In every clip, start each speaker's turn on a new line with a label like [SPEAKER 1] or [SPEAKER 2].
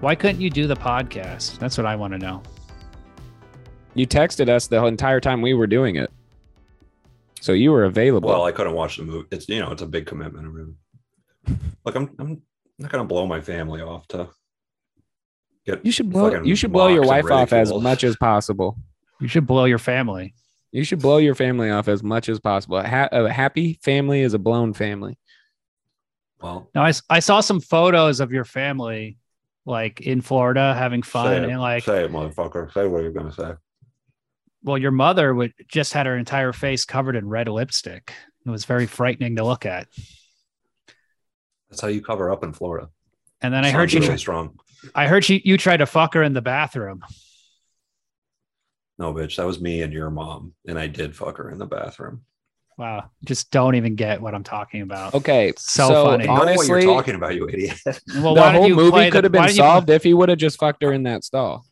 [SPEAKER 1] Why couldn't you do the podcast? That's what I want to know.
[SPEAKER 2] You texted us the entire time we were doing it. So you were available.
[SPEAKER 3] Well, I couldn't watch the movie. It's you know, it's a big commitment. I mean, Look, I'm I'm not gonna blow my family off to get
[SPEAKER 2] you should blow
[SPEAKER 3] fucking
[SPEAKER 2] you should blow your
[SPEAKER 3] mocked and
[SPEAKER 2] wife off as
[SPEAKER 3] ridiculed.
[SPEAKER 2] much as possible.
[SPEAKER 1] You should blow your family.
[SPEAKER 2] You should blow your family off as much as possible. A, ha- a happy family is a blown family.
[SPEAKER 3] well.
[SPEAKER 1] Now I, s- I saw some photos of your family, like in Florida, having fun
[SPEAKER 3] say it,
[SPEAKER 1] and like
[SPEAKER 3] say it, motherfucker. Say what you're gonna say.
[SPEAKER 1] well, your mother would just had her entire face covered in red lipstick. It was very frightening to look at.
[SPEAKER 3] That's how you cover up in Florida.
[SPEAKER 1] And then I heard you.
[SPEAKER 3] Sounds
[SPEAKER 1] tr-
[SPEAKER 3] really strong.
[SPEAKER 1] I heard you. You tried to fuck her in the bathroom.
[SPEAKER 3] No, bitch, that was me and your mom, and I did fuck her in the bathroom.
[SPEAKER 1] Wow, just don't even get what I'm talking about.
[SPEAKER 2] Okay,
[SPEAKER 1] So
[SPEAKER 2] so,
[SPEAKER 1] funny.
[SPEAKER 3] I know what
[SPEAKER 2] honestly,
[SPEAKER 3] you're talking about, you idiot.
[SPEAKER 1] Well,
[SPEAKER 2] the
[SPEAKER 1] why did
[SPEAKER 2] whole
[SPEAKER 1] you
[SPEAKER 2] movie
[SPEAKER 1] play
[SPEAKER 2] could
[SPEAKER 1] the-
[SPEAKER 2] have
[SPEAKER 1] why
[SPEAKER 2] been
[SPEAKER 1] did you-
[SPEAKER 2] solved if he would have just fucked her in that stall.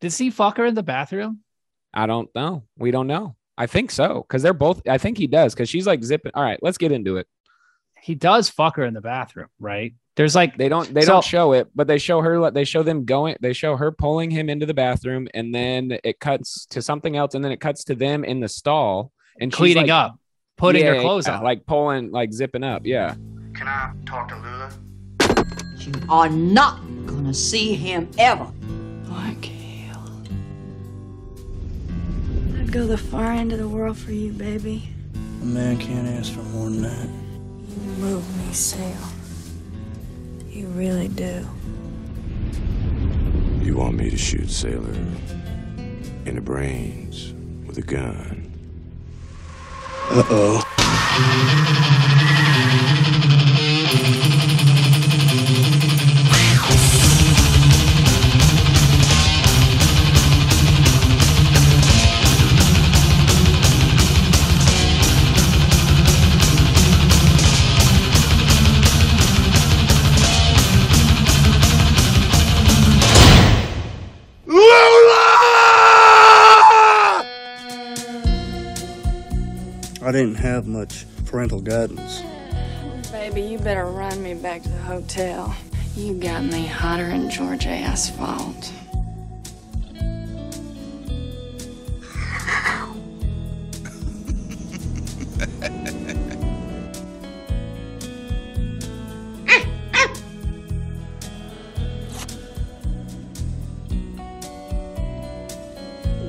[SPEAKER 1] Did he fuck her in the bathroom?
[SPEAKER 2] I don't know. We don't know. I think so because they're both. I think he does because she's like zipping. All right, let's get into it.
[SPEAKER 1] He does fuck her in the bathroom, right? There's like
[SPEAKER 2] They don't. They
[SPEAKER 1] So-
[SPEAKER 2] don't show it, but they show her. like, They show them going. They show her pulling him into the bathroom, and then it cuts to something else, and then it cuts to them in the stall and she's,
[SPEAKER 1] cleaning
[SPEAKER 2] like,
[SPEAKER 1] up, putting her
[SPEAKER 2] yeah,
[SPEAKER 1] clothes
[SPEAKER 2] yeah,
[SPEAKER 1] on.
[SPEAKER 2] like pulling, like zipping up. Yeah.
[SPEAKER 4] Can I talk to Lula?
[SPEAKER 5] You are not gonna see him ever.
[SPEAKER 6] Markale. I'd go the far end of the world for you, baby.
[SPEAKER 7] A man can't ask for more than that.
[SPEAKER 6] You move me, Sale. You really do.
[SPEAKER 8] You want me to shoot Sailor in the brains with a gun?
[SPEAKER 7] Uh oh. I didn't have much parental guidance.
[SPEAKER 6] Baby, you better run me back to the hotel. You got me hotter than Georgia asphalt.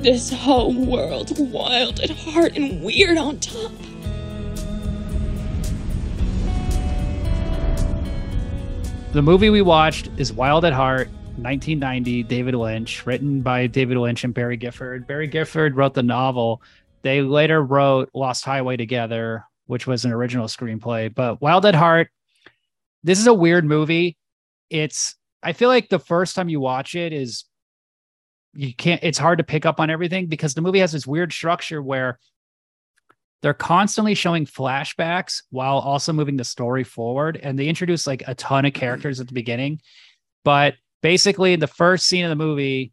[SPEAKER 9] This whole world's wild at heart and weird on top.
[SPEAKER 1] the movie we watched is Wild at Heart, 1990, David Lynch, written by David Lynch and Barry Gifford. Barry Gifford wrote the novel. They later wrote Lost Highway together, which was an original screenplay. But Wild at Heart, this is a weird movie. It's, I feel like the first time you watch it is, you can't, it's hard to pick up on everything because the movie has this weird structure where they're constantly showing flashbacks while also moving the story forward and they introduce like a ton of characters at the beginning but basically the first scene of the movie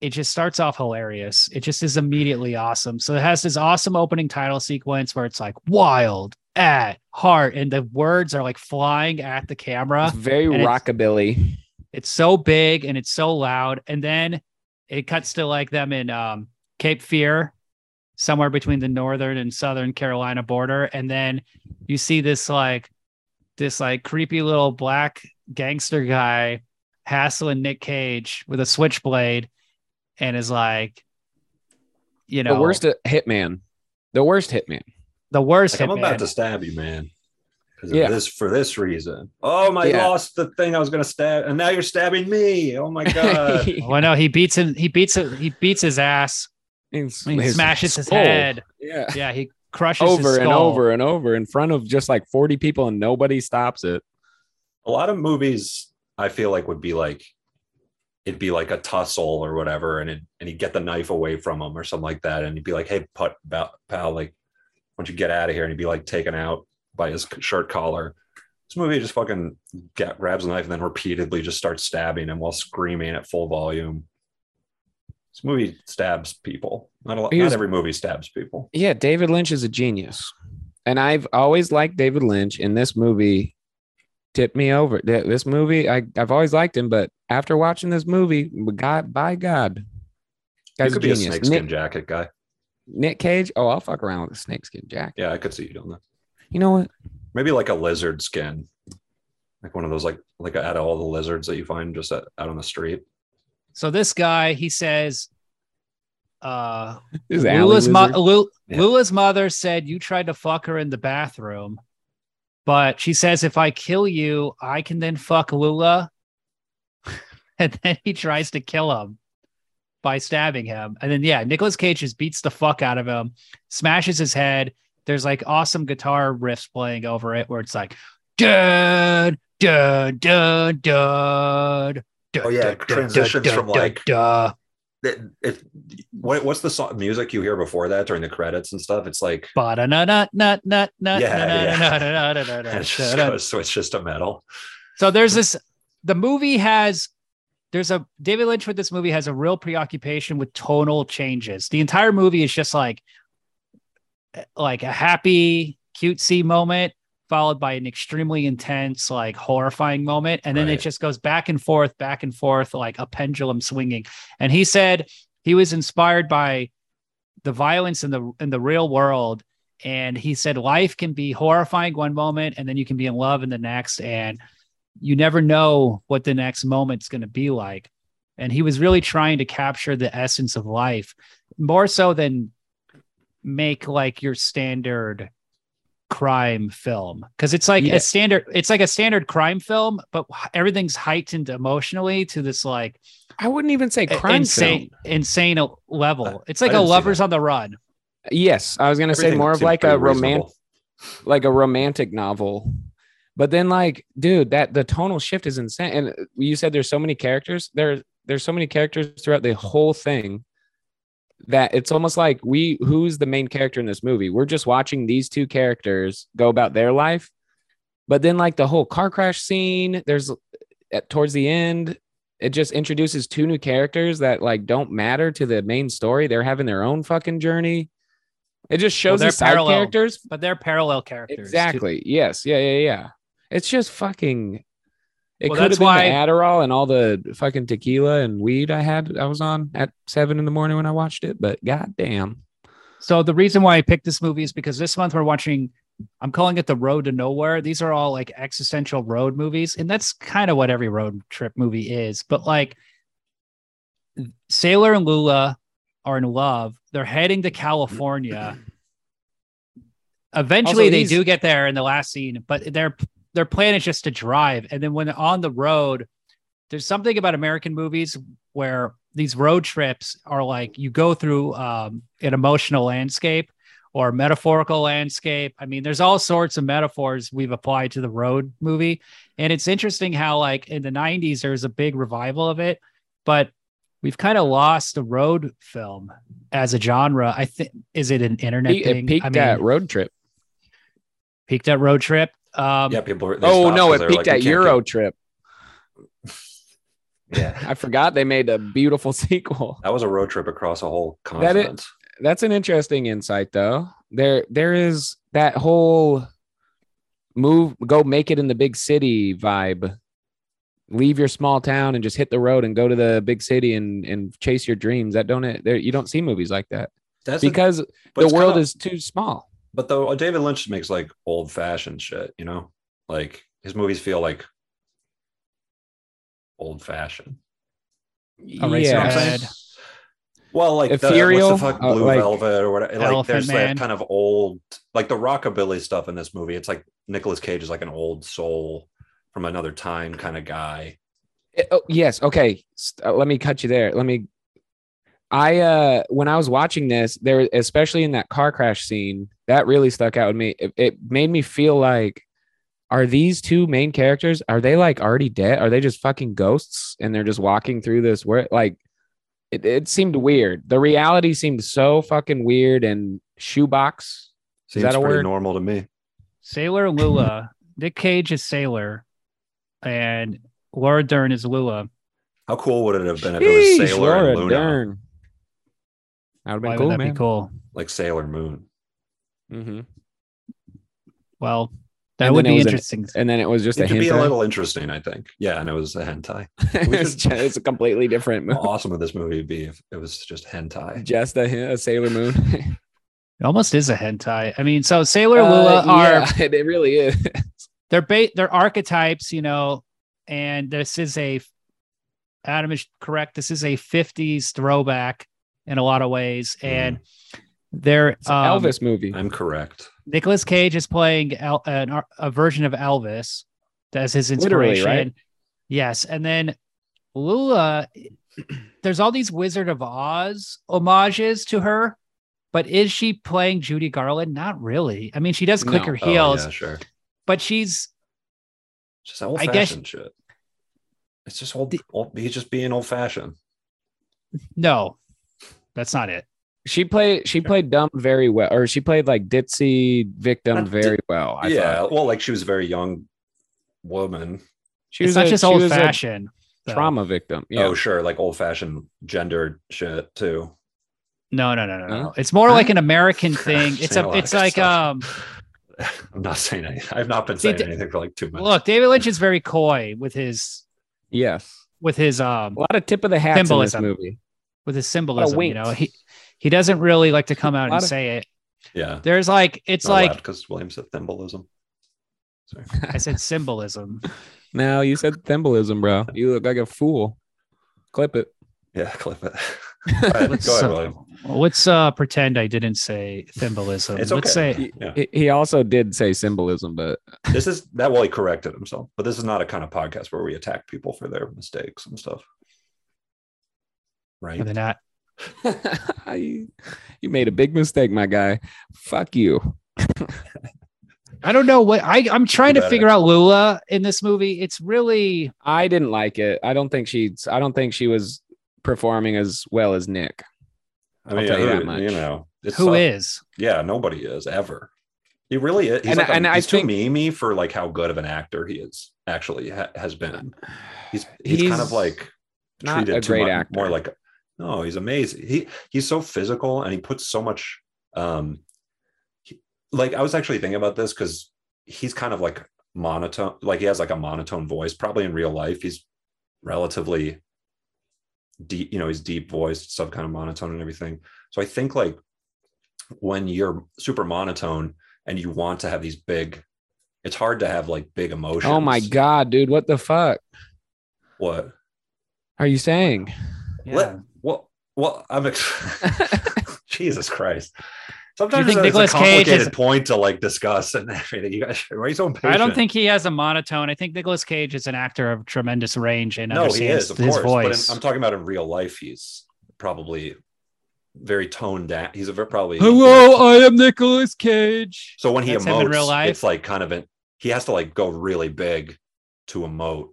[SPEAKER 1] it just starts off hilarious it just is immediately awesome so it has this awesome opening title sequence where it's like wild at heart and the words are like flying at the camera
[SPEAKER 2] It's very
[SPEAKER 1] and it's-
[SPEAKER 2] rockabilly.
[SPEAKER 1] it's so big and it's so loud and then it cuts to like them in um, cape fear somewhere between the northern and southern carolina border and then you see this like this like creepy little black gangster guy hassling nick cage with a switchblade and is like you know
[SPEAKER 2] The worst uh, hitman. The worst hitman.
[SPEAKER 1] the worst
[SPEAKER 3] Like, I'm
[SPEAKER 1] hitman.
[SPEAKER 3] about to stab you, man. 'Cause of
[SPEAKER 2] Yeah.
[SPEAKER 3] This for this reason. Oh my,
[SPEAKER 2] Yeah.
[SPEAKER 3] lost the thing I was gonna stab, and now you're stabbing me. Oh my god.
[SPEAKER 1] well Oh, no he beats him he beats him he beats his ass
[SPEAKER 2] His-
[SPEAKER 1] he
[SPEAKER 2] his
[SPEAKER 1] smashes his
[SPEAKER 2] skull.
[SPEAKER 1] head
[SPEAKER 2] Yeah.
[SPEAKER 1] yeah he crushes his
[SPEAKER 2] Over and
[SPEAKER 1] skull.
[SPEAKER 2] over and over in front of just like 40 people and nobody stops it.
[SPEAKER 3] a lot of movies, I feel like would be like, it'd be like a tussle or whatever, and it, and he'd get the knife away from him or something like that, and he'd be like, "Hey, put pal, pal, like, why don't you get out of here?" And he'd be like taken out by his shirt collar. This movie just fucking get, grabs a knife and then repeatedly just starts stabbing him while screaming at full volume. This movie stabs people. Not a lot,
[SPEAKER 2] He
[SPEAKER 3] not
[SPEAKER 2] was-
[SPEAKER 3] every movie stabs people.
[SPEAKER 2] Yeah, David Lynch is a genius. And I've always liked David Lynch in this movie. tipped me over. Th- This movie, I, I've always liked him, but after watching this movie, God, by God,
[SPEAKER 3] You
[SPEAKER 2] guy's a
[SPEAKER 3] could be a
[SPEAKER 2] genius.
[SPEAKER 3] snakeskin
[SPEAKER 2] Nick,
[SPEAKER 3] jacket guy.
[SPEAKER 2] Nick Cage. Oh, I'll fuck around with a snakeskin jacket.
[SPEAKER 3] Yeah, I could see you doing that.
[SPEAKER 2] You know what?
[SPEAKER 3] Maybe like a lizard skin, like one of those like like out of all the lizards that you find just out out on the street.
[SPEAKER 1] So this guy, he says, uh,
[SPEAKER 2] This is Alley
[SPEAKER 1] Lula's, mo-
[SPEAKER 2] Lizard.
[SPEAKER 1] Lu-
[SPEAKER 3] Yeah.
[SPEAKER 1] Lula's mother said you tried to fuck her in the bathroom, but she says if I kill you, I can then fuck Lula. and then he tries to kill him by stabbing him. And then yeah, Nicolas Cage just beats the fuck out of him, smashes his head. There's like awesome guitar riffs playing over it where it's like dun dun dun dun. dun,
[SPEAKER 3] Oh, yeah,
[SPEAKER 1] dun,
[SPEAKER 3] it
[SPEAKER 1] dun,
[SPEAKER 3] transitions
[SPEAKER 1] dun,
[SPEAKER 3] from,
[SPEAKER 1] dun,
[SPEAKER 3] like-
[SPEAKER 1] dun.
[SPEAKER 3] It, it, what, what's the song, music you hear before that during the credits and stuff? It's like Yeah, yeah. it just
[SPEAKER 1] Ba-da-na-na-na-na-na-na-na-na-na-na-na-na-na-na-na.
[SPEAKER 3] goes switches to metal.
[SPEAKER 1] So there's this the movie has there's a David Lynch with this movie has a real preoccupation with tonal changes. The entire movie is just like like a happy cutesy moment followed by an extremely intense like horrifying moment and then
[SPEAKER 3] Right.
[SPEAKER 1] it just goes back and forth back and forth like a pendulum swinging and he said he was inspired by the violence in the in the real world and he said life can be horrifying one moment and then you can be in love in the next and you never know what the next moment's going to be like and he was really trying to capture the essence of life more so than make like your standard crime film because it's like
[SPEAKER 2] Yeah.
[SPEAKER 1] a standard it's like a standard crime film but everything's heightened emotionally to this like
[SPEAKER 2] I wouldn't even say crime film.
[SPEAKER 1] insane insane level. It's like
[SPEAKER 3] I
[SPEAKER 1] a
[SPEAKER 3] didn't see
[SPEAKER 1] lovers
[SPEAKER 3] that.
[SPEAKER 1] on the run.
[SPEAKER 2] Yes, I was gonna say
[SPEAKER 3] Everything
[SPEAKER 2] more of
[SPEAKER 3] seems
[SPEAKER 2] like a
[SPEAKER 3] pretty
[SPEAKER 2] romantic.
[SPEAKER 3] reasonable.
[SPEAKER 2] like a romantic novel. But then like, dude, that the tonal shift is insane. And uh, you said there's so many characters. There there's so many characters throughout the whole thing that it's almost like we who's the main character in this movie? We're just watching these two characters go about their life. But then like the whole car crash scene, there's at, towards the end it just introduces two new characters that like don't matter to the main story. They're having their own fucking journey. It just shows
[SPEAKER 1] they're
[SPEAKER 2] these side
[SPEAKER 1] parallel.
[SPEAKER 2] characters
[SPEAKER 1] But they're parallel characters. to-
[SPEAKER 2] Exactly. Yes. Yeah. Yeah. Yeah. It's just fucking. It
[SPEAKER 1] Well,
[SPEAKER 2] could
[SPEAKER 1] that's
[SPEAKER 2] have been
[SPEAKER 1] why-
[SPEAKER 2] the Adderall and all the fucking tequila and weed I had. I was on at seven in the morning when I watched it, but goddamn.
[SPEAKER 1] So the reason why I picked this movie is because this month we're watching I'm calling it the road to nowhere. These are all like existential road movies and that's kind of what every road trip movie is. But like Sailor and Lula are in love. They're heading to California. Eventually
[SPEAKER 2] Also,
[SPEAKER 1] they
[SPEAKER 2] he's-
[SPEAKER 1] do get there in the last scene, but their their plan is just to drive. And then when they're on the road, there's something about American movies where these road trips are like you go through um, an emotional landscape or a metaphorical landscape. I mean, there's all sorts of metaphors we've applied to the road movie. And it's interesting how, like, in the 90s, there was a big revival of it, but we've kind of lost the road film as a genre. I think, is it an internet
[SPEAKER 2] Pe-
[SPEAKER 1] thing?
[SPEAKER 2] it peaked
[SPEAKER 1] I
[SPEAKER 2] at road trip.
[SPEAKER 1] peaked at road trip. Um,
[SPEAKER 3] Yeah, people. Were, they
[SPEAKER 2] Oh
[SPEAKER 3] stopped
[SPEAKER 2] no,
[SPEAKER 3] 'cause they
[SPEAKER 2] it
[SPEAKER 3] were
[SPEAKER 2] peaked
[SPEAKER 3] like,
[SPEAKER 2] at
[SPEAKER 3] "We can't
[SPEAKER 2] Euro trip.
[SPEAKER 3] get-" Yeah,
[SPEAKER 2] I forgot they made a beautiful sequel.
[SPEAKER 3] that was a road trip across a whole
[SPEAKER 2] That it-
[SPEAKER 3] continent.
[SPEAKER 2] That's an interesting insight though. There there is that whole move go make it in the big city vibe. Leave your small town and just hit the road and go to the big city and and chase your dreams. That don't it, there, you don't see movies like that
[SPEAKER 3] That's the-
[SPEAKER 2] because
[SPEAKER 3] but
[SPEAKER 2] the
[SPEAKER 3] it's
[SPEAKER 2] world
[SPEAKER 3] kinda-
[SPEAKER 2] is too small.
[SPEAKER 3] But though uh, David Lynch makes like old fashioned shit, you know, like his movies feel like old fashioned.
[SPEAKER 1] Eraserhead.
[SPEAKER 3] Well, like the
[SPEAKER 2] Ethereal,
[SPEAKER 3] what's the fuck
[SPEAKER 2] uh,
[SPEAKER 3] blue
[SPEAKER 2] like-
[SPEAKER 3] velvet or whatever. Like
[SPEAKER 1] Elephant
[SPEAKER 3] there's
[SPEAKER 1] Man.
[SPEAKER 3] that kind of old, like the rockabilly stuff in this movie. It's like Nicolas Cage is like an old soul from another time kind of guy.
[SPEAKER 2] Eh, oh, yes. Okay. S- uh, let me cut you there. Let me. I uh when I was watching this, there especially in that car crash scene, that really stuck out with me. It, it made me feel like, are these two main characters? Are they like already dead? Are they just fucking ghosts and they're just walking through this? Where like, it, it seemed weird. The reality seemed so fucking weird and shoebox.
[SPEAKER 3] Seems
[SPEAKER 2] that a
[SPEAKER 3] pretty
[SPEAKER 2] word?
[SPEAKER 3] normal to me.
[SPEAKER 1] Sailor Lula, Nick Cage is Sailor, and Laura Dern is Lula.
[SPEAKER 3] How cool would it have been if it was
[SPEAKER 2] Sheesh,
[SPEAKER 3] Sailor
[SPEAKER 2] Laura
[SPEAKER 3] and Luna,
[SPEAKER 2] Dern. That would
[SPEAKER 1] Why
[SPEAKER 2] have been cool,
[SPEAKER 1] would that
[SPEAKER 2] man.
[SPEAKER 1] be cool?
[SPEAKER 3] like Sailor Moon?
[SPEAKER 2] Mm-hmm.
[SPEAKER 1] Well, That
[SPEAKER 2] And
[SPEAKER 1] would
[SPEAKER 2] then it
[SPEAKER 1] be
[SPEAKER 2] was an-
[SPEAKER 1] interesting.
[SPEAKER 2] and then it was just a
[SPEAKER 3] it could be a
[SPEAKER 2] hentai.
[SPEAKER 3] little interesting, I think. Yeah, and it was a hentai. we
[SPEAKER 2] it's,
[SPEAKER 3] should-
[SPEAKER 2] ju- it's a completely different
[SPEAKER 3] How
[SPEAKER 2] movie.
[SPEAKER 3] awesome would this movie be if it was just hentai?
[SPEAKER 2] Just a, hen- a Sailor Moon.
[SPEAKER 1] It almost is a hentai. I mean, so Sailor Lula
[SPEAKER 2] Uh,
[SPEAKER 1] are
[SPEAKER 2] yeah, it really is.
[SPEAKER 1] they're ba- they're archetypes, you know, and this is a Adam is correct. This is a 50s throwback in a lot of ways. And they're
[SPEAKER 2] Mm. It's an
[SPEAKER 1] um,
[SPEAKER 2] Elvis movie.
[SPEAKER 3] I'm correct.
[SPEAKER 1] Nicholas Cage is playing El- an, ar- a version of Elvis as his
[SPEAKER 2] Literally,
[SPEAKER 1] inspiration.
[SPEAKER 2] right?
[SPEAKER 1] Yes, and then Lula, there's all these Wizard of Oz homages to her, but is she playing Judy Garland? Not really. I mean, she does click
[SPEAKER 2] No.
[SPEAKER 1] her
[SPEAKER 3] Oh,
[SPEAKER 1] heels,
[SPEAKER 3] yeah, sure.
[SPEAKER 1] but she's
[SPEAKER 3] Just old
[SPEAKER 1] I guess-
[SPEAKER 3] fashioned shit. It's just old, old. He's just being old fashioned.
[SPEAKER 1] no, that's not it.
[SPEAKER 2] She played she played dumb very well, or she played like ditzy victim
[SPEAKER 3] Not di-
[SPEAKER 2] very well. I
[SPEAKER 3] yeah.
[SPEAKER 2] thought.
[SPEAKER 3] Well, like she was a very young woman.
[SPEAKER 2] she
[SPEAKER 1] it's
[SPEAKER 2] was
[SPEAKER 1] not
[SPEAKER 2] a-
[SPEAKER 1] just
[SPEAKER 2] she was
[SPEAKER 1] old
[SPEAKER 2] a
[SPEAKER 1] fashioned though.
[SPEAKER 2] trauma victim. Yeah,
[SPEAKER 3] Oh, sure. Like old fashioned gendered shit too.
[SPEAKER 1] No, no, no, no, no.
[SPEAKER 2] Huh?
[SPEAKER 1] It's more
[SPEAKER 2] Huh?
[SPEAKER 1] like an American thing. It's
[SPEAKER 3] Saying
[SPEAKER 1] a,
[SPEAKER 3] lot of
[SPEAKER 1] it's like
[SPEAKER 3] stuff.
[SPEAKER 1] um.
[SPEAKER 3] I'm not saying anything. I've not been
[SPEAKER 1] See,
[SPEAKER 3] saying
[SPEAKER 1] d-
[SPEAKER 3] anything for like two minutes.
[SPEAKER 1] Look, David Lynch is very coy with his
[SPEAKER 2] yes,
[SPEAKER 1] with his um
[SPEAKER 2] a lot of tip of the hats in this
[SPEAKER 1] Symbolism.
[SPEAKER 2] movie.
[SPEAKER 1] with his symbolism. You
[SPEAKER 2] wink.
[SPEAKER 1] know, he he doesn't really like to come out
[SPEAKER 2] oh, lot
[SPEAKER 1] and
[SPEAKER 2] of-
[SPEAKER 1] say it.
[SPEAKER 3] yeah.
[SPEAKER 1] There's like it's like
[SPEAKER 3] because William said thimbolism. Sorry.
[SPEAKER 1] I said symbolism.
[SPEAKER 2] Now you said thimbolism, bro. You look like a fool. Clip it.
[SPEAKER 3] Yeah, clip it. All right,
[SPEAKER 1] Let's,
[SPEAKER 3] go ahead,
[SPEAKER 1] uh,
[SPEAKER 3] William.
[SPEAKER 1] Let's uh pretend I didn't say thimbolism.
[SPEAKER 3] It's
[SPEAKER 1] Let's
[SPEAKER 3] okay.
[SPEAKER 1] say
[SPEAKER 3] Yeah.
[SPEAKER 2] He, he also did say symbolism, but
[SPEAKER 3] This is that well he corrected himself, but this is not a kind of podcast where we attack people for their mistakes and stuff.
[SPEAKER 1] are they
[SPEAKER 3] Right.
[SPEAKER 1] not?
[SPEAKER 2] you, you made a big mistake, my guy. Fuck you.
[SPEAKER 1] I don't know what I I'm trying to
[SPEAKER 3] Better.
[SPEAKER 1] figure out Lula in this movie. It's really
[SPEAKER 2] I didn't like it. I don't think she's. I don't think she was performing as well as Nick.
[SPEAKER 3] I
[SPEAKER 2] I'll tell you that
[SPEAKER 3] who-
[SPEAKER 2] much.
[SPEAKER 3] you know, it's
[SPEAKER 1] who
[SPEAKER 3] tough.
[SPEAKER 1] is
[SPEAKER 3] Yeah, nobody is ever. He really is. He's,
[SPEAKER 2] And
[SPEAKER 3] like
[SPEAKER 2] I-
[SPEAKER 3] a-
[SPEAKER 2] and I
[SPEAKER 3] he's too
[SPEAKER 2] think-
[SPEAKER 3] memey for like how good of an actor he is. Actually, ha- has been. He's, he's kind of
[SPEAKER 2] He's
[SPEAKER 3] like
[SPEAKER 2] not
[SPEAKER 3] treated
[SPEAKER 2] a
[SPEAKER 3] too
[SPEAKER 2] great
[SPEAKER 3] much-
[SPEAKER 2] actor.
[SPEAKER 3] More like no, he's amazing. He he's so physical and he puts so much. um he- Like I was actually thinking about this because he's kind of like monotone. Like he has like a monotone voice. Probably in real life, he's relatively deep. You know, he's deep voiced, some kind of monotone and everything. So I think like when you're super monotone and you want to have these big, it's hard to have like big emotions.
[SPEAKER 2] Oh my god, dude! What the fuck
[SPEAKER 3] What?
[SPEAKER 2] are you saying?
[SPEAKER 3] Let- well, well, I'm ex- Jesus Christ.
[SPEAKER 1] you
[SPEAKER 3] Sometimes
[SPEAKER 1] think
[SPEAKER 3] it's
[SPEAKER 1] Nicolas
[SPEAKER 3] a
[SPEAKER 1] Cage
[SPEAKER 3] complicated
[SPEAKER 1] is-
[SPEAKER 3] point to like discuss and everything. You guys, why are you so impatient?
[SPEAKER 1] I don't think he has a monotone. I think Nicolas Cage is an actor of tremendous range and
[SPEAKER 3] no, he
[SPEAKER 1] understands
[SPEAKER 3] is, of
[SPEAKER 1] his
[SPEAKER 3] course.
[SPEAKER 1] voice.
[SPEAKER 3] But in, I'm talking about in real life. He's probably very toned down. He's a very, probably
[SPEAKER 1] I am Nicolas Cage.
[SPEAKER 3] So when he
[SPEAKER 1] That's him
[SPEAKER 3] emotes,
[SPEAKER 1] in real life?
[SPEAKER 3] it's like kind of an, he has to like go really big to emote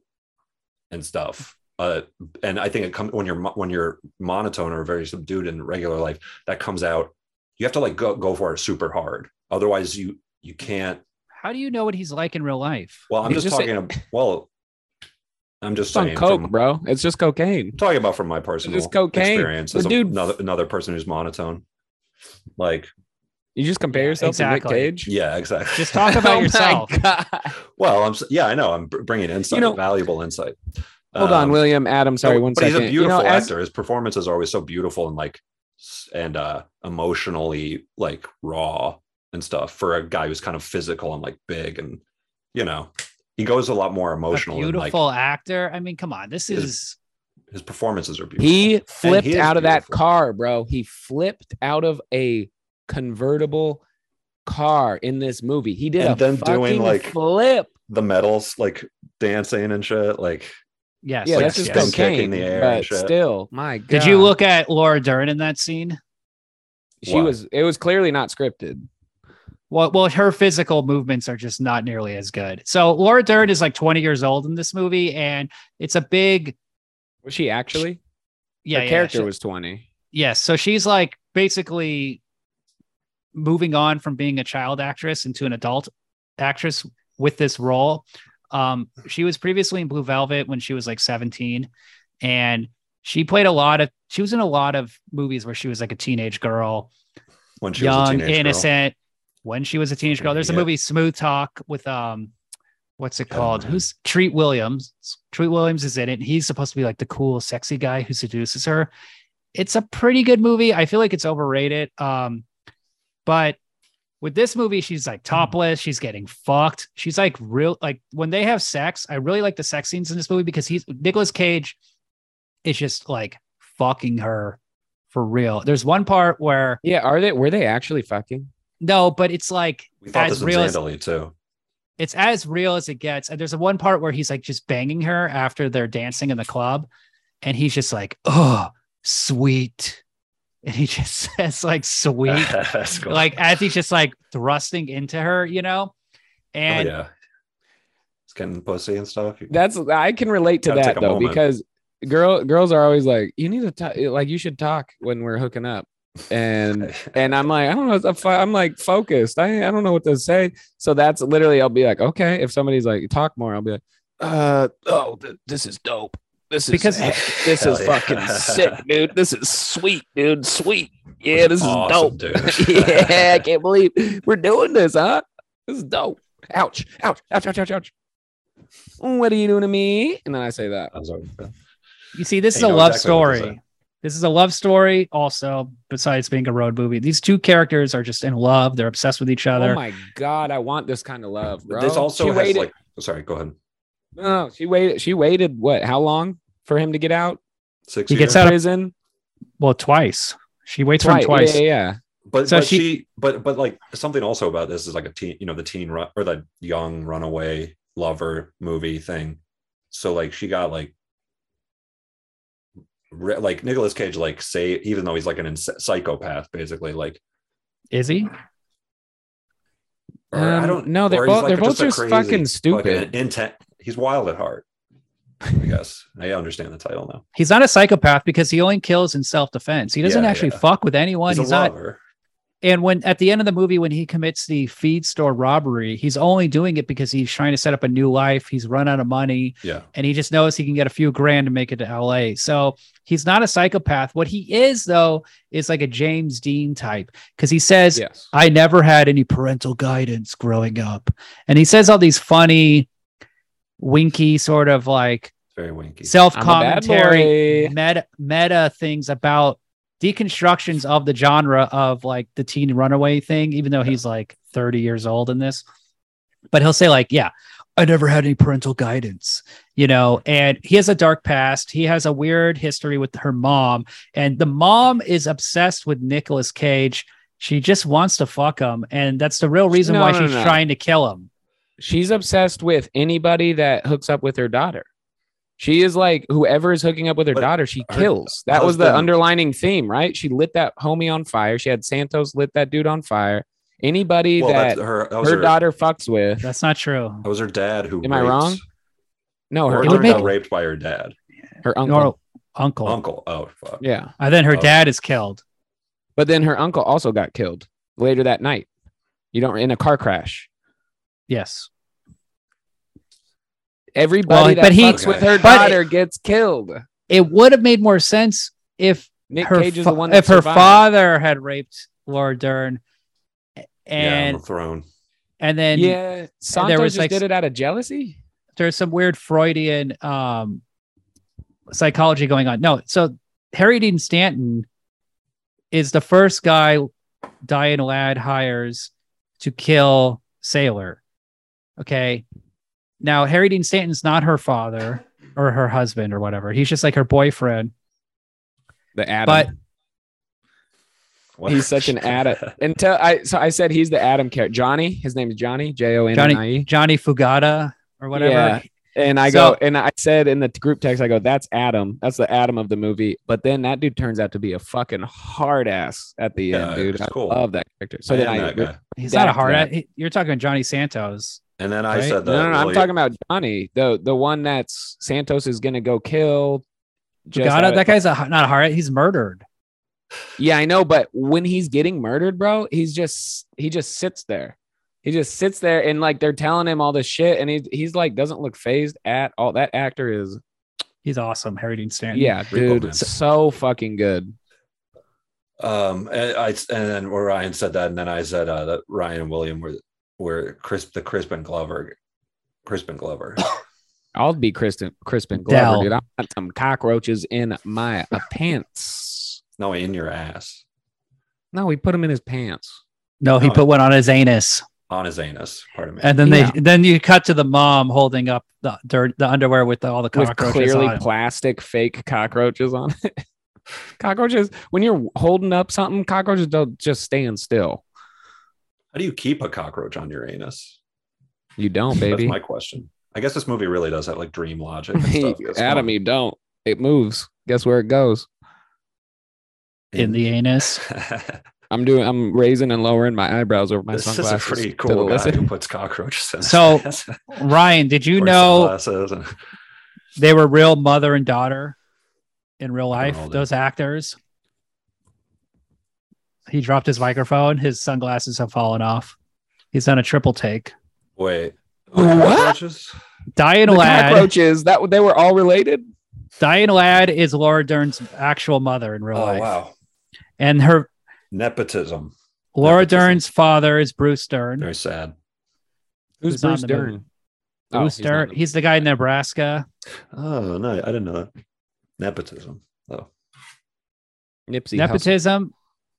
[SPEAKER 3] and stuff. Uh, and I think it comes when you're mo- when you're monotone or very subdued in regular life, that comes out. You have to like go go for it super hard. Otherwise, you you can't.
[SPEAKER 1] How do you know what he's like in real life?
[SPEAKER 3] Well, I'm
[SPEAKER 2] He's
[SPEAKER 3] just,
[SPEAKER 2] just
[SPEAKER 3] talking. ab- well, I'm just
[SPEAKER 2] It's on
[SPEAKER 3] saying.
[SPEAKER 2] coke,
[SPEAKER 3] from-
[SPEAKER 2] bro. It's just cocaine.
[SPEAKER 3] I'm talking about from my personal
[SPEAKER 2] Just cocaine.
[SPEAKER 3] experience
[SPEAKER 2] The
[SPEAKER 3] as a-
[SPEAKER 2] dude-
[SPEAKER 3] another another person who's monotone. Like,
[SPEAKER 2] You just compare
[SPEAKER 1] Yeah,
[SPEAKER 2] yourself
[SPEAKER 1] exactly.
[SPEAKER 2] to Nick Cage.
[SPEAKER 3] yeah, Oh exactly.
[SPEAKER 1] Just talk about
[SPEAKER 2] my
[SPEAKER 1] yourself.
[SPEAKER 2] God.
[SPEAKER 3] Well, I'm s- yeah, I know. I'm br- bringing insight,
[SPEAKER 2] You know-
[SPEAKER 3] valuable insight.
[SPEAKER 2] Hold on,
[SPEAKER 3] Um,
[SPEAKER 2] William. Adam, sorry,
[SPEAKER 3] no,
[SPEAKER 2] one
[SPEAKER 3] but
[SPEAKER 2] second.
[SPEAKER 3] he's a beautiful
[SPEAKER 2] you know, as-
[SPEAKER 3] actor. His performances are always so beautiful and like s- and uh emotionally like raw and stuff for a guy who's kind of physical and like big and you know he goes a lot more emotional.
[SPEAKER 1] a
[SPEAKER 3] and, like
[SPEAKER 1] beautiful actor. I mean, come on, this
[SPEAKER 3] Is-
[SPEAKER 1] is
[SPEAKER 3] his performances are beautiful.
[SPEAKER 2] He flipped
[SPEAKER 3] is
[SPEAKER 2] out of
[SPEAKER 3] beautiful.
[SPEAKER 2] that car, bro. He flipped out of a convertible car in this movie. He did
[SPEAKER 3] And
[SPEAKER 2] a
[SPEAKER 3] then doing,
[SPEAKER 2] fucking
[SPEAKER 3] like-
[SPEAKER 2] flip.
[SPEAKER 3] the medals like dancing and shit like
[SPEAKER 1] yes.
[SPEAKER 2] Yeah,
[SPEAKER 1] yes,
[SPEAKER 2] that's
[SPEAKER 3] like
[SPEAKER 2] just
[SPEAKER 1] yes.
[SPEAKER 3] stone kick
[SPEAKER 2] cocaine.
[SPEAKER 3] in the air and
[SPEAKER 2] but
[SPEAKER 3] shit.
[SPEAKER 2] still, my God.
[SPEAKER 1] Did you look at Laura Dern in that scene?
[SPEAKER 2] She
[SPEAKER 3] What?
[SPEAKER 2] was. It was clearly not scripted.
[SPEAKER 1] Well, well, her physical movements are just not nearly as good. So Laura Dern is like 20 years old in this movie, and it's a big
[SPEAKER 2] Was she actually?
[SPEAKER 1] yeah.
[SPEAKER 2] Her
[SPEAKER 1] yeah,
[SPEAKER 2] character
[SPEAKER 1] she-
[SPEAKER 2] was twenty.
[SPEAKER 1] Yes. So she's like basically moving on from being a child actress into an adult actress with this role. Um, she was previously in Blue Velvet when she was like 17, and she played a lot of she was in a lot of movies where she was like a teenage girl,
[SPEAKER 3] when she was a
[SPEAKER 1] young,
[SPEAKER 3] teenage girl.
[SPEAKER 1] innocent, when she was a teenage girl. There's a
[SPEAKER 3] Yep.
[SPEAKER 1] movie Smooth Talk with um what's it
[SPEAKER 3] Yeah.
[SPEAKER 1] called? Who's Treat Williams? Treat Williams is in it. He's supposed to be like the cool, sexy guy who seduces her. It's a pretty good movie. I feel like it's overrated. Um, but with this movie, she's like topless. She's getting fucked. She's like real. Like when they have sex, I really like the sex scenes in this movie because he's Nicolas Cage is just like fucking her for real. There's one part where
[SPEAKER 2] Yeah, are they were they actually fucking?
[SPEAKER 1] no, but it's like
[SPEAKER 3] We thought
[SPEAKER 1] as
[SPEAKER 3] this
[SPEAKER 1] real
[SPEAKER 3] was
[SPEAKER 1] as
[SPEAKER 3] Zandaly too.
[SPEAKER 1] it's as real as it gets. And there's a one part where he's like just banging her after they're dancing in the club, and he's just like, "Oh, sweet," and he just says like "sweet,"
[SPEAKER 3] That's cool.
[SPEAKER 1] like as he's just like thrusting into her, you know.
[SPEAKER 3] oh,
[SPEAKER 1] And
[SPEAKER 3] yeah, it's getting pussy and stuff.
[SPEAKER 2] That's I can relate to
[SPEAKER 3] Gotta
[SPEAKER 2] that
[SPEAKER 3] take a
[SPEAKER 2] though
[SPEAKER 3] moment.
[SPEAKER 2] because girl girls are always like you need to talk like you should talk when we're hooking up and and I'm like I don't know it's a fu- I'm like focused I I don't know what to say so that's literally I'll be like okay if somebody's like talk more I'll be like uh oh th- this is dope this is
[SPEAKER 1] Because-
[SPEAKER 2] this is
[SPEAKER 3] Hell yeah.
[SPEAKER 2] fucking sick dude this is sweet dude sweet yeah this is dope
[SPEAKER 3] awesome, dude.
[SPEAKER 2] yeah, I can't believe we're doing this, huh? This is dope. Ouch, ouch, ouch, ouch, ouch, ouch. What are you doing to me? And then I say that.
[SPEAKER 3] I'm sorry.
[SPEAKER 1] you see, this
[SPEAKER 3] I
[SPEAKER 1] is a
[SPEAKER 3] know
[SPEAKER 1] love
[SPEAKER 3] exactly what to
[SPEAKER 1] story.
[SPEAKER 3] say.
[SPEAKER 1] This is a love story, also, besides being a road movie. These two characters are just in love. They're obsessed with each other.
[SPEAKER 2] Oh my god, I want this kind of love, bro.
[SPEAKER 3] This also
[SPEAKER 2] she
[SPEAKER 3] has
[SPEAKER 2] waited.
[SPEAKER 3] like. Sorry, go ahead.
[SPEAKER 2] no, she waited. She waited. What? How long for him to get out?
[SPEAKER 3] Six.
[SPEAKER 1] He
[SPEAKER 3] years.
[SPEAKER 1] gets out of-
[SPEAKER 2] prison.
[SPEAKER 1] well, twice. She waits for him twice.
[SPEAKER 2] Yeah, yeah.
[SPEAKER 3] but,
[SPEAKER 1] So
[SPEAKER 3] but
[SPEAKER 1] she-
[SPEAKER 3] she, but but like something also about this is like a teen you know the teen run or the young runaway lover movie thing so like she got like re- like Nicolas Cage like say even though he's like an ins- psychopath basically like
[SPEAKER 1] Is he?
[SPEAKER 3] or
[SPEAKER 2] Um,
[SPEAKER 3] I don't
[SPEAKER 2] no, they're
[SPEAKER 3] or he's,
[SPEAKER 2] both- they're
[SPEAKER 3] a-
[SPEAKER 2] both
[SPEAKER 3] a
[SPEAKER 2] just fucking stupid.
[SPEAKER 3] intent he's wild at heart I guess I understand the title now
[SPEAKER 1] He's not a psychopath because he only kills in self defense. He doesn't
[SPEAKER 3] Yeah,
[SPEAKER 1] actually
[SPEAKER 3] yeah.
[SPEAKER 1] fuck with anyone. He's,
[SPEAKER 3] he's, a
[SPEAKER 1] not.
[SPEAKER 3] lover
[SPEAKER 1] And when at the end of the movie, when he commits the feed store robbery, he's only doing it because he's trying to set up a new life. He's run out of money.
[SPEAKER 3] yeah
[SPEAKER 1] and he just knows he can get a few grand to make it to LA. So he's not a psychopath. What he is, though, is like a James Dean type because he says,
[SPEAKER 2] Yes.
[SPEAKER 1] I never had any parental guidance growing up. And he says all these funny, winky, sort of like
[SPEAKER 3] very winky
[SPEAKER 1] self
[SPEAKER 2] I'm a bad
[SPEAKER 1] commentary,
[SPEAKER 2] boy.
[SPEAKER 1] meta, meta things about deconstructions of the genre of like the teen runaway thing, even though he's like 30 years old in this. But he'll say, like, yeah, I never had any parental guidance, you know, and he has a dark past. He has a weird history with her mom, and the mom is obsessed with Nicolas Cage. She just wants to fuck him, and that's the real reason
[SPEAKER 2] No,
[SPEAKER 1] why
[SPEAKER 2] no,
[SPEAKER 1] she's
[SPEAKER 2] no.
[SPEAKER 1] trying to kill him.
[SPEAKER 2] She's obsessed with anybody that hooks up with her daughter. She is like whoever is hooking up with her
[SPEAKER 3] But
[SPEAKER 2] daughter, she
[SPEAKER 3] her
[SPEAKER 2] kills. That was the
[SPEAKER 3] husband-
[SPEAKER 2] underlining theme, right? She lit that homie on fire. She had Santos lit that dude on fire. Anybody
[SPEAKER 3] well
[SPEAKER 2] that
[SPEAKER 3] that's
[SPEAKER 2] her,
[SPEAKER 3] her that was her,
[SPEAKER 2] daughter fucks with,
[SPEAKER 1] That's not true.
[SPEAKER 3] that was her dad who
[SPEAKER 2] Am I
[SPEAKER 3] raped-
[SPEAKER 2] wrong? Oh, no, her
[SPEAKER 3] her
[SPEAKER 1] It would
[SPEAKER 3] daughter
[SPEAKER 2] uncle,
[SPEAKER 1] make-
[SPEAKER 3] got raped by her dad
[SPEAKER 2] her uncle.
[SPEAKER 1] Nor uncle.
[SPEAKER 3] uncle oh fuck
[SPEAKER 2] Yeah,
[SPEAKER 1] And then her
[SPEAKER 3] Oh.
[SPEAKER 1] dad is killed.
[SPEAKER 2] but then her uncle also got killed later that night. You don't in a car crash.
[SPEAKER 1] Yes.
[SPEAKER 2] Everybody
[SPEAKER 1] but
[SPEAKER 2] that
[SPEAKER 1] he-
[SPEAKER 2] fucks with her
[SPEAKER 1] but it-
[SPEAKER 2] daughter gets killed.
[SPEAKER 1] It would have made more sense if
[SPEAKER 2] Nick
[SPEAKER 1] her
[SPEAKER 2] Cage is
[SPEAKER 1] fa-
[SPEAKER 2] the one that
[SPEAKER 1] if her
[SPEAKER 2] survived.
[SPEAKER 1] father had raped Laura Dern,
[SPEAKER 3] yeah,
[SPEAKER 1] and
[SPEAKER 3] on the throne.
[SPEAKER 1] and then
[SPEAKER 2] yeah, Santos
[SPEAKER 1] was,
[SPEAKER 2] just
[SPEAKER 1] like,
[SPEAKER 2] did it out of jealousy.
[SPEAKER 1] there's some weird Freudian um, psychology going on. No, so Harry Dean Stanton is the first guy Diane Ladd hires to kill Sailor. Okay. Now, Harry Dean Stanton's not her father or her husband or whatever. He's just like her boyfriend.
[SPEAKER 2] The Adam.
[SPEAKER 1] But
[SPEAKER 3] What?
[SPEAKER 2] He's such an addict. Until I so I said he's the Adam character. Johnny, his name is Johnny, J O N N I E.
[SPEAKER 1] Johnny Fugata or whatever.
[SPEAKER 2] Yeah. And I
[SPEAKER 1] So-
[SPEAKER 2] go and I said in the group text, I go, that's Adam. That's the Adam of the movie. But then that dude turns out to be a fucking hard ass at the
[SPEAKER 3] Yeah,
[SPEAKER 2] end, dude.
[SPEAKER 3] it's
[SPEAKER 2] I
[SPEAKER 3] cool.
[SPEAKER 2] love that character. So
[SPEAKER 3] I
[SPEAKER 2] then
[SPEAKER 3] am
[SPEAKER 2] I
[SPEAKER 3] that guy.
[SPEAKER 1] He's not a
[SPEAKER 2] That's
[SPEAKER 1] hard
[SPEAKER 2] that.
[SPEAKER 1] he- You're talking about Johnny Santos.
[SPEAKER 3] And then I
[SPEAKER 1] Right?
[SPEAKER 3] said that.
[SPEAKER 2] no, no, no, I'm
[SPEAKER 3] really-
[SPEAKER 2] talking about Johnny, the the one that's Santos is gonna go kill. just out
[SPEAKER 1] Fugata,
[SPEAKER 2] of-
[SPEAKER 1] that guy's a, not a hard He's murdered.
[SPEAKER 2] Yeah, I know, but when he's getting murdered, bro, he's just he just sits there. He just sits there and like they're telling him all this shit, and he, he's like doesn't look phased at all. That actor is
[SPEAKER 1] He's awesome, Harry Dean Stanton.
[SPEAKER 2] yeah,
[SPEAKER 3] Repo
[SPEAKER 2] dude,
[SPEAKER 3] Man.
[SPEAKER 2] so fucking good.
[SPEAKER 3] Um, and I and then where Ryan said that, and then I said uh, that Ryan and William were were crisp the Crispin Glover, Crispin Glover.
[SPEAKER 2] I'll be Kristen Crispin Glover,
[SPEAKER 1] Dell.
[SPEAKER 2] dude. I want some cockroaches in my uh, pants.
[SPEAKER 3] no, in your ass
[SPEAKER 2] No, he put them in his pants.
[SPEAKER 1] No, he
[SPEAKER 3] No.
[SPEAKER 1] put one on his anus,
[SPEAKER 3] on his anus. Pardon me.
[SPEAKER 1] and then they
[SPEAKER 2] Yeah.
[SPEAKER 1] then you cut to the mom holding up the dirt, the underwear with the, all the
[SPEAKER 2] with
[SPEAKER 1] cockroaches
[SPEAKER 2] clearly
[SPEAKER 1] on. it.
[SPEAKER 2] plastic fake cockroaches on it. cockroaches, when you're holding up something, cockroaches don't just stand still.
[SPEAKER 3] How do you keep a cockroach on your anus?
[SPEAKER 2] You don't, Oh, baby.
[SPEAKER 3] That's my question. I guess this movie really does have like dream logic. And stuff. It's
[SPEAKER 2] Adam,
[SPEAKER 3] not
[SPEAKER 2] you don't. It moves. Guess where it goes?
[SPEAKER 1] in the anus.
[SPEAKER 2] I'm doing. I'm raising and lowering my eyebrows over my
[SPEAKER 3] this is
[SPEAKER 2] sunglasses.
[SPEAKER 3] a pretty
[SPEAKER 2] to the
[SPEAKER 3] cool guy
[SPEAKER 2] listen.
[SPEAKER 3] who puts cockroaches in. his
[SPEAKER 1] So,
[SPEAKER 3] ass.
[SPEAKER 1] Ryan, did you
[SPEAKER 3] Wears
[SPEAKER 1] know
[SPEAKER 3] sunglasses and-
[SPEAKER 1] they were real mother and daughter in real
[SPEAKER 3] I
[SPEAKER 1] life?
[SPEAKER 3] don't know, dude.
[SPEAKER 1] Those actors. He dropped his microphone. His sunglasses have fallen off. He's done a triple take.
[SPEAKER 3] Wait. Oh,
[SPEAKER 2] What?
[SPEAKER 3] Cockroaches?
[SPEAKER 1] Diane
[SPEAKER 2] The
[SPEAKER 1] Ladd.
[SPEAKER 2] cockroaches. That they were all related.
[SPEAKER 1] Diane Ladd is Laura Dern's actual mother in real
[SPEAKER 3] Oh
[SPEAKER 1] life,
[SPEAKER 3] wow.
[SPEAKER 1] and her
[SPEAKER 3] Nepotism.
[SPEAKER 1] Laura
[SPEAKER 3] Nepotism.
[SPEAKER 1] Dern's father is Bruce Dern.
[SPEAKER 3] Very sad.
[SPEAKER 2] Who's,
[SPEAKER 1] Who's on
[SPEAKER 2] Bruce
[SPEAKER 1] the
[SPEAKER 2] Dern? Oh,
[SPEAKER 1] Bruce
[SPEAKER 2] he's not
[SPEAKER 1] Dern.
[SPEAKER 2] in-
[SPEAKER 1] He's, the guy in Nebraska.
[SPEAKER 3] Oh no, I didn't know that. Nepotism. Oh,
[SPEAKER 2] Nipsey. Hussle.
[SPEAKER 1] Nepotism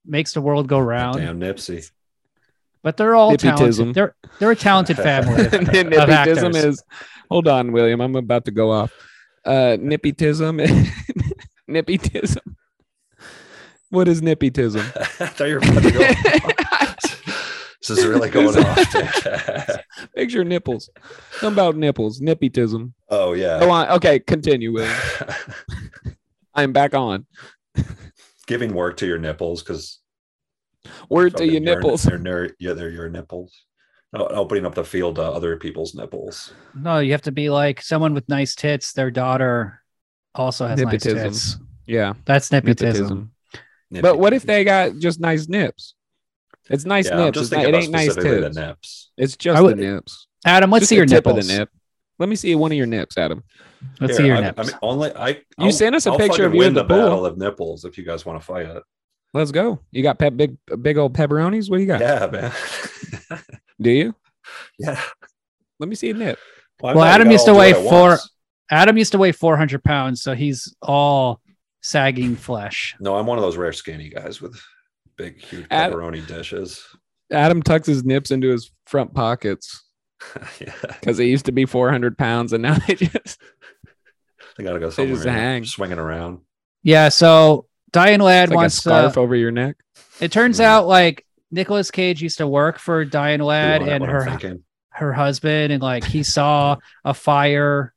[SPEAKER 1] makes the world go round.
[SPEAKER 3] damn Nipsey.
[SPEAKER 1] But they're all
[SPEAKER 2] Nepotism.
[SPEAKER 1] talented. They're they're a talented family.
[SPEAKER 2] And then
[SPEAKER 1] Of
[SPEAKER 2] nippitism
[SPEAKER 1] actors.
[SPEAKER 2] is hold on william i'm about to go off uh nippitism nippitism what is nippitism
[SPEAKER 3] I thought you were about to go. this is really going off. dude.
[SPEAKER 2] picture nipples something about nipples nippitism
[SPEAKER 3] oh
[SPEAKER 2] go
[SPEAKER 3] yeah.
[SPEAKER 2] on okay continue william i'm back on
[SPEAKER 3] Giving work to your nipples because
[SPEAKER 2] word to your nipples
[SPEAKER 3] They're, ner- yeah, they're your nipples. No, opening up the field to other people's nipples.
[SPEAKER 1] no, you have to be like someone with nice tits. Their daughter also has
[SPEAKER 2] Nepotism.
[SPEAKER 1] nice tits.
[SPEAKER 2] yeah
[SPEAKER 1] That's nepotism.
[SPEAKER 2] nippitism but what if they got just nice nips it's nice
[SPEAKER 3] Yeah, I'm
[SPEAKER 2] nips
[SPEAKER 3] just
[SPEAKER 2] it's not,
[SPEAKER 3] thinking
[SPEAKER 2] it
[SPEAKER 3] about
[SPEAKER 2] ain't nice
[SPEAKER 3] specifically
[SPEAKER 2] tips
[SPEAKER 3] the nips.
[SPEAKER 2] it's just
[SPEAKER 1] I would-
[SPEAKER 2] the nips
[SPEAKER 1] Adam, let's
[SPEAKER 2] Just
[SPEAKER 1] see
[SPEAKER 2] the
[SPEAKER 1] your
[SPEAKER 2] tip
[SPEAKER 1] nipples.
[SPEAKER 2] of the nip let me see one of your nips adam
[SPEAKER 1] Let's
[SPEAKER 3] Here,
[SPEAKER 1] see your
[SPEAKER 3] I,
[SPEAKER 1] nips.
[SPEAKER 3] I mean, only I. You
[SPEAKER 2] sent us a picture of you
[SPEAKER 3] win
[SPEAKER 2] in the
[SPEAKER 3] the
[SPEAKER 2] pool.
[SPEAKER 3] battle of nipples if you guys want to fight it.
[SPEAKER 2] Let's go. You got pep, big big old pepperonis? What do you got?
[SPEAKER 3] Yeah, man.
[SPEAKER 2] Do you?
[SPEAKER 3] yeah.
[SPEAKER 2] Let me see a nip.
[SPEAKER 3] Why
[SPEAKER 1] Well,
[SPEAKER 3] not? You
[SPEAKER 1] Adam
[SPEAKER 3] gotta
[SPEAKER 1] used to
[SPEAKER 3] all do it
[SPEAKER 1] weigh
[SPEAKER 3] at
[SPEAKER 1] four-
[SPEAKER 3] once.
[SPEAKER 1] Adam used to weigh 400 pounds, so he's all sagging flesh.
[SPEAKER 3] No, I'm one of those rare skinny guys with big, huge
[SPEAKER 2] Ad-
[SPEAKER 3] pepperoni dishes.
[SPEAKER 2] Adam tucks his nips into his front pockets
[SPEAKER 3] yeah,
[SPEAKER 2] because he used to be 400 pounds and now they just
[SPEAKER 3] they gotta go
[SPEAKER 2] They
[SPEAKER 3] somewhere.
[SPEAKER 2] just hang.
[SPEAKER 3] Swinging around.
[SPEAKER 1] Yeah, so Diane Ladd
[SPEAKER 2] it's like a
[SPEAKER 1] wants uh,
[SPEAKER 2] scarf over your neck.
[SPEAKER 1] It turns
[SPEAKER 3] Yeah.
[SPEAKER 1] out like Nicolas Cage used to work for Diane Ladd
[SPEAKER 3] Doing it
[SPEAKER 1] and
[SPEAKER 3] when I'm
[SPEAKER 1] her
[SPEAKER 3] thinking.
[SPEAKER 1] her husband, and like he saw a fire,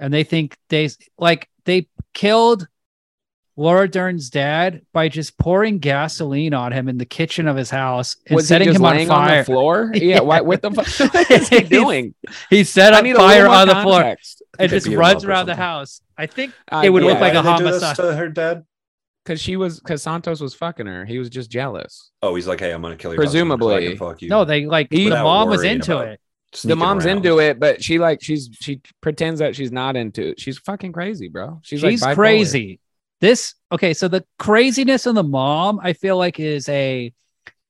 [SPEAKER 1] and they think they like they killed Laura Dern's dad by just pouring gasoline on him in the kitchen of his house and
[SPEAKER 2] Was
[SPEAKER 1] setting
[SPEAKER 2] he just
[SPEAKER 1] him on
[SPEAKER 2] laying on
[SPEAKER 1] fire.
[SPEAKER 2] the floor? Yeah.
[SPEAKER 1] Yeah.
[SPEAKER 2] Why, what the fuck what is he
[SPEAKER 1] He's-
[SPEAKER 2] doing?
[SPEAKER 1] he set
[SPEAKER 2] I
[SPEAKER 1] up
[SPEAKER 2] need a
[SPEAKER 1] fire
[SPEAKER 2] little more
[SPEAKER 1] on the floor
[SPEAKER 2] context.
[SPEAKER 1] and
[SPEAKER 3] They
[SPEAKER 1] just
[SPEAKER 3] beat him
[SPEAKER 1] runs
[SPEAKER 3] up or
[SPEAKER 1] around the
[SPEAKER 3] something.
[SPEAKER 1] house. I think
[SPEAKER 2] I-
[SPEAKER 1] it would
[SPEAKER 3] Wait,
[SPEAKER 1] look like
[SPEAKER 3] why
[SPEAKER 1] a
[SPEAKER 3] did they do this
[SPEAKER 1] homicide.
[SPEAKER 3] to her dad.
[SPEAKER 2] because she was because Santos was fucking her. He was just jealous.
[SPEAKER 3] Oh, he's like, hey, I'm gonna kill your husband so I
[SPEAKER 2] Presumably.
[SPEAKER 3] can fuck you.
[SPEAKER 1] No, they like
[SPEAKER 2] He-
[SPEAKER 1] the
[SPEAKER 3] Without
[SPEAKER 1] mom was
[SPEAKER 3] worrying
[SPEAKER 1] into
[SPEAKER 3] about
[SPEAKER 1] it.
[SPEAKER 2] the mom's into it, but she like she's she pretends that she's not into it. She's fucking crazy, bro. She's,
[SPEAKER 1] She's,
[SPEAKER 2] like bipolar.
[SPEAKER 1] crazy. This okay, so the craziness in the mom, I feel like, is a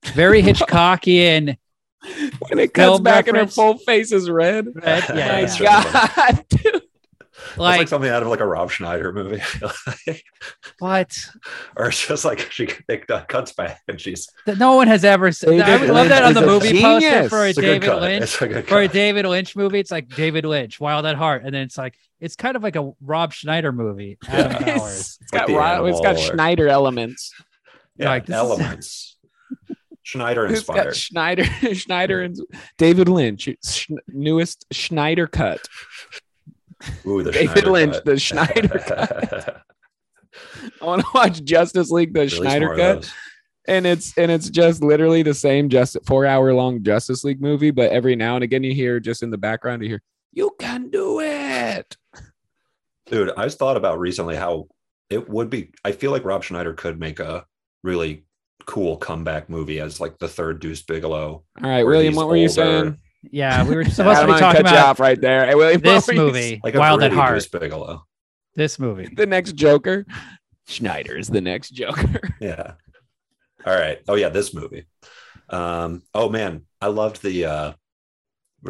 [SPEAKER 1] very Hitchcockian.
[SPEAKER 2] when it cuts
[SPEAKER 1] Film
[SPEAKER 2] back and her
[SPEAKER 1] reference.
[SPEAKER 2] full face is red.
[SPEAKER 1] Red, yeah,
[SPEAKER 2] My
[SPEAKER 1] yeah.
[SPEAKER 2] God, dude.
[SPEAKER 3] Like, like
[SPEAKER 1] Like,
[SPEAKER 3] something out of like a Rob Schneider movie,
[SPEAKER 1] what?
[SPEAKER 3] or it's just like she it uh, cuts back and she's
[SPEAKER 1] That no one has ever. Said,
[SPEAKER 2] David
[SPEAKER 1] I would love that on
[SPEAKER 2] Lynch
[SPEAKER 1] the
[SPEAKER 2] is a
[SPEAKER 1] movie poster
[SPEAKER 2] genius.
[SPEAKER 1] for a
[SPEAKER 3] it's a good
[SPEAKER 1] David
[SPEAKER 3] cut.
[SPEAKER 1] Lynch
[SPEAKER 3] It's a good
[SPEAKER 1] for a
[SPEAKER 3] cut.
[SPEAKER 1] David Lynch movie. It's like David Lynch, Wild at Heart, and then it's like it's kind of like a Rob Schneider movie. Adam
[SPEAKER 3] Yeah.
[SPEAKER 1] Powers.
[SPEAKER 2] It's got,
[SPEAKER 3] the
[SPEAKER 2] Ro- it's got
[SPEAKER 3] animal or-
[SPEAKER 2] Schneider elements.
[SPEAKER 3] yeah,
[SPEAKER 1] like, this is-
[SPEAKER 3] elements. Schneider
[SPEAKER 2] It's got
[SPEAKER 3] inspired.
[SPEAKER 2] Schneider, Schneider, and David Lynch. Sch- newest Schneider cut.
[SPEAKER 3] Ooh, the
[SPEAKER 2] David
[SPEAKER 3] Schneider
[SPEAKER 2] Lynch,
[SPEAKER 3] cut.
[SPEAKER 2] the Schneider
[SPEAKER 3] cut.
[SPEAKER 2] I want to watch Justice League, the Schneider cut, and it's and it's just literally the same just four hour long Justice League movie, but every now and again you hear just in the background you hear you can do it.
[SPEAKER 3] Dude, I just thought about recently how it would be. I feel like Rob Schneider could make a really cool comeback movie as like the third Deuce Bigelow.
[SPEAKER 2] All right,
[SPEAKER 3] where
[SPEAKER 2] William,
[SPEAKER 3] he's
[SPEAKER 2] what were you
[SPEAKER 3] older.
[SPEAKER 2] saying?
[SPEAKER 1] Yeah, we were supposed
[SPEAKER 2] I'm
[SPEAKER 1] to be
[SPEAKER 2] gonna
[SPEAKER 1] talking
[SPEAKER 2] cut you
[SPEAKER 1] about
[SPEAKER 2] off right there. Hey, William, what
[SPEAKER 1] this
[SPEAKER 2] were you
[SPEAKER 1] movie,
[SPEAKER 3] Like a
[SPEAKER 1] Wild at
[SPEAKER 3] broody
[SPEAKER 1] Heart.
[SPEAKER 3] Deuce Bigelow.
[SPEAKER 1] This movie.
[SPEAKER 2] the next Joker. Schneider is the next Joker.
[SPEAKER 3] Yeah. All right. Oh yeah, this movie. Um, oh man, I loved the uh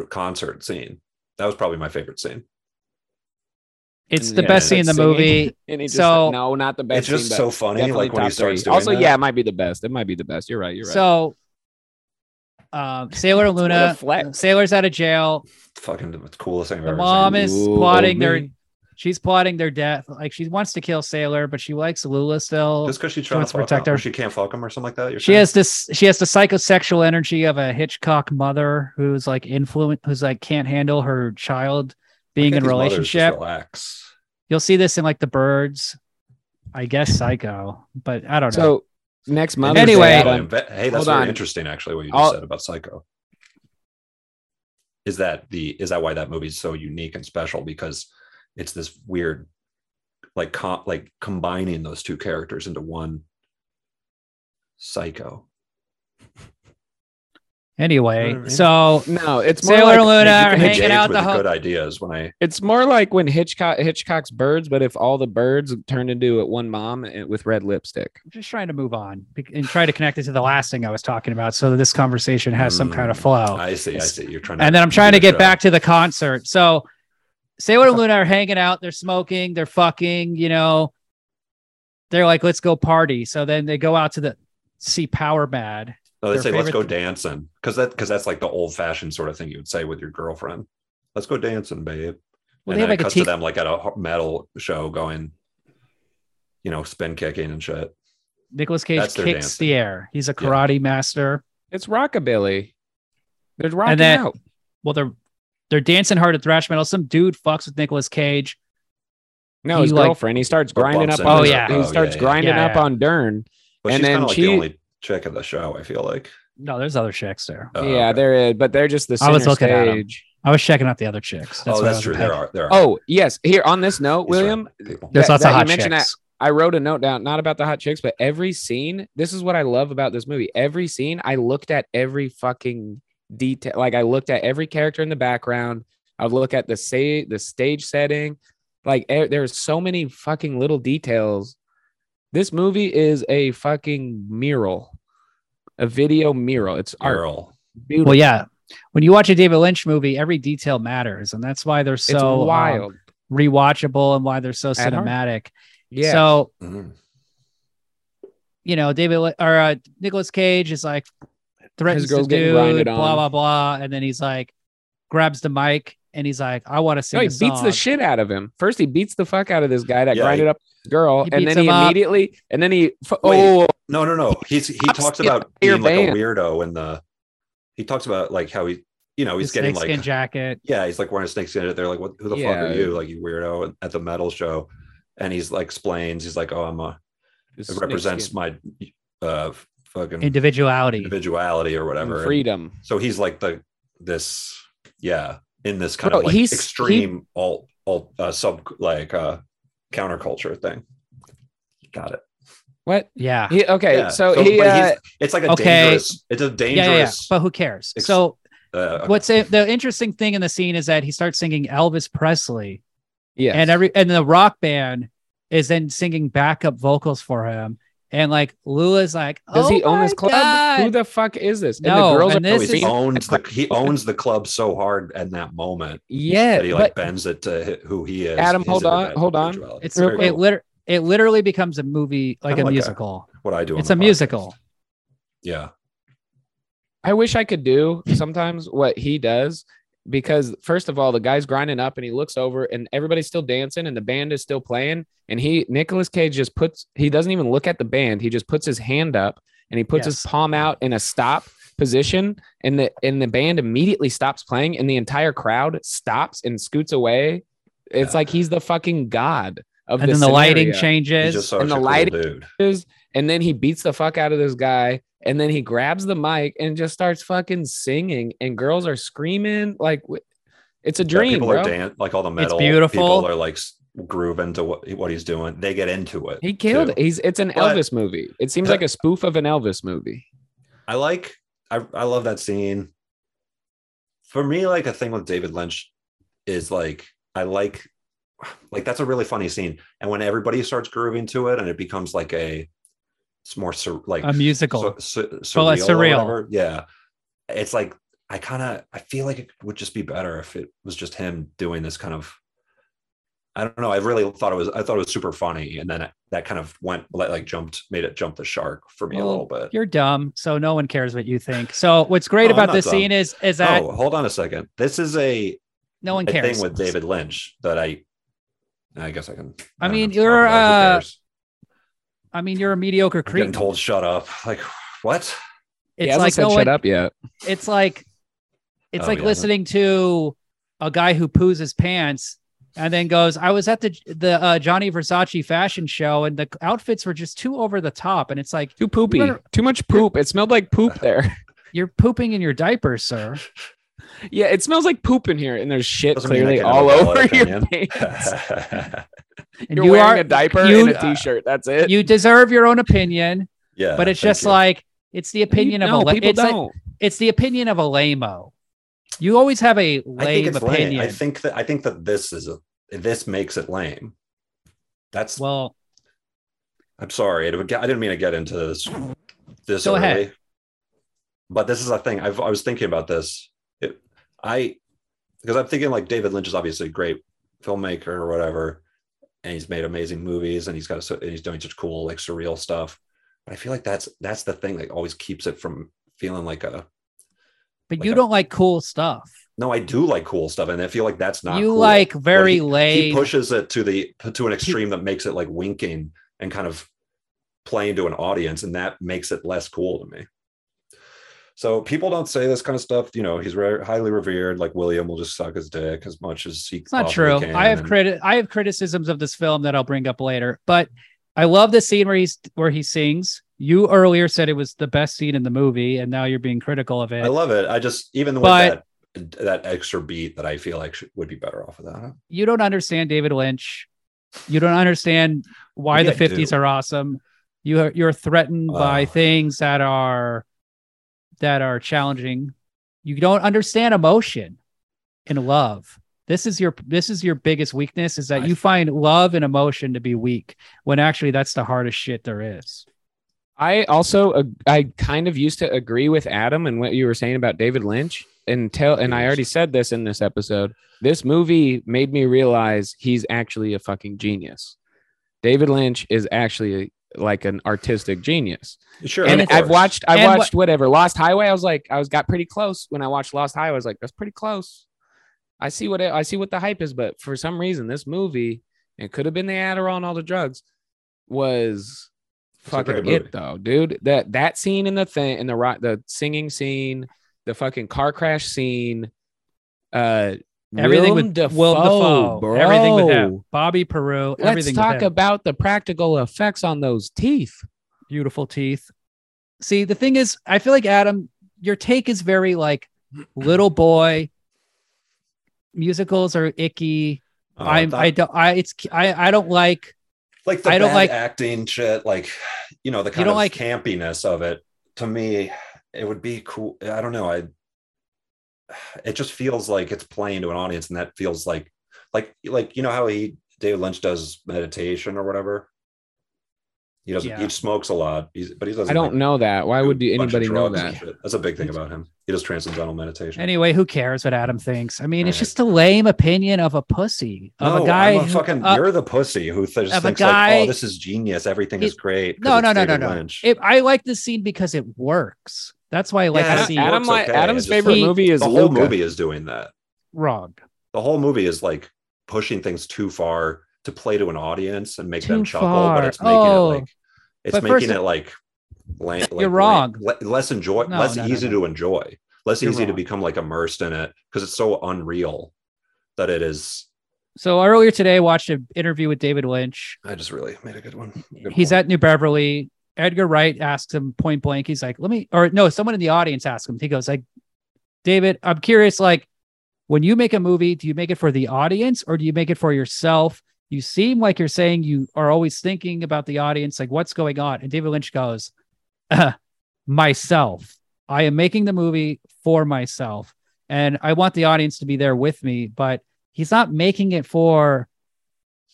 [SPEAKER 3] concert scene. That was probably my favorite scene.
[SPEAKER 1] It's
[SPEAKER 3] Mm,
[SPEAKER 1] the
[SPEAKER 2] Yeah,
[SPEAKER 1] best scene in the
[SPEAKER 2] that's singing.
[SPEAKER 1] movie.
[SPEAKER 2] And he just,
[SPEAKER 1] So-
[SPEAKER 2] no, not the best.
[SPEAKER 3] it's just
[SPEAKER 2] scene, but
[SPEAKER 3] so funny,
[SPEAKER 2] definitely
[SPEAKER 3] like when he
[SPEAKER 2] top three.
[SPEAKER 3] starts doing
[SPEAKER 2] Also,
[SPEAKER 3] that.
[SPEAKER 2] yeah, it might be the best. It might be the best. You're right. You're right.
[SPEAKER 1] So, um, Sailor
[SPEAKER 2] What a
[SPEAKER 1] Luna,
[SPEAKER 2] flex.
[SPEAKER 1] Sailor's out of jail.
[SPEAKER 3] fucking the coolest thing I've
[SPEAKER 1] The
[SPEAKER 3] ever
[SPEAKER 1] mom
[SPEAKER 3] seen.
[SPEAKER 1] is
[SPEAKER 2] Ooh,
[SPEAKER 1] plotting
[SPEAKER 2] old
[SPEAKER 1] their,
[SPEAKER 2] me.
[SPEAKER 1] she's plotting their death. Like she wants to kill Sailor, but she likes Lula still.
[SPEAKER 3] Just because she's trying
[SPEAKER 1] wants
[SPEAKER 3] to
[SPEAKER 1] to
[SPEAKER 3] fuck
[SPEAKER 1] protect
[SPEAKER 3] him,
[SPEAKER 1] her.
[SPEAKER 3] she can't fuck him or something like that. You're
[SPEAKER 1] she
[SPEAKER 3] saying?
[SPEAKER 1] has this she has the psychosexual energy of a hitchcock mother who's like influent who's like can't handle her child being
[SPEAKER 3] Look at
[SPEAKER 1] in a
[SPEAKER 3] these mothers, just
[SPEAKER 1] relationship
[SPEAKER 3] Relax.
[SPEAKER 1] you'll see this in like the birds i guess psycho but i don't know
[SPEAKER 2] So next Mother's
[SPEAKER 1] Anyway-
[SPEAKER 2] Day,
[SPEAKER 3] Hey,
[SPEAKER 2] Adam,
[SPEAKER 3] hey,
[SPEAKER 2] Hold
[SPEAKER 3] that's very
[SPEAKER 2] on.
[SPEAKER 3] interesting. Actually, what you just
[SPEAKER 2] I'll-
[SPEAKER 3] said about Psycho is that the is that why that movie's so unique and special because it's this weird, like com- like combining those two characters into one Psycho.
[SPEAKER 1] anyway
[SPEAKER 3] What I mean?
[SPEAKER 1] so
[SPEAKER 2] no, it's more
[SPEAKER 1] sailor
[SPEAKER 2] like-
[SPEAKER 1] luna
[SPEAKER 2] Hey,
[SPEAKER 1] are
[SPEAKER 2] you can
[SPEAKER 1] hanging
[SPEAKER 3] Engage
[SPEAKER 1] out
[SPEAKER 3] with
[SPEAKER 1] the whole
[SPEAKER 3] good ideas when I
[SPEAKER 2] It's more like when Hitchcock Hitchcock's birds, but if all the birds turned into it one mom and- with red lipstick.
[SPEAKER 1] I'm just trying to move on bec- and try to connect it to the last thing i was talking about so that this conversation has some kind of
[SPEAKER 3] Mm,
[SPEAKER 1] flow
[SPEAKER 3] I see I see you're trying to
[SPEAKER 1] Oh, and then I'm trying to
[SPEAKER 3] give it a
[SPEAKER 1] get
[SPEAKER 3] shot.
[SPEAKER 1] back to the concert. So Sailor and Luna are hanging out, they're smoking, they're fucking, you know. They're like, let's go party. So then they go out to the see Power Mad.
[SPEAKER 3] No, they
[SPEAKER 1] their
[SPEAKER 3] say let's
[SPEAKER 1] favorite
[SPEAKER 3] go dancing because that because that's like the old fashioned sort of thing you would say with your girlfriend. Let's go dancing, babe.
[SPEAKER 1] Well,
[SPEAKER 3] and
[SPEAKER 1] they
[SPEAKER 3] then
[SPEAKER 1] have like
[SPEAKER 3] it
[SPEAKER 1] a
[SPEAKER 3] cuts
[SPEAKER 1] tea-
[SPEAKER 3] to them like at a ho- metal show going, you know, spin kicking and shit.
[SPEAKER 1] Nicholas Cage
[SPEAKER 3] That's
[SPEAKER 1] kicks
[SPEAKER 3] their dancing.
[SPEAKER 1] the air. He's a
[SPEAKER 3] Yeah.
[SPEAKER 1] karate master.
[SPEAKER 2] It's rockabilly. They're rocking
[SPEAKER 1] that-
[SPEAKER 2] out.
[SPEAKER 1] Well, they're they're dancing hard at thrash metal. Some dude fucks with Nicolas Cage.
[SPEAKER 2] No,
[SPEAKER 1] he
[SPEAKER 2] his
[SPEAKER 1] like-
[SPEAKER 2] girlfriend. He starts
[SPEAKER 3] Or
[SPEAKER 2] grinding up.
[SPEAKER 3] bumps
[SPEAKER 2] On
[SPEAKER 1] into
[SPEAKER 2] his-
[SPEAKER 1] her.
[SPEAKER 3] Oh,
[SPEAKER 2] he
[SPEAKER 3] yeah,
[SPEAKER 2] starts
[SPEAKER 3] yeah.
[SPEAKER 2] grinding
[SPEAKER 1] Yeah,
[SPEAKER 2] up
[SPEAKER 1] yeah.
[SPEAKER 2] on Dern.
[SPEAKER 3] But
[SPEAKER 2] And
[SPEAKER 3] she's kind
[SPEAKER 2] then
[SPEAKER 3] of like
[SPEAKER 2] she-
[SPEAKER 3] the only chick in the show. I feel like.
[SPEAKER 1] No, there's other chicks there.
[SPEAKER 3] Oh,
[SPEAKER 2] yeah,
[SPEAKER 3] okay.
[SPEAKER 2] they're but they're just the
[SPEAKER 1] I
[SPEAKER 2] center
[SPEAKER 1] was looking at 'em.
[SPEAKER 2] stage.
[SPEAKER 1] I was checking out the other chicks.
[SPEAKER 3] oh,
[SPEAKER 1] what I
[SPEAKER 3] that's
[SPEAKER 1] was
[SPEAKER 3] true.
[SPEAKER 1] imagin-
[SPEAKER 3] There are there are.
[SPEAKER 2] Oh yes, here on this note,
[SPEAKER 3] He's
[SPEAKER 2] William,
[SPEAKER 3] right, people.
[SPEAKER 1] There's
[SPEAKER 2] that-
[SPEAKER 1] lots
[SPEAKER 2] that
[SPEAKER 1] of
[SPEAKER 2] you
[SPEAKER 1] hot chicks.
[SPEAKER 2] mentioned that- I wrote a note down, not about the hot chicks, but every scene. This is what I love about this movie. Every scene, I looked at every fucking detail. Like I looked at every character in the background. I would look at the say the stage setting. Like e- there are so many fucking little details. This movie is a fucking mural, a video mural. It's art.
[SPEAKER 3] Earl.
[SPEAKER 2] Beautiful.
[SPEAKER 1] well, yeah. When you watch a David Lynch movie, every detail matters, and that's why they're so
[SPEAKER 2] it's
[SPEAKER 1] um,
[SPEAKER 2] wild.
[SPEAKER 1] rewatchable and why they're so
[SPEAKER 2] heart.
[SPEAKER 1] cinematic.
[SPEAKER 2] yeah.
[SPEAKER 1] So
[SPEAKER 3] Mhm.
[SPEAKER 1] you know, David Li- or uh, Nicholas Cage is like threatens
[SPEAKER 2] His
[SPEAKER 1] to
[SPEAKER 2] girl's getting
[SPEAKER 1] do
[SPEAKER 2] grinded
[SPEAKER 1] blah
[SPEAKER 2] on.
[SPEAKER 1] blah blah, and then he's like grabs the mic and he's like, "I want to sing."
[SPEAKER 2] No, he
[SPEAKER 1] a
[SPEAKER 2] beats
[SPEAKER 1] song.
[SPEAKER 2] the shit out of him. First, he beats the fuck out of this guy that
[SPEAKER 3] Yeah,
[SPEAKER 2] grinded
[SPEAKER 3] he-
[SPEAKER 2] up this girl,
[SPEAKER 1] He
[SPEAKER 2] and
[SPEAKER 1] beats
[SPEAKER 2] then he
[SPEAKER 1] him up.
[SPEAKER 2] immediately, and then he, fu-
[SPEAKER 3] Wait.
[SPEAKER 2] oh,
[SPEAKER 3] No, no, no. He's he
[SPEAKER 2] Pops
[SPEAKER 3] talks
[SPEAKER 2] the
[SPEAKER 3] about
[SPEAKER 2] entire
[SPEAKER 3] being like a
[SPEAKER 2] band.
[SPEAKER 3] weirdo in the. He talks about like how he, you know, he's
[SPEAKER 1] His
[SPEAKER 3] getting
[SPEAKER 1] snakeskin
[SPEAKER 3] like
[SPEAKER 1] jacket.
[SPEAKER 3] yeah, he's like wearing a snakeskin. They're like, "What? Who the
[SPEAKER 2] Yeah.
[SPEAKER 3] fuck are you? Like you weirdo!" And At the metal show, and he's like explains. He's like, "Oh, I'm a.
[SPEAKER 2] This
[SPEAKER 3] It
[SPEAKER 2] snake
[SPEAKER 3] represents
[SPEAKER 2] skin.
[SPEAKER 3] my uh f- fucking
[SPEAKER 1] Individuality.
[SPEAKER 3] individuality or whatever." And
[SPEAKER 2] freedom.
[SPEAKER 3] so he's like the this yeah in this kind
[SPEAKER 2] Bro,
[SPEAKER 3] of like
[SPEAKER 2] he's- he-
[SPEAKER 3] extreme alt alt uh, sub like uh counterculture thing. Got it.
[SPEAKER 2] What?
[SPEAKER 1] Yeah.
[SPEAKER 2] He, okay,
[SPEAKER 3] Yeah.
[SPEAKER 2] so,
[SPEAKER 3] So,
[SPEAKER 2] he,
[SPEAKER 3] but
[SPEAKER 2] uh,
[SPEAKER 3] he's- It's like a
[SPEAKER 1] Okay.
[SPEAKER 3] dangerous. It's a
[SPEAKER 1] yeah, yeah, yeah.
[SPEAKER 3] dangerous.
[SPEAKER 1] But who cares?
[SPEAKER 3] Ex-
[SPEAKER 1] so
[SPEAKER 3] uh, okay.
[SPEAKER 1] what's it, the interesting thing in the scene is that he starts singing Elvis Presley,
[SPEAKER 2] yeah,
[SPEAKER 1] and every and the rock band is then singing backup vocals for him, and like Lula's like,
[SPEAKER 2] does he
[SPEAKER 1] "Oh
[SPEAKER 2] own
[SPEAKER 1] my
[SPEAKER 2] this club?
[SPEAKER 1] God."
[SPEAKER 2] Who the fuck is this?
[SPEAKER 1] No,
[SPEAKER 2] the girls
[SPEAKER 1] and
[SPEAKER 2] are
[SPEAKER 1] this
[SPEAKER 3] Oh,
[SPEAKER 1] is-
[SPEAKER 2] always
[SPEAKER 3] he owns
[SPEAKER 1] It's
[SPEAKER 3] the he owns the club so hard in that moment
[SPEAKER 2] yeah,
[SPEAKER 3] that he like
[SPEAKER 2] but
[SPEAKER 3] bends it to hi- who he is.
[SPEAKER 2] Adam,
[SPEAKER 3] his
[SPEAKER 2] hold on,
[SPEAKER 3] individuality.
[SPEAKER 2] hold on.
[SPEAKER 3] Individuality.
[SPEAKER 1] It's
[SPEAKER 2] Real
[SPEAKER 1] it
[SPEAKER 2] quick.
[SPEAKER 1] liter- it literally bemes a movie like
[SPEAKER 3] Kinda
[SPEAKER 1] a
[SPEAKER 3] like a-
[SPEAKER 1] musical.
[SPEAKER 3] what I do. on
[SPEAKER 1] it's
[SPEAKER 3] the
[SPEAKER 1] a
[SPEAKER 3] podcast.
[SPEAKER 1] musical.
[SPEAKER 3] Yeah,
[SPEAKER 2] I wish I could do sometimes what he does because first of all, the guy's grinding up and he looks over and everybody's still dancing and the band is still playing. And he Nicolas Cage just puts he doesn't even look at the band. He just puts his hand up and he puts his
[SPEAKER 1] Yes.
[SPEAKER 2] palm out in a stop position and the and the band immediately stops playing and the entire crowd stops and scoots away. It's
[SPEAKER 3] Yeah.
[SPEAKER 2] like he's the fucking god of
[SPEAKER 1] and
[SPEAKER 2] this
[SPEAKER 1] then the lighting
[SPEAKER 2] scenario
[SPEAKER 1] changes.
[SPEAKER 3] he's just such
[SPEAKER 2] and the
[SPEAKER 3] a cool
[SPEAKER 2] lighting-
[SPEAKER 3] dude.
[SPEAKER 2] is, and then he beats the fuck out of this guy and then he grabs the mic and just starts fucking singing and girls are screaming like wh- it's a
[SPEAKER 3] Yeah,
[SPEAKER 2] dream
[SPEAKER 3] people
[SPEAKER 2] bro.
[SPEAKER 3] are dan- like all the metal.
[SPEAKER 1] beautiful.
[SPEAKER 3] People are like s- grooving to what, what he's doing. They get into it.
[SPEAKER 2] he killed
[SPEAKER 3] too.
[SPEAKER 2] it. he's it's an
[SPEAKER 3] But-
[SPEAKER 2] elvis movie it seems like a spoof of an elvis movie
[SPEAKER 3] I like. I I love that scene. For me, like a thing with David Lynch is like I like like that's a really funny scene. And when everybody starts grooving to it, and it becomes like a, it's more sur- like
[SPEAKER 1] a musical.
[SPEAKER 3] su- su- surreal,
[SPEAKER 1] Well, that's
[SPEAKER 3] or
[SPEAKER 1] surreal.
[SPEAKER 3] whatever. Yeah, it's like I kind of I feel like it would just be better if it was just him doing this kind of. I don't know. I really thought it was. I thought it was super funny, and then it, that kind of went like, like jumped, made it jump the shark for me a
[SPEAKER 1] Well,
[SPEAKER 3] little bit.
[SPEAKER 1] You're dumb, so no one cares what you think. So what's great
[SPEAKER 3] No, I'm
[SPEAKER 1] about
[SPEAKER 3] not
[SPEAKER 1] this
[SPEAKER 3] dumb.
[SPEAKER 1] scene is is that
[SPEAKER 3] oh, hold on a second. This is a,
[SPEAKER 1] no one
[SPEAKER 3] a
[SPEAKER 1] cares.
[SPEAKER 3] thing with David Lynch that I. I guess I can.
[SPEAKER 1] I mean,
[SPEAKER 3] don't know.
[SPEAKER 1] you're,
[SPEAKER 3] Who
[SPEAKER 1] uh,
[SPEAKER 3] cares?
[SPEAKER 1] I mean, you're a mediocre
[SPEAKER 3] I'm getting
[SPEAKER 1] creep.
[SPEAKER 3] told shut up. Like what?
[SPEAKER 2] He
[SPEAKER 1] It's
[SPEAKER 2] hasn't
[SPEAKER 1] like
[SPEAKER 2] said
[SPEAKER 1] no
[SPEAKER 2] shut
[SPEAKER 1] one,
[SPEAKER 2] up yet.
[SPEAKER 1] It's like it's
[SPEAKER 3] Oh,
[SPEAKER 1] like
[SPEAKER 3] yeah.
[SPEAKER 1] listening to a guy who poos his pants and then goes, "I was at the the uh, Johnny Versace fashion show, and the outfits were just too over the top." And it's like
[SPEAKER 2] Too poopy.
[SPEAKER 1] You're gonna-
[SPEAKER 2] Too much poop. It smelled like poop there.
[SPEAKER 1] you're pooping in your diaper, sir.
[SPEAKER 2] yeah, it smells like poop in here, and there's shit
[SPEAKER 3] Doesn't mean I
[SPEAKER 2] clearly
[SPEAKER 3] can have
[SPEAKER 2] all
[SPEAKER 3] a valid
[SPEAKER 2] over your
[SPEAKER 3] opinion.
[SPEAKER 2] pants.
[SPEAKER 1] And
[SPEAKER 2] You're wearing a diaper
[SPEAKER 1] you-
[SPEAKER 2] and a t-shirt. That's it.
[SPEAKER 1] You deserve your own opinion,
[SPEAKER 3] yeah,
[SPEAKER 1] but it's
[SPEAKER 3] thank
[SPEAKER 1] just
[SPEAKER 3] you.
[SPEAKER 1] like it's the opinion of a
[SPEAKER 2] no,
[SPEAKER 1] la-
[SPEAKER 2] people
[SPEAKER 1] it's like-
[SPEAKER 2] don't.
[SPEAKER 1] it's the opinion of a lameo. You always have a
[SPEAKER 3] I think
[SPEAKER 1] lame
[SPEAKER 3] it's lame.
[SPEAKER 1] opinion.
[SPEAKER 3] I think that I think that this is a this makes it lame. That's
[SPEAKER 1] well,
[SPEAKER 3] I'm sorry. It would get- I didn't mean to get into this this
[SPEAKER 1] Go
[SPEAKER 3] early,
[SPEAKER 1] ahead.
[SPEAKER 3] but this is a thing. I've, I was thinking about this. It, I because I'm thinking like David Lynch is obviously a great filmmaker or whatever, and he's made amazing movies and he's got so and he's doing such cool like surreal stuff. But I feel like that's that's the thing that always keeps it from feeling like a
[SPEAKER 1] but
[SPEAKER 3] like
[SPEAKER 1] you
[SPEAKER 3] a-
[SPEAKER 1] don't like cool stuff.
[SPEAKER 3] no. I do like cool stuff, and I feel like that's not
[SPEAKER 1] You
[SPEAKER 3] cool.
[SPEAKER 1] like very
[SPEAKER 3] he
[SPEAKER 1] lame.
[SPEAKER 3] pushes it to the to an extreme that makes it like winking and kind of playing to an audience and that makes it less cool to me so people don't say this kind of stuff you know he's re- highly revered like william will just suck his dick as much as he
[SPEAKER 1] It's not true.
[SPEAKER 3] possibly can,
[SPEAKER 1] I have
[SPEAKER 3] and-
[SPEAKER 1] criti- I have criticisms of this film that I'll bring up later, but I love the scene where he's where he sings. You earlier said it was the best scene in the movie, and now you're being critical of
[SPEAKER 3] i
[SPEAKER 1] it.
[SPEAKER 3] love it i just even with
[SPEAKER 1] But-
[SPEAKER 3] that that extra beat that i feel like should, would be better off of that
[SPEAKER 1] you don't understand David Lynch. You don't understand why
[SPEAKER 3] Maybe
[SPEAKER 1] the
[SPEAKER 3] I
[SPEAKER 1] fifties
[SPEAKER 3] do.
[SPEAKER 1] are awesome. You are, you're threatened by
[SPEAKER 3] Oh.
[SPEAKER 1] things that are that are challenging. You don't understand emotion and love. This is your this is your biggest weakness is that
[SPEAKER 3] I-
[SPEAKER 1] you find love and emotion to be weak when actually that's the hardest shit there is.
[SPEAKER 2] I also ag- I kind of used to agree with Adam and what you were saying about David Lynch until and I already said this in this episode. This movie made me realize he's actually a fucking genius. David Lynch is actually like an artistic genius.
[SPEAKER 3] sure
[SPEAKER 2] and
[SPEAKER 3] of
[SPEAKER 2] I've
[SPEAKER 3] course.
[SPEAKER 2] watched I
[SPEAKER 1] And what-
[SPEAKER 2] watched whatever Lost Highway. I was like I was got pretty close when I watched Lost Highway. I was like that's pretty close. I see what it, I see what the hype is, but for some reason this movie it could have been the Adderall and all the drugs was
[SPEAKER 3] It's a
[SPEAKER 2] fucking
[SPEAKER 3] great movie.
[SPEAKER 2] it though, dude. That that scene in the thing in the rock the singing scene, the fucking car crash scene, uh
[SPEAKER 1] Everything
[SPEAKER 2] Willem
[SPEAKER 1] with
[SPEAKER 2] Dafoe,
[SPEAKER 1] Willem Dafoe,
[SPEAKER 2] bro.
[SPEAKER 1] everything with him, Bobby Peru,
[SPEAKER 2] Let's
[SPEAKER 1] everything. with
[SPEAKER 2] talk
[SPEAKER 1] him.
[SPEAKER 2] about the practical effects on those teeth.
[SPEAKER 1] beautiful teeth. See, the thing is, I feel like Adam, your take is very like little boy. Musicals are icky.
[SPEAKER 3] Oh,
[SPEAKER 1] I'm
[SPEAKER 3] thought-
[SPEAKER 1] I don't I it's I I don't like
[SPEAKER 3] like the
[SPEAKER 1] I don't
[SPEAKER 3] bad
[SPEAKER 1] like-
[SPEAKER 3] acting shit, like you know the kind
[SPEAKER 1] don't
[SPEAKER 3] of
[SPEAKER 1] like-
[SPEAKER 3] campiness of it. To me, it would be cool. I don't know. I it just feels like it's playing to an audience, and that feels like like like you know how he David Lynch does meditation or whatever. He doesn't.
[SPEAKER 1] Yeah.
[SPEAKER 3] He smokes a lot, he's, but he doesn't.
[SPEAKER 2] I don't know that. Why would anybody know that?
[SPEAKER 3] That's a big thing about him. He does transcendental meditation.
[SPEAKER 1] anyway, who cares what Adam thinks? I mean, it's
[SPEAKER 3] Right.
[SPEAKER 1] just a lame opinion of a pussy, of
[SPEAKER 3] no,
[SPEAKER 1] a guy
[SPEAKER 3] I'm a
[SPEAKER 1] who-
[SPEAKER 3] fucking.
[SPEAKER 1] uh,
[SPEAKER 3] you're the pussy who th-
[SPEAKER 1] of a
[SPEAKER 3] just thinks like,
[SPEAKER 1] guy-
[SPEAKER 3] "Oh, this is genius. Everything
[SPEAKER 1] It-
[SPEAKER 3] is great." 'cause
[SPEAKER 1] no,
[SPEAKER 3] it's
[SPEAKER 1] no, no, no,
[SPEAKER 3] David
[SPEAKER 1] no.
[SPEAKER 3] Lynch.
[SPEAKER 1] It, I like this scene because it works. That's why I like
[SPEAKER 3] Yeah,
[SPEAKER 1] the
[SPEAKER 2] Adam,
[SPEAKER 1] scene.
[SPEAKER 2] Adam
[SPEAKER 3] Works
[SPEAKER 2] like
[SPEAKER 3] okay,
[SPEAKER 2] Adam's
[SPEAKER 3] just
[SPEAKER 2] favorite
[SPEAKER 1] like-
[SPEAKER 2] movie is
[SPEAKER 3] the whole
[SPEAKER 2] Luca.
[SPEAKER 3] movie is doing that.
[SPEAKER 1] Wrong.
[SPEAKER 3] The whole movie is like pushing things too far to play to an audience and make them
[SPEAKER 1] Too
[SPEAKER 3] chuckle,
[SPEAKER 1] far.
[SPEAKER 3] but it's making
[SPEAKER 1] Oh.
[SPEAKER 3] it like it's
[SPEAKER 1] But
[SPEAKER 3] making
[SPEAKER 1] first-
[SPEAKER 3] it like, la- like
[SPEAKER 1] You're wrong.
[SPEAKER 3] la- le- less enjoy,
[SPEAKER 1] No,
[SPEAKER 3] less
[SPEAKER 1] no, no,
[SPEAKER 3] easy
[SPEAKER 1] no.
[SPEAKER 3] to enjoy, less
[SPEAKER 1] You're
[SPEAKER 3] easy to
[SPEAKER 1] wrong.
[SPEAKER 3] become like immersed in it because it's so unreal that it is.
[SPEAKER 1] So earlier today, I watched an interview with David Lynch,
[SPEAKER 3] I just really made a good one. Good
[SPEAKER 1] he's
[SPEAKER 3] point.
[SPEAKER 1] at New Beverly. Edgar Wright asked him point blank. He's like, "Let me," or no, someone in the audience asked him. He goes like, "David, I'm curious. Like, when you make a movie, do you make it for the audience or do you make it for yourself? You seem like you're saying you are always thinking about the audience. Like, what's going on?" And David Lynch goes, uh, "Myself. I am making the movie for myself, and I want the audience to be there with me. But he's not making it for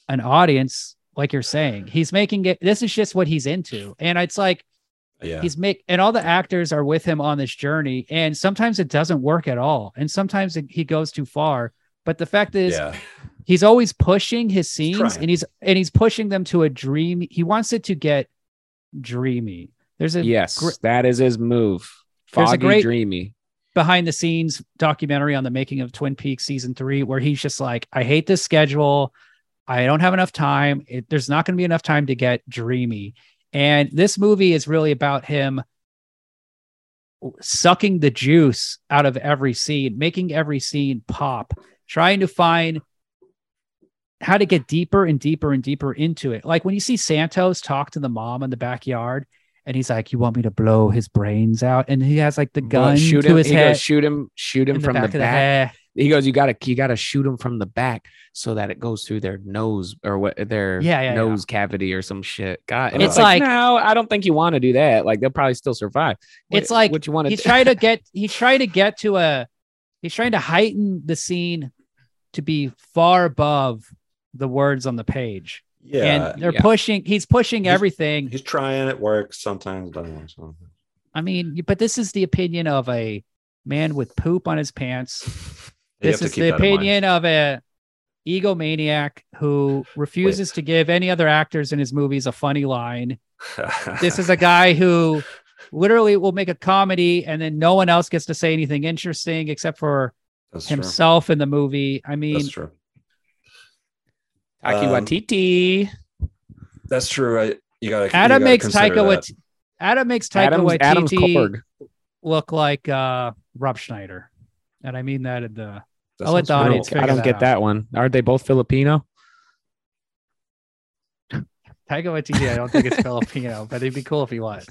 [SPEAKER 1] an audience, like you're saying. He's making it. This is just what he's into, and it's like
[SPEAKER 3] Yeah.
[SPEAKER 1] he's make and all the actors are with him on this journey. And sometimes it doesn't work at all, and sometimes it, he goes too far. But the fact is,
[SPEAKER 3] yeah.
[SPEAKER 1] he's always pushing his scenes
[SPEAKER 3] trying.
[SPEAKER 1] and he's and he's pushing them to a dream he wants it to get dreamy there's a
[SPEAKER 2] Yes,
[SPEAKER 1] gr-
[SPEAKER 2] that is his move.
[SPEAKER 1] There's a
[SPEAKER 2] Foggy,
[SPEAKER 1] great-
[SPEAKER 2] dreamy.
[SPEAKER 1] behind the scenes documentary on the making of twin peaks season three where he's just like i hate this schedule i don't have enough time it, there's not going to be enough time to get dreamy and this movie is really about him sucking the juice out of every scene making every scene pop trying to find how to get deeper and deeper and deeper into it. Like when you see Santos talk to the mom in the backyard, and he's like, "You want me to blow his brains out?" And he has like the gun
[SPEAKER 2] But shoot
[SPEAKER 1] to
[SPEAKER 2] him.
[SPEAKER 1] his
[SPEAKER 2] he
[SPEAKER 1] head,
[SPEAKER 2] goes, shoot him. Shoot him
[SPEAKER 1] in
[SPEAKER 2] from the back.
[SPEAKER 1] of head.
[SPEAKER 2] He goes, you gotta, you gotta shoot him from the back so that it goes through their nose or what their
[SPEAKER 1] Yeah, yeah, yeah.
[SPEAKER 2] nose cavity or some shit. God, and
[SPEAKER 1] It's
[SPEAKER 2] it's, like,
[SPEAKER 1] like-
[SPEAKER 2] no, I don't think you want to do that. Like they'll probably still survive. What-
[SPEAKER 1] It's like
[SPEAKER 2] what you want to
[SPEAKER 1] He's trying to get. He's trying to get to a. He's trying to heighten the scene to be far above the words on the page,
[SPEAKER 3] Yeah.
[SPEAKER 1] and they're
[SPEAKER 2] Yeah.
[SPEAKER 1] pushing. He's pushing
[SPEAKER 3] He's-
[SPEAKER 1] everything.
[SPEAKER 3] he's trying. It works sometimes. Doesn't work sometimes.
[SPEAKER 1] I mean, but this is the opinion of a man with poop on his pants
[SPEAKER 3] You have
[SPEAKER 1] This
[SPEAKER 3] to
[SPEAKER 1] is
[SPEAKER 3] keep
[SPEAKER 1] the
[SPEAKER 3] that in mind.
[SPEAKER 1] opinion of a egomaniac who refuses to give any other actors in his movies a funny line. This is a guy who literally will make a comedy and then no one else gets to say anything interesting except for
[SPEAKER 3] That's true.
[SPEAKER 1] himself in the movie. I mean,
[SPEAKER 3] That's true.
[SPEAKER 2] Taki
[SPEAKER 3] um,
[SPEAKER 2] Watiti.
[SPEAKER 3] That's true. I, you got to.
[SPEAKER 1] Adam makes
[SPEAKER 3] consider
[SPEAKER 1] Taika
[SPEAKER 3] that.
[SPEAKER 1] Wait- Adam makes
[SPEAKER 2] Adam's,
[SPEAKER 1] Taika
[SPEAKER 2] Adam's
[SPEAKER 1] Waititi
[SPEAKER 2] Korg.
[SPEAKER 1] look like uh, Rob Schneider, and I mean that in the
[SPEAKER 3] That
[SPEAKER 1] I'll
[SPEAKER 3] sounds
[SPEAKER 1] let the
[SPEAKER 2] I
[SPEAKER 1] audience
[SPEAKER 2] don't, I
[SPEAKER 1] figure
[SPEAKER 2] don't
[SPEAKER 1] that
[SPEAKER 2] get
[SPEAKER 1] out.
[SPEAKER 2] that one. Aren't they both Filipino?
[SPEAKER 1] Taika Waititi. I don't think it's Filipino, but it'd be cool if he was.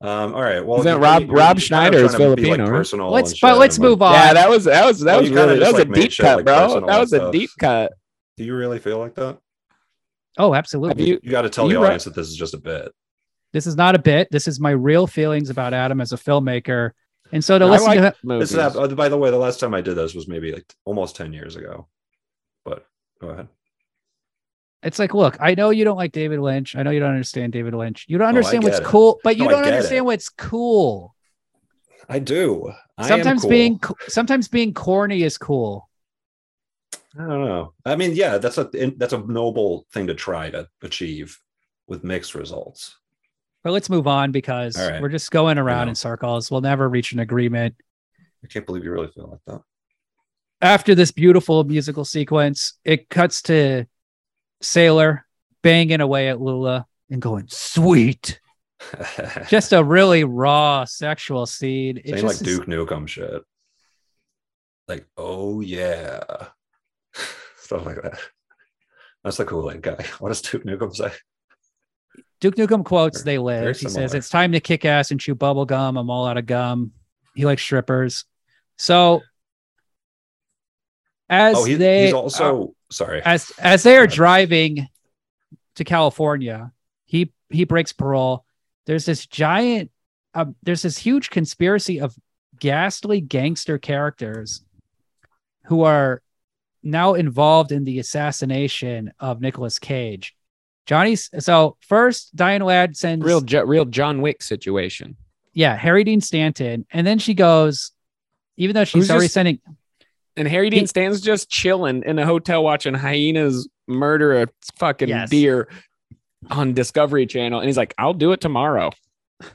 [SPEAKER 3] um. All right. Well,
[SPEAKER 2] Is that
[SPEAKER 3] you-
[SPEAKER 2] Rob-
[SPEAKER 3] you-
[SPEAKER 2] Rob
[SPEAKER 3] you're
[SPEAKER 2] Schneider
[SPEAKER 3] trying
[SPEAKER 2] is
[SPEAKER 3] to be, like,
[SPEAKER 2] Filipino, right?
[SPEAKER 3] personal
[SPEAKER 1] Let's-
[SPEAKER 3] and
[SPEAKER 1] but
[SPEAKER 3] shit,
[SPEAKER 1] let's
[SPEAKER 3] and, like,
[SPEAKER 1] move on.
[SPEAKER 2] Yeah, that was that was that
[SPEAKER 3] Well,
[SPEAKER 2] was
[SPEAKER 3] you kinda
[SPEAKER 2] really
[SPEAKER 3] just,
[SPEAKER 2] that was
[SPEAKER 3] like,
[SPEAKER 2] a
[SPEAKER 3] made
[SPEAKER 2] deep
[SPEAKER 3] shit,
[SPEAKER 2] cut,
[SPEAKER 3] like,
[SPEAKER 2] bro.
[SPEAKER 3] personal
[SPEAKER 2] That was a
[SPEAKER 3] stuff.
[SPEAKER 2] deep cut.
[SPEAKER 3] Do you really feel like that?
[SPEAKER 1] Oh,
[SPEAKER 2] Have
[SPEAKER 1] absolutely.
[SPEAKER 2] you
[SPEAKER 3] You got to tell
[SPEAKER 2] You
[SPEAKER 3] the
[SPEAKER 2] right.
[SPEAKER 3] audience that this is just a bit.
[SPEAKER 1] This is not a bit. This is my real feelings about Adam as a filmmaker. And so to
[SPEAKER 2] I
[SPEAKER 1] listen
[SPEAKER 2] like
[SPEAKER 1] to him,
[SPEAKER 3] This
[SPEAKER 2] movies.
[SPEAKER 3] is, uh, by the way, the last time I did this was maybe like almost ten years ago. But go ahead.
[SPEAKER 1] it's like, look, I know you don't like David Lynch. I know you don't understand David Lynch. You don't
[SPEAKER 3] Oh, I
[SPEAKER 1] understand what's
[SPEAKER 3] get it.
[SPEAKER 1] cool, but you
[SPEAKER 3] No, I
[SPEAKER 1] don't
[SPEAKER 3] get
[SPEAKER 1] understand
[SPEAKER 3] it.
[SPEAKER 1] what's cool.
[SPEAKER 3] I do. I am
[SPEAKER 1] sometimes
[SPEAKER 3] cool.
[SPEAKER 1] being co- sometimes being corny is cool.
[SPEAKER 3] I don't know. I mean, yeah, that's a that's a noble thing to try to achieve with mixed results.
[SPEAKER 1] But let's move on because
[SPEAKER 3] All right.
[SPEAKER 1] we're just going around
[SPEAKER 3] know.
[SPEAKER 1] in circles. We'll never reach an agreement.
[SPEAKER 3] I can't believe you really feel like that.
[SPEAKER 1] After this beautiful musical sequence, it cuts to Sailor banging away at Lula and going, sweet. Just a really raw sexual scene. It
[SPEAKER 3] Saying
[SPEAKER 1] just
[SPEAKER 3] like
[SPEAKER 1] is-
[SPEAKER 3] Duke Nukem shit. Like, oh yeah. Stuff like that. That's the Kool Aid guy. What does Duke Nukem say?
[SPEAKER 1] Duke Nukem quotes
[SPEAKER 3] Very-
[SPEAKER 1] They Live. He says,
[SPEAKER 3] similar.
[SPEAKER 1] It's time to kick ass and chew bubble gum. I'm all out of gum. He likes strippers. So as
[SPEAKER 3] oh, he-
[SPEAKER 1] they
[SPEAKER 3] he's also sorry.
[SPEAKER 1] as as they are
[SPEAKER 3] Go ahead.
[SPEAKER 1] driving to California, he he breaks parole. There's this giant uh, there's this huge conspiracy of ghastly gangster characters who are now involved in the assassination of Nicolas Cage. Johnny so first Diane Ladd sends
[SPEAKER 2] real Jo- real John Wick situation.
[SPEAKER 1] yeah, Harry Dean Stanton and then she goes even though she's
[SPEAKER 2] Who's
[SPEAKER 1] already
[SPEAKER 2] just-
[SPEAKER 1] sending
[SPEAKER 2] And Harry
[SPEAKER 1] He-
[SPEAKER 2] Dean Stanton's just chilling in a hotel watching hyenas murder a fucking
[SPEAKER 1] Yes.
[SPEAKER 2] deer on Discovery Channel, and he's like, "I'll do it tomorrow."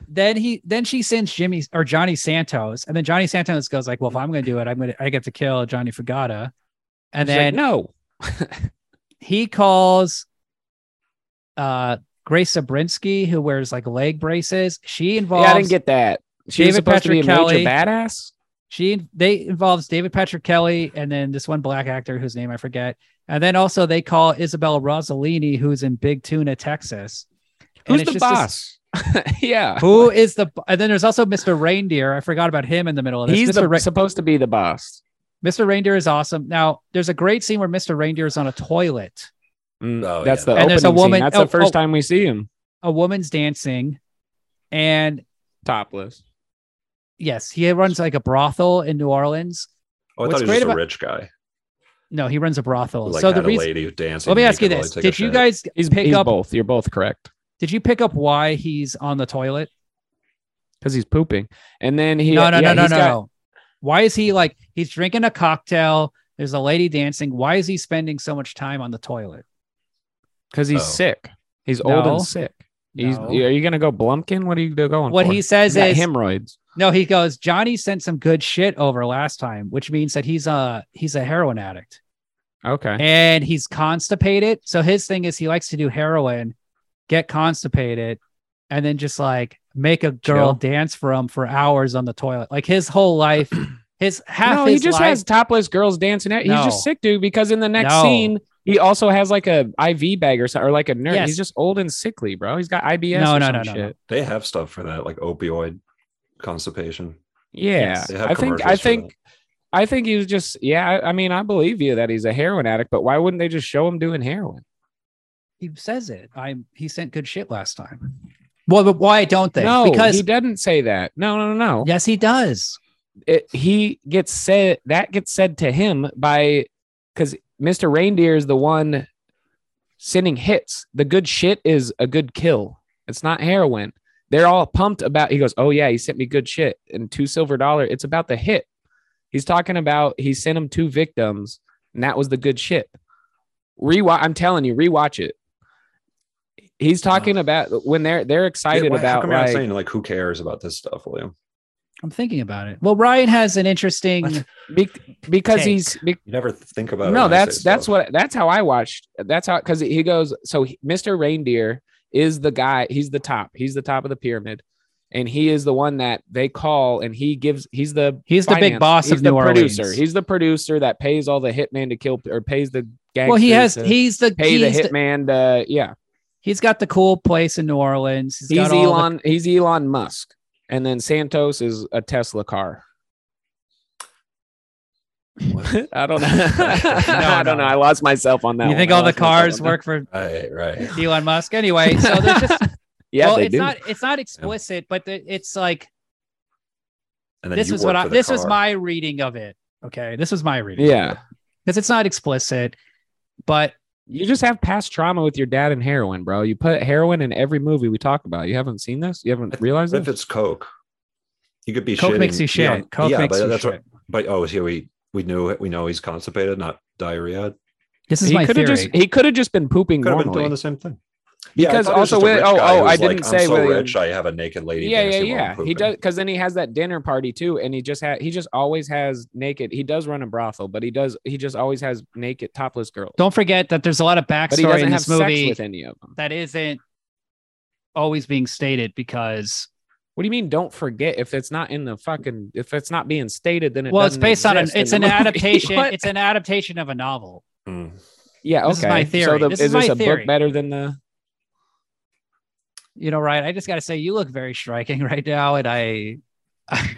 [SPEAKER 1] then he then she sends Jimmy or Johnny Santos, and then Johnny Santos goes like, "Well, if I'm going to do it, I'm going to I get to kill Johnny Fugata," and
[SPEAKER 2] She's like,
[SPEAKER 1] then
[SPEAKER 2] no,
[SPEAKER 1] he calls uh Grace Sabrinsky, who wears like leg braces. She involves
[SPEAKER 2] yeah, I didn't get that. She was
[SPEAKER 1] David
[SPEAKER 2] supposed to be a
[SPEAKER 1] Patrick Kelly.
[SPEAKER 2] major badass.
[SPEAKER 1] she they involves David Patrick Kelly and then this one black actor whose name I forget, and then also they call Isabel Rossellini, who's in Big Tuna, Texas. And
[SPEAKER 2] Who's
[SPEAKER 1] it's
[SPEAKER 2] the
[SPEAKER 1] just this-
[SPEAKER 2] boss? yeah,
[SPEAKER 1] who is the? And then there's also Mr. Reindeer. I forgot about him in the middle of this.
[SPEAKER 2] he's
[SPEAKER 1] Mr.
[SPEAKER 2] the,
[SPEAKER 1] Re-
[SPEAKER 2] supposed to be the boss.
[SPEAKER 1] Mr. Reindeer is awesome. Now, there's a great scene where Mr. Reindeer is on a toilet.
[SPEAKER 2] Mm,
[SPEAKER 3] Oh,
[SPEAKER 2] that's
[SPEAKER 3] yeah.
[SPEAKER 2] the
[SPEAKER 1] And
[SPEAKER 2] opening
[SPEAKER 1] there's a woman-
[SPEAKER 2] scene. That's
[SPEAKER 1] oh,
[SPEAKER 2] the first
[SPEAKER 1] oh.
[SPEAKER 2] time we see him
[SPEAKER 1] A woman's dancing, and
[SPEAKER 2] topless.
[SPEAKER 1] yes, he runs like a brothel in New Orleans.
[SPEAKER 3] Oh, I
[SPEAKER 1] What's
[SPEAKER 3] Oh, thought he was
[SPEAKER 1] great
[SPEAKER 3] just
[SPEAKER 1] about-
[SPEAKER 3] a rich guy.
[SPEAKER 1] No, he runs a brothel.
[SPEAKER 3] Like
[SPEAKER 1] so
[SPEAKER 3] had a
[SPEAKER 1] the reason.
[SPEAKER 3] lady dancing.
[SPEAKER 1] Let me
[SPEAKER 3] he
[SPEAKER 1] ask you
[SPEAKER 3] could really
[SPEAKER 1] this:
[SPEAKER 3] take a
[SPEAKER 1] Did you
[SPEAKER 3] shit.
[SPEAKER 1] guys
[SPEAKER 2] He's
[SPEAKER 1] pick
[SPEAKER 2] he's
[SPEAKER 1] up?
[SPEAKER 2] both. You're both correct
[SPEAKER 1] Did you pick up why he's on the toilet?
[SPEAKER 2] because he's pooping. And then he
[SPEAKER 1] no, no,
[SPEAKER 2] yeah,
[SPEAKER 1] no, no,
[SPEAKER 2] he's
[SPEAKER 1] no,
[SPEAKER 2] got-
[SPEAKER 1] no. Why is he like he's drinking a cocktail? There's a lady dancing. Why is he spending so much time on the toilet?
[SPEAKER 2] because he's
[SPEAKER 3] Oh.
[SPEAKER 2] sick. He's old
[SPEAKER 1] No.
[SPEAKER 2] and sick. He's,
[SPEAKER 1] No.
[SPEAKER 2] Are you gonna go Blumpkin? What are you going
[SPEAKER 1] What
[SPEAKER 2] for?
[SPEAKER 1] he says
[SPEAKER 2] He's got
[SPEAKER 1] is
[SPEAKER 2] hemorrhoids.
[SPEAKER 1] no. He goes. Johnny sent some good shit over last time, which means that he's a he's a heroin addict
[SPEAKER 2] Okay.
[SPEAKER 1] and he's constipated. So his thing is he likes to do heroin, get constipated, and then just like make a girl
[SPEAKER 2] Chill.
[SPEAKER 1] dance for him for hours on the toilet. Like his whole life, his half.
[SPEAKER 2] no,
[SPEAKER 1] his
[SPEAKER 2] he just
[SPEAKER 1] life,
[SPEAKER 2] has topless girls dancing. At, He's just
[SPEAKER 1] No.
[SPEAKER 2] sick, dude. Because in the next
[SPEAKER 1] No.
[SPEAKER 2] scene, he also has like a IV bag or something, or like a nurse.
[SPEAKER 1] Yes.
[SPEAKER 2] He's just old and sickly, bro. He's got IBS.
[SPEAKER 1] No,
[SPEAKER 2] or
[SPEAKER 1] no,
[SPEAKER 2] some
[SPEAKER 1] no, no, no.
[SPEAKER 2] shit.
[SPEAKER 3] They have stuff for that, like opioid constipation.
[SPEAKER 2] Yeah,
[SPEAKER 3] They have
[SPEAKER 2] I think I
[SPEAKER 3] commercials for
[SPEAKER 2] think I think he was just yeah. I, I mean, I believe you that he's a heroin addict, but why wouldn't they just show him doing heroin?
[SPEAKER 1] he says it. I he sent good shit last time. Well, but why don't they?
[SPEAKER 2] No,
[SPEAKER 1] because
[SPEAKER 2] he doesn't say that. No, no, no, no.
[SPEAKER 1] yes, he does.
[SPEAKER 2] It, he gets said that gets said to him by because Mr. Reindeer is the one sending hits. The good shit is a good kill. It's not heroin. They're all pumped about. He goes, "Oh yeah, he sent me good shit and two silver dollar." It's about the hit. He's talking about he sent him two victims, and that was the good shit. Rewatch. I'm telling you, rewatch it. He's talking about when they're they're excited
[SPEAKER 3] Yeah, why- how
[SPEAKER 2] about
[SPEAKER 3] come you're not
[SPEAKER 2] like,
[SPEAKER 3] saying like who cares about this stuff, William?
[SPEAKER 1] I'm thinking about it. Well, Ryan has an interesting.
[SPEAKER 2] be- because
[SPEAKER 1] Take.
[SPEAKER 2] he's be-
[SPEAKER 3] You never think about. it when
[SPEAKER 2] no
[SPEAKER 3] I say
[SPEAKER 2] that's that's
[SPEAKER 3] stuff.
[SPEAKER 2] what that's how i watched that's how because he goes so he- mr reindeer is the guy he's the top he's the top of the pyramid and he is the one that they call and he gives he's the
[SPEAKER 1] He's the big
[SPEAKER 2] finance-
[SPEAKER 1] boss
[SPEAKER 2] he's
[SPEAKER 1] of
[SPEAKER 2] the
[SPEAKER 1] New
[SPEAKER 2] producer
[SPEAKER 1] Orleans.
[SPEAKER 2] he's the producer that pays all the hitman to kill or pays the gang
[SPEAKER 1] well, he has. He's the.
[SPEAKER 2] pay
[SPEAKER 1] he's,
[SPEAKER 2] the
[SPEAKER 1] the-
[SPEAKER 2] hitman to, yeah
[SPEAKER 1] he's got the cool place in New Orleans. He's,
[SPEAKER 2] he's
[SPEAKER 1] got all the-
[SPEAKER 2] elon he's elon musk and then santos is a tesla car I don't know. I don't
[SPEAKER 1] no.
[SPEAKER 2] know. I lost myself on that.
[SPEAKER 1] you
[SPEAKER 2] one.
[SPEAKER 1] think
[SPEAKER 2] I
[SPEAKER 1] all the
[SPEAKER 2] lost myself
[SPEAKER 1] cars
[SPEAKER 2] on that.
[SPEAKER 1] work for
[SPEAKER 3] Right, right.
[SPEAKER 1] Elon Musk anyway? So there's just.
[SPEAKER 2] Yeah,
[SPEAKER 1] well,
[SPEAKER 2] they
[SPEAKER 1] it's
[SPEAKER 2] do.
[SPEAKER 1] not. It's not explicit, but the, it's like
[SPEAKER 3] And then
[SPEAKER 1] this
[SPEAKER 3] you
[SPEAKER 1] was
[SPEAKER 3] work
[SPEAKER 1] what I.
[SPEAKER 3] for the
[SPEAKER 1] This was
[SPEAKER 3] car.
[SPEAKER 1] my reading of it. Okay, this was my reading.
[SPEAKER 2] yeah.
[SPEAKER 1] because it's not explicit, but
[SPEAKER 2] You just have past trauma with your dad and heroin, bro. You put heroin in every movie we talk about. You haven't seen this? You haven't realized
[SPEAKER 3] What if
[SPEAKER 2] this?
[SPEAKER 3] it's Coke? You could be
[SPEAKER 1] Coke makes
[SPEAKER 3] shitting-
[SPEAKER 1] you shit.
[SPEAKER 3] Yeah,
[SPEAKER 1] Coke
[SPEAKER 3] yeah,
[SPEAKER 1] makes
[SPEAKER 3] but
[SPEAKER 1] you
[SPEAKER 3] that's
[SPEAKER 1] shit.
[SPEAKER 3] what. But oh, here we we knew we know he's constipated, not diarrhea.
[SPEAKER 1] This is
[SPEAKER 2] He
[SPEAKER 1] my
[SPEAKER 2] could have
[SPEAKER 1] theory.
[SPEAKER 2] just he could have just been pooping
[SPEAKER 3] Could have been
[SPEAKER 2] normally.
[SPEAKER 3] doing the same thing. I thought he was
[SPEAKER 2] Because also
[SPEAKER 3] just a
[SPEAKER 2] with-
[SPEAKER 3] rich
[SPEAKER 2] oh,
[SPEAKER 3] guy
[SPEAKER 2] oh,
[SPEAKER 3] who
[SPEAKER 2] I
[SPEAKER 3] was
[SPEAKER 2] didn't say
[SPEAKER 3] I'm so
[SPEAKER 2] William.
[SPEAKER 3] rich. I have a naked lady.
[SPEAKER 2] yeah, yeah,
[SPEAKER 3] dancing while I'm
[SPEAKER 2] yeah. He
[SPEAKER 3] pooping."
[SPEAKER 2] does because then he has that dinner party too, and he just had he just always has naked. He does run a brothel, but he does he just always has naked topless girls.
[SPEAKER 1] Don't forget that there's a lot of
[SPEAKER 2] but he
[SPEAKER 1] backstory
[SPEAKER 2] doesn't
[SPEAKER 1] in
[SPEAKER 2] have
[SPEAKER 1] this
[SPEAKER 2] sex
[SPEAKER 1] movie
[SPEAKER 2] with any of them.
[SPEAKER 1] that isn't always being stated because
[SPEAKER 2] What do you mean? Don't forget if it's not in the fucking if it's not being stated, then it
[SPEAKER 1] well, it's
[SPEAKER 2] doesn't
[SPEAKER 1] based on an
[SPEAKER 2] exist in
[SPEAKER 1] it's
[SPEAKER 2] the
[SPEAKER 1] an
[SPEAKER 2] movie.
[SPEAKER 1] adaptation.
[SPEAKER 2] What?
[SPEAKER 1] It's an adaptation of a novel.
[SPEAKER 3] Mm.
[SPEAKER 2] yeah. Okay.
[SPEAKER 1] this is my
[SPEAKER 2] So
[SPEAKER 1] theory.
[SPEAKER 2] the,
[SPEAKER 1] This
[SPEAKER 2] is,
[SPEAKER 1] is
[SPEAKER 2] this
[SPEAKER 1] my
[SPEAKER 2] a
[SPEAKER 1] theory.
[SPEAKER 2] book better than the?
[SPEAKER 1] You know, right? I just got to say, you look very striking right now, and I, I,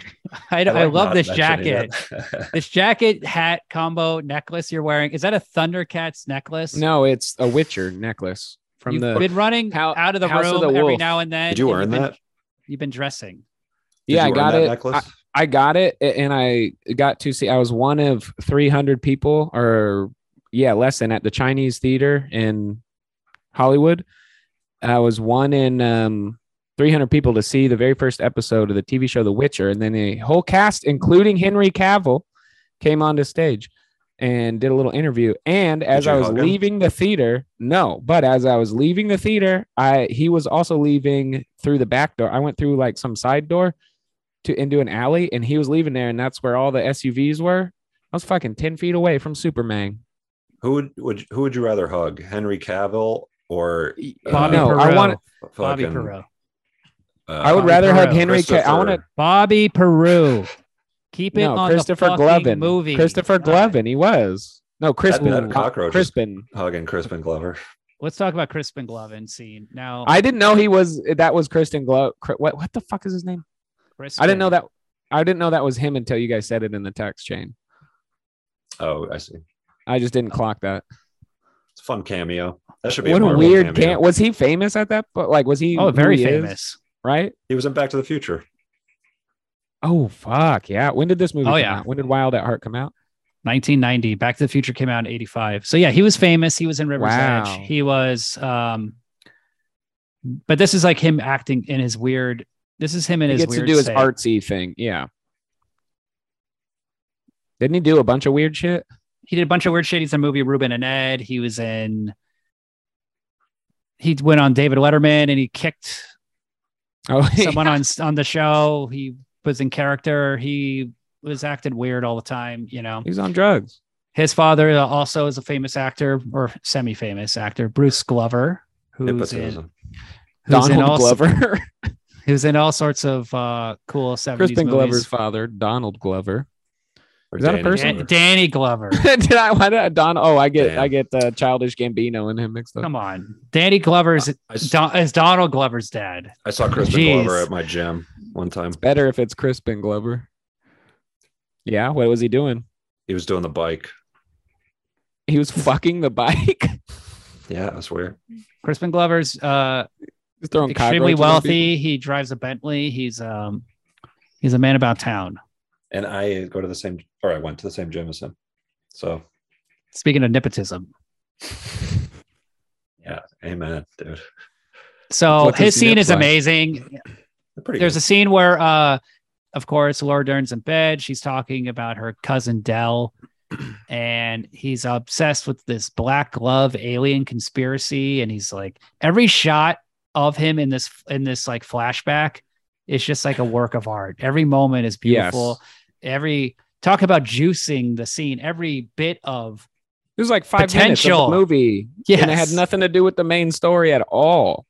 [SPEAKER 1] I,
[SPEAKER 3] like
[SPEAKER 1] love
[SPEAKER 3] not
[SPEAKER 1] this
[SPEAKER 3] mentioning
[SPEAKER 1] jacket.
[SPEAKER 3] that.
[SPEAKER 1] This jacket, hat, combo, necklace you're wearing. Is that a Thundercats necklace?
[SPEAKER 2] No, it's a Witcher necklace from
[SPEAKER 1] You've
[SPEAKER 2] the
[SPEAKER 1] been running
[SPEAKER 2] Hou-
[SPEAKER 1] out of the
[SPEAKER 2] House
[SPEAKER 1] room
[SPEAKER 2] of the
[SPEAKER 1] every
[SPEAKER 2] Wolf.
[SPEAKER 1] now and then.
[SPEAKER 3] Did you
[SPEAKER 1] and
[SPEAKER 3] earn
[SPEAKER 1] you've been-
[SPEAKER 3] that? Did
[SPEAKER 1] You've been dressing.
[SPEAKER 2] yeah.
[SPEAKER 3] you
[SPEAKER 2] I
[SPEAKER 3] earn
[SPEAKER 2] got
[SPEAKER 3] that
[SPEAKER 2] it.
[SPEAKER 3] necklace?
[SPEAKER 2] I, I got it, a- and I got to see. I was one of three hundred people, or yeah, less than at the Chinese theater in Hollywood. I was one in um, three hundred people to see the very first episode of the TV show The Witcher, and then the whole cast, including Henry Cavill, came onto stage and did a little interview. And as
[SPEAKER 3] you
[SPEAKER 2] I was
[SPEAKER 3] hug him?
[SPEAKER 2] leaving the theater, no, but as I was leaving the theater, I he was also leaving through the back door. I went through like some side door to into an alley, and he was leaving there, and that's where all the SUVs were. I was fucking ten feet away from Superman.
[SPEAKER 3] Who would, would who would you rather hug, Henry Cavill or uh,
[SPEAKER 1] Bobby
[SPEAKER 2] no, I
[SPEAKER 1] Perreault.
[SPEAKER 2] want.
[SPEAKER 1] Bobby
[SPEAKER 3] fucking,
[SPEAKER 1] Perot.
[SPEAKER 3] uh,
[SPEAKER 2] I would
[SPEAKER 1] Bobby
[SPEAKER 2] rather hug
[SPEAKER 1] Perreault.
[SPEAKER 2] Henry. Ca- I want to
[SPEAKER 3] Christopher-
[SPEAKER 1] Bobby Peru. Keep it
[SPEAKER 2] no
[SPEAKER 1] on
[SPEAKER 2] Christopher
[SPEAKER 1] the fucking
[SPEAKER 2] Glovin.
[SPEAKER 1] movie.
[SPEAKER 2] Christopher
[SPEAKER 1] God.
[SPEAKER 2] Glovin. He was no Crispin.
[SPEAKER 3] that cockroach is-
[SPEAKER 2] Crispin.
[SPEAKER 3] hug and Crispin Glover.
[SPEAKER 1] Let's talk about Crispin Glovin scene now.
[SPEAKER 2] I didn't know he was. That was Kristen Glove. What what the fuck is his name? I didn't know that. I didn't know that was him until you guys said it in the text chain.
[SPEAKER 3] Oh, I see.
[SPEAKER 2] I just didn't clock that.
[SPEAKER 3] It's a fun cameo. That should be
[SPEAKER 2] What
[SPEAKER 3] a,
[SPEAKER 2] a
[SPEAKER 3] Marvel
[SPEAKER 2] weird
[SPEAKER 3] cameo.
[SPEAKER 2] can. Was he famous at that? But like, was he?
[SPEAKER 1] Oh,
[SPEAKER 2] who
[SPEAKER 1] very
[SPEAKER 2] he is,
[SPEAKER 1] famous.
[SPEAKER 2] right?
[SPEAKER 3] He was in Back to the Future.
[SPEAKER 2] Oh fuck yeah! When did this movie?
[SPEAKER 1] Oh,
[SPEAKER 2] come
[SPEAKER 1] yeah.
[SPEAKER 2] out? When did Wild at Heart come out?
[SPEAKER 1] 1990. Back to the Future came out in 85. So yeah, he was famous. He was in River's
[SPEAKER 2] Wow.
[SPEAKER 1] Edge. He was, um, but this is like him acting in his weird. This is him in
[SPEAKER 2] He
[SPEAKER 1] his
[SPEAKER 2] gets to
[SPEAKER 1] weird
[SPEAKER 2] do his
[SPEAKER 1] state.
[SPEAKER 2] artsy thing. Yeah. Didn't he do a bunch of weird shit?
[SPEAKER 1] He did a bunch of weird shit. He's in the movie Ruben and Ed. He was in. He went on David Letterman and he kicked
[SPEAKER 2] Oh,
[SPEAKER 1] someone on on the show. He was in character. He was acting weird all the time. You know,
[SPEAKER 2] he's on drugs.
[SPEAKER 1] his father also is a famous actor or semi-famous actor, Bruce Glover, who's in
[SPEAKER 3] Hypnotism.
[SPEAKER 1] who's in,
[SPEAKER 2] Donald
[SPEAKER 1] all,
[SPEAKER 2] Glover.
[SPEAKER 1] who's in all sorts of uh, cool 70s
[SPEAKER 2] Crispin Glover's
[SPEAKER 1] movies.
[SPEAKER 2] father, Donald Glover.
[SPEAKER 3] Or
[SPEAKER 2] Is that a
[SPEAKER 3] Danny
[SPEAKER 2] person?
[SPEAKER 1] Dan-
[SPEAKER 3] Glover.
[SPEAKER 1] Danny Glover.
[SPEAKER 2] did I? Why did I Don? Oh, I get
[SPEAKER 3] Damn.
[SPEAKER 2] I get uh, childish Gambino in him mixed up.
[SPEAKER 1] Come on. Danny Glover's
[SPEAKER 3] I, s-
[SPEAKER 1] Don, is Donald Glover's dad.
[SPEAKER 3] I saw Crispin
[SPEAKER 1] Jeez.
[SPEAKER 3] Glover at my gym one time.
[SPEAKER 2] Better if it's Crispin Glover. Yeah, what was he doing?
[SPEAKER 3] He was doing the bike.
[SPEAKER 2] He was fucking the bike.
[SPEAKER 3] Yeah, that's weird.
[SPEAKER 1] Crispin Glover's uh,
[SPEAKER 2] He's throwing
[SPEAKER 1] extremely
[SPEAKER 2] cockroaches on people.
[SPEAKER 1] wealthy. He drives a Bentley. He's um he's a man about town.
[SPEAKER 3] And I go to the same, or I went to the same gym as him. So
[SPEAKER 1] Speaking of nepotism.
[SPEAKER 3] yeah, amen, dude.
[SPEAKER 1] So
[SPEAKER 2] What's
[SPEAKER 1] his
[SPEAKER 2] his
[SPEAKER 1] scene
[SPEAKER 2] nip
[SPEAKER 1] is
[SPEAKER 2] like?
[SPEAKER 1] amazing.
[SPEAKER 3] They're Pretty
[SPEAKER 1] there's a scene where uh of course Laura Dern's in bed. She's talking about her cousin Dell, and he's obsessed with this black glove alien conspiracy. And he's like, every shot of him in this in this like flashback is just like a work of art. Every moment is beautiful. Every talk about juicing the scene, every bit of
[SPEAKER 2] It was like five minutes
[SPEAKER 1] Potential.
[SPEAKER 2] of the movie, and it had
[SPEAKER 1] Yes.
[SPEAKER 2] nothing to do with the main story at all.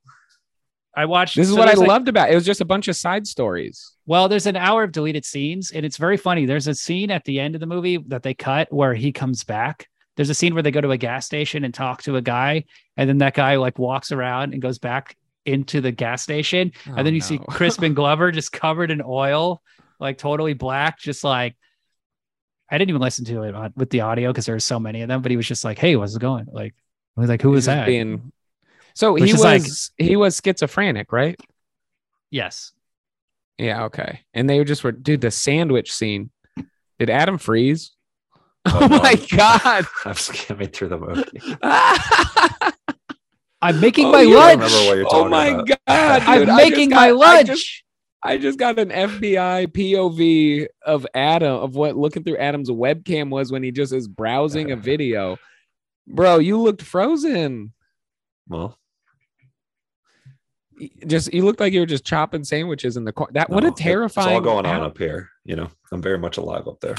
[SPEAKER 1] I watched
[SPEAKER 2] This is
[SPEAKER 1] so
[SPEAKER 2] what I
[SPEAKER 1] there's, like,
[SPEAKER 2] loved about it. It was just a bunch of side stories.
[SPEAKER 1] Well, there's an hour of deleted scenes, and it's very funny. There's a scene at the end of the movie that they cut where he comes back. There's a scene where they go to a gas station and talk to a guy, and then that guy like walks around and goes back into the gas station, and
[SPEAKER 2] Oh,
[SPEAKER 1] then you see Crispin Glover just covered in oil, like totally black, just like. I didn't even listen to it on, with the audio because there were so many of them, but he was just like, "Hey, how's it going?" Like, I was like, "Who was
[SPEAKER 2] He's just
[SPEAKER 1] that?"
[SPEAKER 2] Being... So
[SPEAKER 1] Which
[SPEAKER 2] he
[SPEAKER 1] is
[SPEAKER 2] was
[SPEAKER 1] like-
[SPEAKER 2] he was schizophrenic, right?
[SPEAKER 1] yes,
[SPEAKER 2] Yeah, okay. And they just were, dude, the sandwich scene. Did Adam freeze?
[SPEAKER 3] Oh,
[SPEAKER 2] Oh
[SPEAKER 3] no.
[SPEAKER 2] my god!
[SPEAKER 3] I'm skimming through the movie.
[SPEAKER 1] I'm making
[SPEAKER 2] Oh,
[SPEAKER 1] my
[SPEAKER 2] you
[SPEAKER 1] lunch.
[SPEAKER 3] remember what you're
[SPEAKER 2] oh
[SPEAKER 3] talking
[SPEAKER 2] my
[SPEAKER 3] about.
[SPEAKER 2] god! dude,
[SPEAKER 1] I'm
[SPEAKER 2] I just
[SPEAKER 1] making
[SPEAKER 2] got-
[SPEAKER 1] my
[SPEAKER 2] I
[SPEAKER 1] lunch.
[SPEAKER 2] just, I just got an FBI POV of Adam of what looking through Adam's webcam was when he just is browsing a video. Bro, you looked frozen.
[SPEAKER 3] Well,
[SPEAKER 2] Y- Just you looked like you were just chopping sandwiches in the corner. That what
[SPEAKER 3] no,
[SPEAKER 2] a
[SPEAKER 3] it-
[SPEAKER 2] terrifying.
[SPEAKER 3] It's all going on
[SPEAKER 2] out-
[SPEAKER 3] up here. You know, I'm very much alive up there.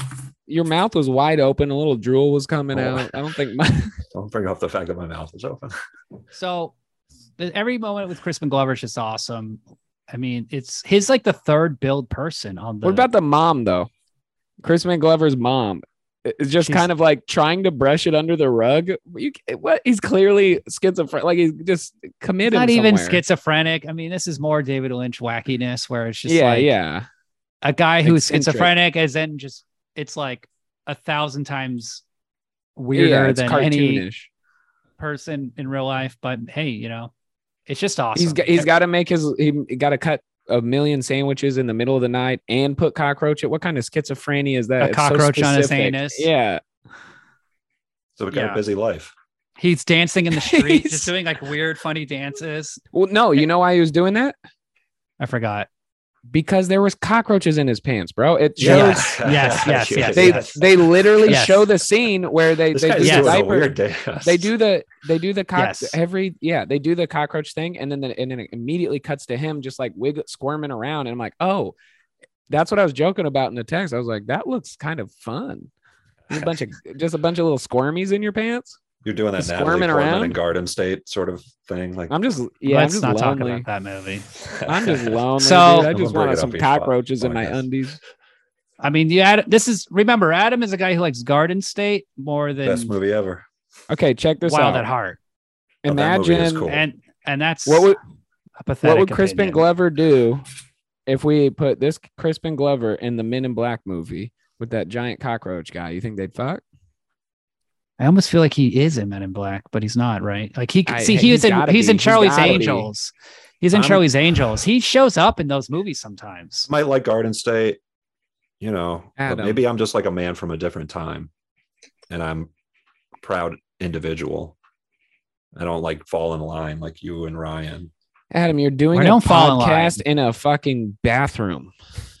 [SPEAKER 2] Your mouth was wide open. A little drool was coming
[SPEAKER 3] Oh.
[SPEAKER 2] out. I don't think my
[SPEAKER 3] Don't bring up the fact that my mouth is open.
[SPEAKER 1] So the, every moment with Crispin Glover is just awesome. I mean, it's he's like the third build person on the.
[SPEAKER 2] What about the mom though? Crispin Glover's mom is just
[SPEAKER 1] She's-
[SPEAKER 2] kind of like trying to brush it under the rug. You what? He's clearly schizophrenic. Like he's just committed.
[SPEAKER 1] not even
[SPEAKER 2] somewhere.
[SPEAKER 1] schizophrenic. I mean, this is more David Lynch wackiness, where it's just
[SPEAKER 2] yeah,
[SPEAKER 1] like
[SPEAKER 2] yeah.
[SPEAKER 1] a guy who's
[SPEAKER 2] Eccentric.
[SPEAKER 1] schizophrenic, as then just it's like a thousand times weirder
[SPEAKER 2] yeah, it's
[SPEAKER 1] than any
[SPEAKER 2] cartoonish.
[SPEAKER 1] person in real life. But hey, you know, it's just awesome.
[SPEAKER 2] He's got, he's got to make his. He got to cut a million sandwiches in the middle of the night and put cockroach. What kind of schizophrenia is that?
[SPEAKER 1] A
[SPEAKER 2] It's so
[SPEAKER 1] cockroach on his
[SPEAKER 2] specific.
[SPEAKER 1] anus.
[SPEAKER 2] Yeah,
[SPEAKER 3] So we got
[SPEAKER 1] Yeah.
[SPEAKER 3] a busy life.
[SPEAKER 1] he's dancing in the street,
[SPEAKER 2] He's-
[SPEAKER 1] just doing like weird, funny dances.
[SPEAKER 2] Well, no, you know why he was doing that?
[SPEAKER 1] I forgot.
[SPEAKER 2] Because there was cockroaches in his pants, bro. It shows
[SPEAKER 1] Yeah. Yes, yes, yes, yes,
[SPEAKER 2] they
[SPEAKER 1] yes.
[SPEAKER 2] they literally
[SPEAKER 1] Yes.
[SPEAKER 2] show the scene where they
[SPEAKER 3] This
[SPEAKER 2] they do
[SPEAKER 3] guy's
[SPEAKER 1] Yes.
[SPEAKER 2] the
[SPEAKER 3] doing a
[SPEAKER 2] diaper.
[SPEAKER 3] weird dance.
[SPEAKER 2] They do the they do the cock
[SPEAKER 1] Yes.
[SPEAKER 2] every yeah they do the cockroach thing and then the, and then it immediately cuts to him just like wiggle squirming around and I'm like oh that's what I was joking about in the text I was like that looks kind of fun There's a bunch of just a bunch of little squirmies in your pants
[SPEAKER 3] You're doing that Natalie Portman
[SPEAKER 2] squirming around.
[SPEAKER 3] and Garden State sort of thing. Like
[SPEAKER 2] I'm just yeah
[SPEAKER 1] Let's
[SPEAKER 2] I'm just
[SPEAKER 1] not
[SPEAKER 2] lonely
[SPEAKER 1] talk about that movie.
[SPEAKER 2] I'm just lonely
[SPEAKER 1] So-
[SPEAKER 2] dude. I
[SPEAKER 3] I'm gonna bring
[SPEAKER 2] just wanted
[SPEAKER 3] it up
[SPEAKER 2] some
[SPEAKER 3] here, fuck.
[SPEAKER 2] cockroaches in my
[SPEAKER 3] Podcast.
[SPEAKER 2] undies
[SPEAKER 1] I mean, you add this is remember Adam is a guy who likes Garden State more than
[SPEAKER 3] best movie ever.
[SPEAKER 2] okay check this
[SPEAKER 1] Wild
[SPEAKER 2] out
[SPEAKER 1] at Heart,
[SPEAKER 3] Oh, that movie is
[SPEAKER 2] imagine
[SPEAKER 3] cool.
[SPEAKER 1] and and that's
[SPEAKER 2] what would
[SPEAKER 1] a pathetic.
[SPEAKER 2] what would Crispin
[SPEAKER 1] opinion.
[SPEAKER 2] Glover do if we put this Crispin Glover in the Men in Black movie with that giant cockroach guy? You think they'd fuck?
[SPEAKER 1] I almost feel like he is in Men in Black, but he's not, right? Like he
[SPEAKER 2] I-
[SPEAKER 1] see he
[SPEAKER 2] he's
[SPEAKER 1] was in
[SPEAKER 2] gotta
[SPEAKER 1] he's
[SPEAKER 2] be.
[SPEAKER 1] in
[SPEAKER 2] He's
[SPEAKER 1] Charlie's
[SPEAKER 2] gotta be.
[SPEAKER 1] Angels. He's in
[SPEAKER 2] I'm-
[SPEAKER 1] Charlie's Angels. He shows up in those movies sometimes.
[SPEAKER 3] Might like Garden State, you know. but
[SPEAKER 2] Adam.
[SPEAKER 3] maybe I'm just like a man from a different time. and I'm a proud individual. I don't like fall in line like you and Ryan.
[SPEAKER 2] Adam, you're doing
[SPEAKER 1] I
[SPEAKER 2] a
[SPEAKER 1] don't fall in line.
[SPEAKER 2] podcast in a fucking bathroom.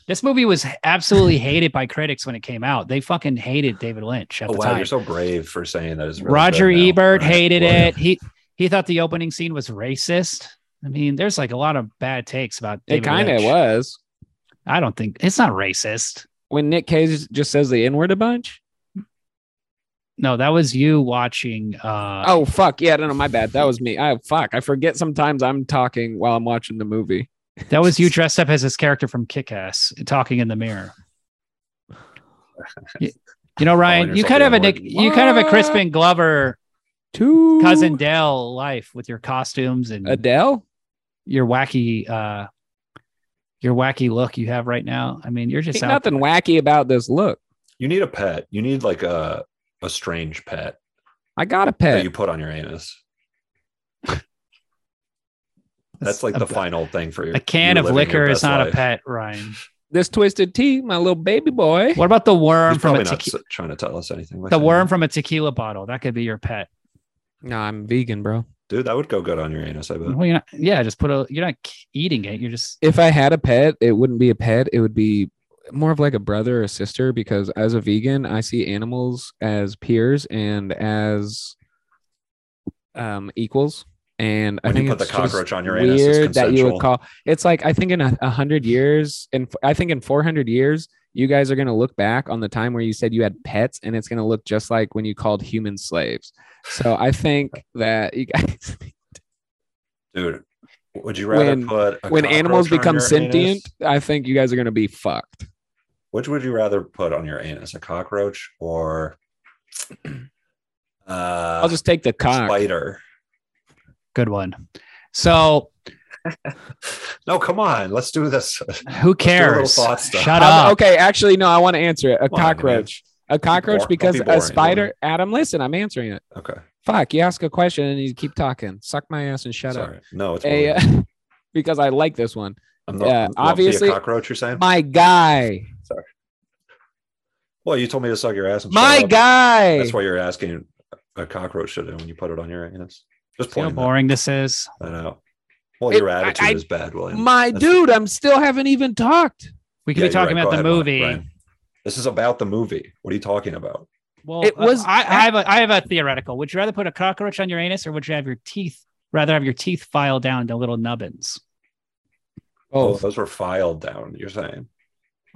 [SPEAKER 1] This movie was absolutely hated by critics when it came out. They fucking hated David Lynch at
[SPEAKER 3] Oh
[SPEAKER 1] the
[SPEAKER 3] wow,
[SPEAKER 1] time.
[SPEAKER 3] you're so brave for saying that. It's really
[SPEAKER 1] Roger
[SPEAKER 3] good now.
[SPEAKER 1] Ebert
[SPEAKER 3] Right.
[SPEAKER 1] hated
[SPEAKER 3] Well,
[SPEAKER 1] it. He he thought the opening scene was racist. I mean, there's like a lot of bad takes about
[SPEAKER 2] It
[SPEAKER 1] David
[SPEAKER 2] kind of
[SPEAKER 1] Lynch.
[SPEAKER 2] was
[SPEAKER 1] I don't think it's not racist.
[SPEAKER 2] when Nick Cage just says the N word a bunch.
[SPEAKER 1] No, that was you watching. Uh,
[SPEAKER 2] Oh fuck, yeah, no, no, my bad. That was me. I fuck, I forget sometimes I'm talking while I'm watching the movie.
[SPEAKER 3] Oh.
[SPEAKER 1] that was you dressed up as his character from Kick Ass, talking in the mirror. You, you know, Ryan, you
[SPEAKER 3] yourself
[SPEAKER 1] kind of
[SPEAKER 3] the Ah!
[SPEAKER 1] a Nick,
[SPEAKER 3] N-word.
[SPEAKER 1] you kind of a
[SPEAKER 2] What?
[SPEAKER 1] Crispin Glover
[SPEAKER 2] Two
[SPEAKER 1] cousin Dale life with your costumes and
[SPEAKER 2] Adele.
[SPEAKER 1] your wacky, uh, your wacky look you have right now. I mean, you're just
[SPEAKER 2] Ain't
[SPEAKER 1] out
[SPEAKER 2] nothing wacky about this look.
[SPEAKER 3] You need a pet. You need like a a strange pet
[SPEAKER 2] I got a
[SPEAKER 3] that
[SPEAKER 2] pet.
[SPEAKER 3] you put on your anus.
[SPEAKER 1] That's
[SPEAKER 3] That's like
[SPEAKER 1] a-
[SPEAKER 3] the final thing for your
[SPEAKER 1] A can
[SPEAKER 3] you
[SPEAKER 1] of
[SPEAKER 3] living your
[SPEAKER 1] liquor is
[SPEAKER 3] best
[SPEAKER 1] not a
[SPEAKER 3] life.
[SPEAKER 1] pet, Ryan.
[SPEAKER 2] This twisted tea, my little baby boy.
[SPEAKER 1] What about the worm
[SPEAKER 3] He's
[SPEAKER 1] from a
[SPEAKER 3] probably not
[SPEAKER 1] tequila?
[SPEAKER 3] s- trying to tell us anything. like
[SPEAKER 1] The
[SPEAKER 3] that.
[SPEAKER 1] worm from a tequila bottle that could be your pet.
[SPEAKER 2] No, I'm vegan, bro.
[SPEAKER 3] dude, that would go good on your anus. I bet.
[SPEAKER 1] Well, you're not, yeah, just put a. You're not k- eating it. You're just
[SPEAKER 2] If I had a pet, it wouldn't be a pet. It would be more of like a brother or a sister because as a vegan, I see animals as peers and as um, equals. And I
[SPEAKER 3] When you
[SPEAKER 2] think
[SPEAKER 3] put the
[SPEAKER 2] it's just
[SPEAKER 3] cockroach on your anus, it's
[SPEAKER 2] weird that you
[SPEAKER 3] consensual.
[SPEAKER 2] would call. It's like I think in a, a hundred years, and I think in four hundred years, you guys are gonna look back on the time where you said you had pets, and it's gonna look just like when you called human slaves. So I think that you guys.
[SPEAKER 3] Dude, would you rather
[SPEAKER 2] When-
[SPEAKER 3] put a
[SPEAKER 2] when animals
[SPEAKER 3] cockroach on
[SPEAKER 2] become
[SPEAKER 3] your
[SPEAKER 2] sentient,
[SPEAKER 3] anus?
[SPEAKER 2] I think you guys are gonna be fucked.
[SPEAKER 3] Which would you rather put on your anus, a cockroach or uh,
[SPEAKER 2] I'll just take the
[SPEAKER 3] a
[SPEAKER 2] cock.
[SPEAKER 3] spider?
[SPEAKER 1] good one. So
[SPEAKER 3] No, come on, let's do this.
[SPEAKER 1] who
[SPEAKER 3] do a little
[SPEAKER 1] cares?
[SPEAKER 3] thought stuff.
[SPEAKER 1] Shut
[SPEAKER 2] Um,
[SPEAKER 1] up.
[SPEAKER 2] okay, actually, no, I want to answer it.
[SPEAKER 3] Come
[SPEAKER 2] A
[SPEAKER 3] on, man.
[SPEAKER 2] cockroach. A cockroach
[SPEAKER 3] Don't be
[SPEAKER 2] because
[SPEAKER 3] boring,
[SPEAKER 2] a spider. Adam, listen, I'm answering it.
[SPEAKER 3] Okay,
[SPEAKER 2] Fuck, you ask a question and you keep talking. Suck my ass and shut
[SPEAKER 3] sorry.
[SPEAKER 2] up.
[SPEAKER 3] No, it's
[SPEAKER 2] A,
[SPEAKER 3] boring.
[SPEAKER 2] because I like this one.
[SPEAKER 3] I'm
[SPEAKER 2] yeah,
[SPEAKER 3] not, obviously
[SPEAKER 2] obviously-
[SPEAKER 3] a cockroach. You're saying?
[SPEAKER 2] My guy.
[SPEAKER 3] well, you told me to suck your ass. And shut
[SPEAKER 2] My
[SPEAKER 3] up.
[SPEAKER 2] guy.
[SPEAKER 3] That's why you're asking a cocockroach should do when you put it on your anus. Just
[SPEAKER 1] See how
[SPEAKER 3] point
[SPEAKER 1] boring this is.
[SPEAKER 3] that out. Well,
[SPEAKER 2] It-
[SPEAKER 3] your
[SPEAKER 2] I-
[SPEAKER 3] attitude
[SPEAKER 2] I-
[SPEAKER 3] is bad, William.
[SPEAKER 2] My
[SPEAKER 3] That's-
[SPEAKER 2] dude, I'm still haven't even talked.
[SPEAKER 1] We could
[SPEAKER 3] Yeah, you're
[SPEAKER 1] be talking
[SPEAKER 3] right.
[SPEAKER 1] about
[SPEAKER 3] Go
[SPEAKER 1] the
[SPEAKER 3] ahead, Ryan.
[SPEAKER 1] movie.
[SPEAKER 3] Ryan. This is about the movie. What are you talking about?
[SPEAKER 1] Well,
[SPEAKER 2] It
[SPEAKER 1] uh,
[SPEAKER 2] was-
[SPEAKER 1] I, I have a. I have a theoretical. Would you rather put a cockroach on your anus, or would you have your teeth rather have your teeth file down to little nubbins?
[SPEAKER 3] Oh,
[SPEAKER 2] Oh,
[SPEAKER 3] those were filed down. You're saying?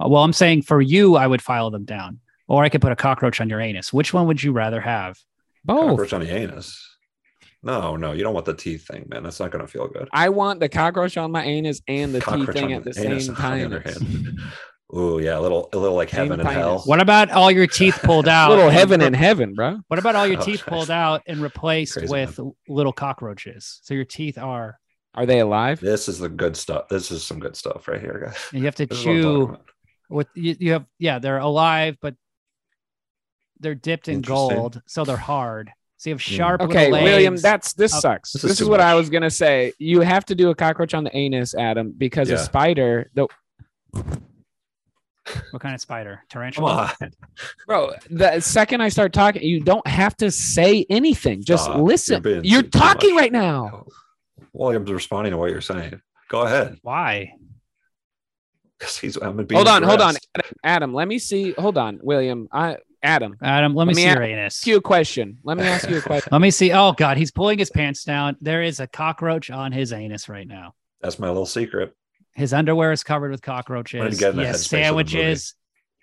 [SPEAKER 1] Uh, Well, I'm saying for you, I would file them down, or I could put a cockroach on your anus. Which one would you rather have?
[SPEAKER 3] cockroach
[SPEAKER 1] Oh.
[SPEAKER 2] both.
[SPEAKER 3] on the anus. No, no, you don't want the teeth thing, man. That's not going to feel good.
[SPEAKER 2] I want the cockroach on my anus and the tea
[SPEAKER 3] cockroach
[SPEAKER 2] thing
[SPEAKER 3] on
[SPEAKER 2] at the
[SPEAKER 3] anus,
[SPEAKER 2] same
[SPEAKER 3] on the
[SPEAKER 2] time.
[SPEAKER 3] other hand. Ooh, yeah, a little, a little like
[SPEAKER 2] Same
[SPEAKER 3] heaven and hell.
[SPEAKER 2] pinus.
[SPEAKER 1] What about all your teeth pulled out?
[SPEAKER 2] Little
[SPEAKER 1] and
[SPEAKER 2] heaven
[SPEAKER 1] re-
[SPEAKER 2] in heaven, bro.
[SPEAKER 1] What about all your
[SPEAKER 3] Oh,
[SPEAKER 1] teeth
[SPEAKER 3] Christ.
[SPEAKER 1] pulled out and replaced
[SPEAKER 3] Crazy,
[SPEAKER 1] with little cockroaches? So your teeth are,
[SPEAKER 2] Are they alive?
[SPEAKER 3] This is the good stuff. This is some good stuff right here, guys.
[SPEAKER 1] and you have to
[SPEAKER 3] This is what I'm talking
[SPEAKER 1] chew
[SPEAKER 3] about.
[SPEAKER 1] with you, you have yeah, they're alive, but they're dipped in
[SPEAKER 3] Interesting. Hmm.
[SPEAKER 1] gold, so they're hard. So you have sharp
[SPEAKER 2] Okay,
[SPEAKER 1] little
[SPEAKER 2] William,
[SPEAKER 1] legs.
[SPEAKER 2] that's this
[SPEAKER 1] Uh,
[SPEAKER 2] sucks.
[SPEAKER 3] This
[SPEAKER 2] This
[SPEAKER 3] is
[SPEAKER 2] is,
[SPEAKER 3] too
[SPEAKER 2] what I
[SPEAKER 3] much.
[SPEAKER 2] was gonna say. You have to do a cockroach on the anus, Adam, because
[SPEAKER 3] Yeah.
[SPEAKER 2] a spider. The,
[SPEAKER 1] what kind of spider?
[SPEAKER 3] Come
[SPEAKER 1] Tarantula.
[SPEAKER 3] on.
[SPEAKER 2] bro, the second I start talking, you don't have to say anything. Just
[SPEAKER 3] Stop.
[SPEAKER 2] listen.
[SPEAKER 3] You're being
[SPEAKER 2] You're,
[SPEAKER 3] too
[SPEAKER 2] talking
[SPEAKER 3] much.
[SPEAKER 2] right now.
[SPEAKER 1] Oh.
[SPEAKER 3] William's responding to what you're saying. Go ahead.
[SPEAKER 1] Why?
[SPEAKER 3] 'Cause he's, I'm being
[SPEAKER 2] Hold on, hold on,
[SPEAKER 3] dressed.
[SPEAKER 2] Adam, Adam, Let me see. Hold on, William. I Adam,
[SPEAKER 1] Adam, let me
[SPEAKER 2] Let me
[SPEAKER 1] see
[SPEAKER 2] ask
[SPEAKER 1] your anus.
[SPEAKER 2] ask you a question. Let me ask you a question.
[SPEAKER 1] Let me see. Oh God, he's pulling his pants down. There is a cockroach on his anus right now.
[SPEAKER 3] That's my little secret.
[SPEAKER 1] His underwear is covered with cockroaches.
[SPEAKER 3] get in the
[SPEAKER 1] He has
[SPEAKER 3] headspace of the movie.
[SPEAKER 1] sandwiches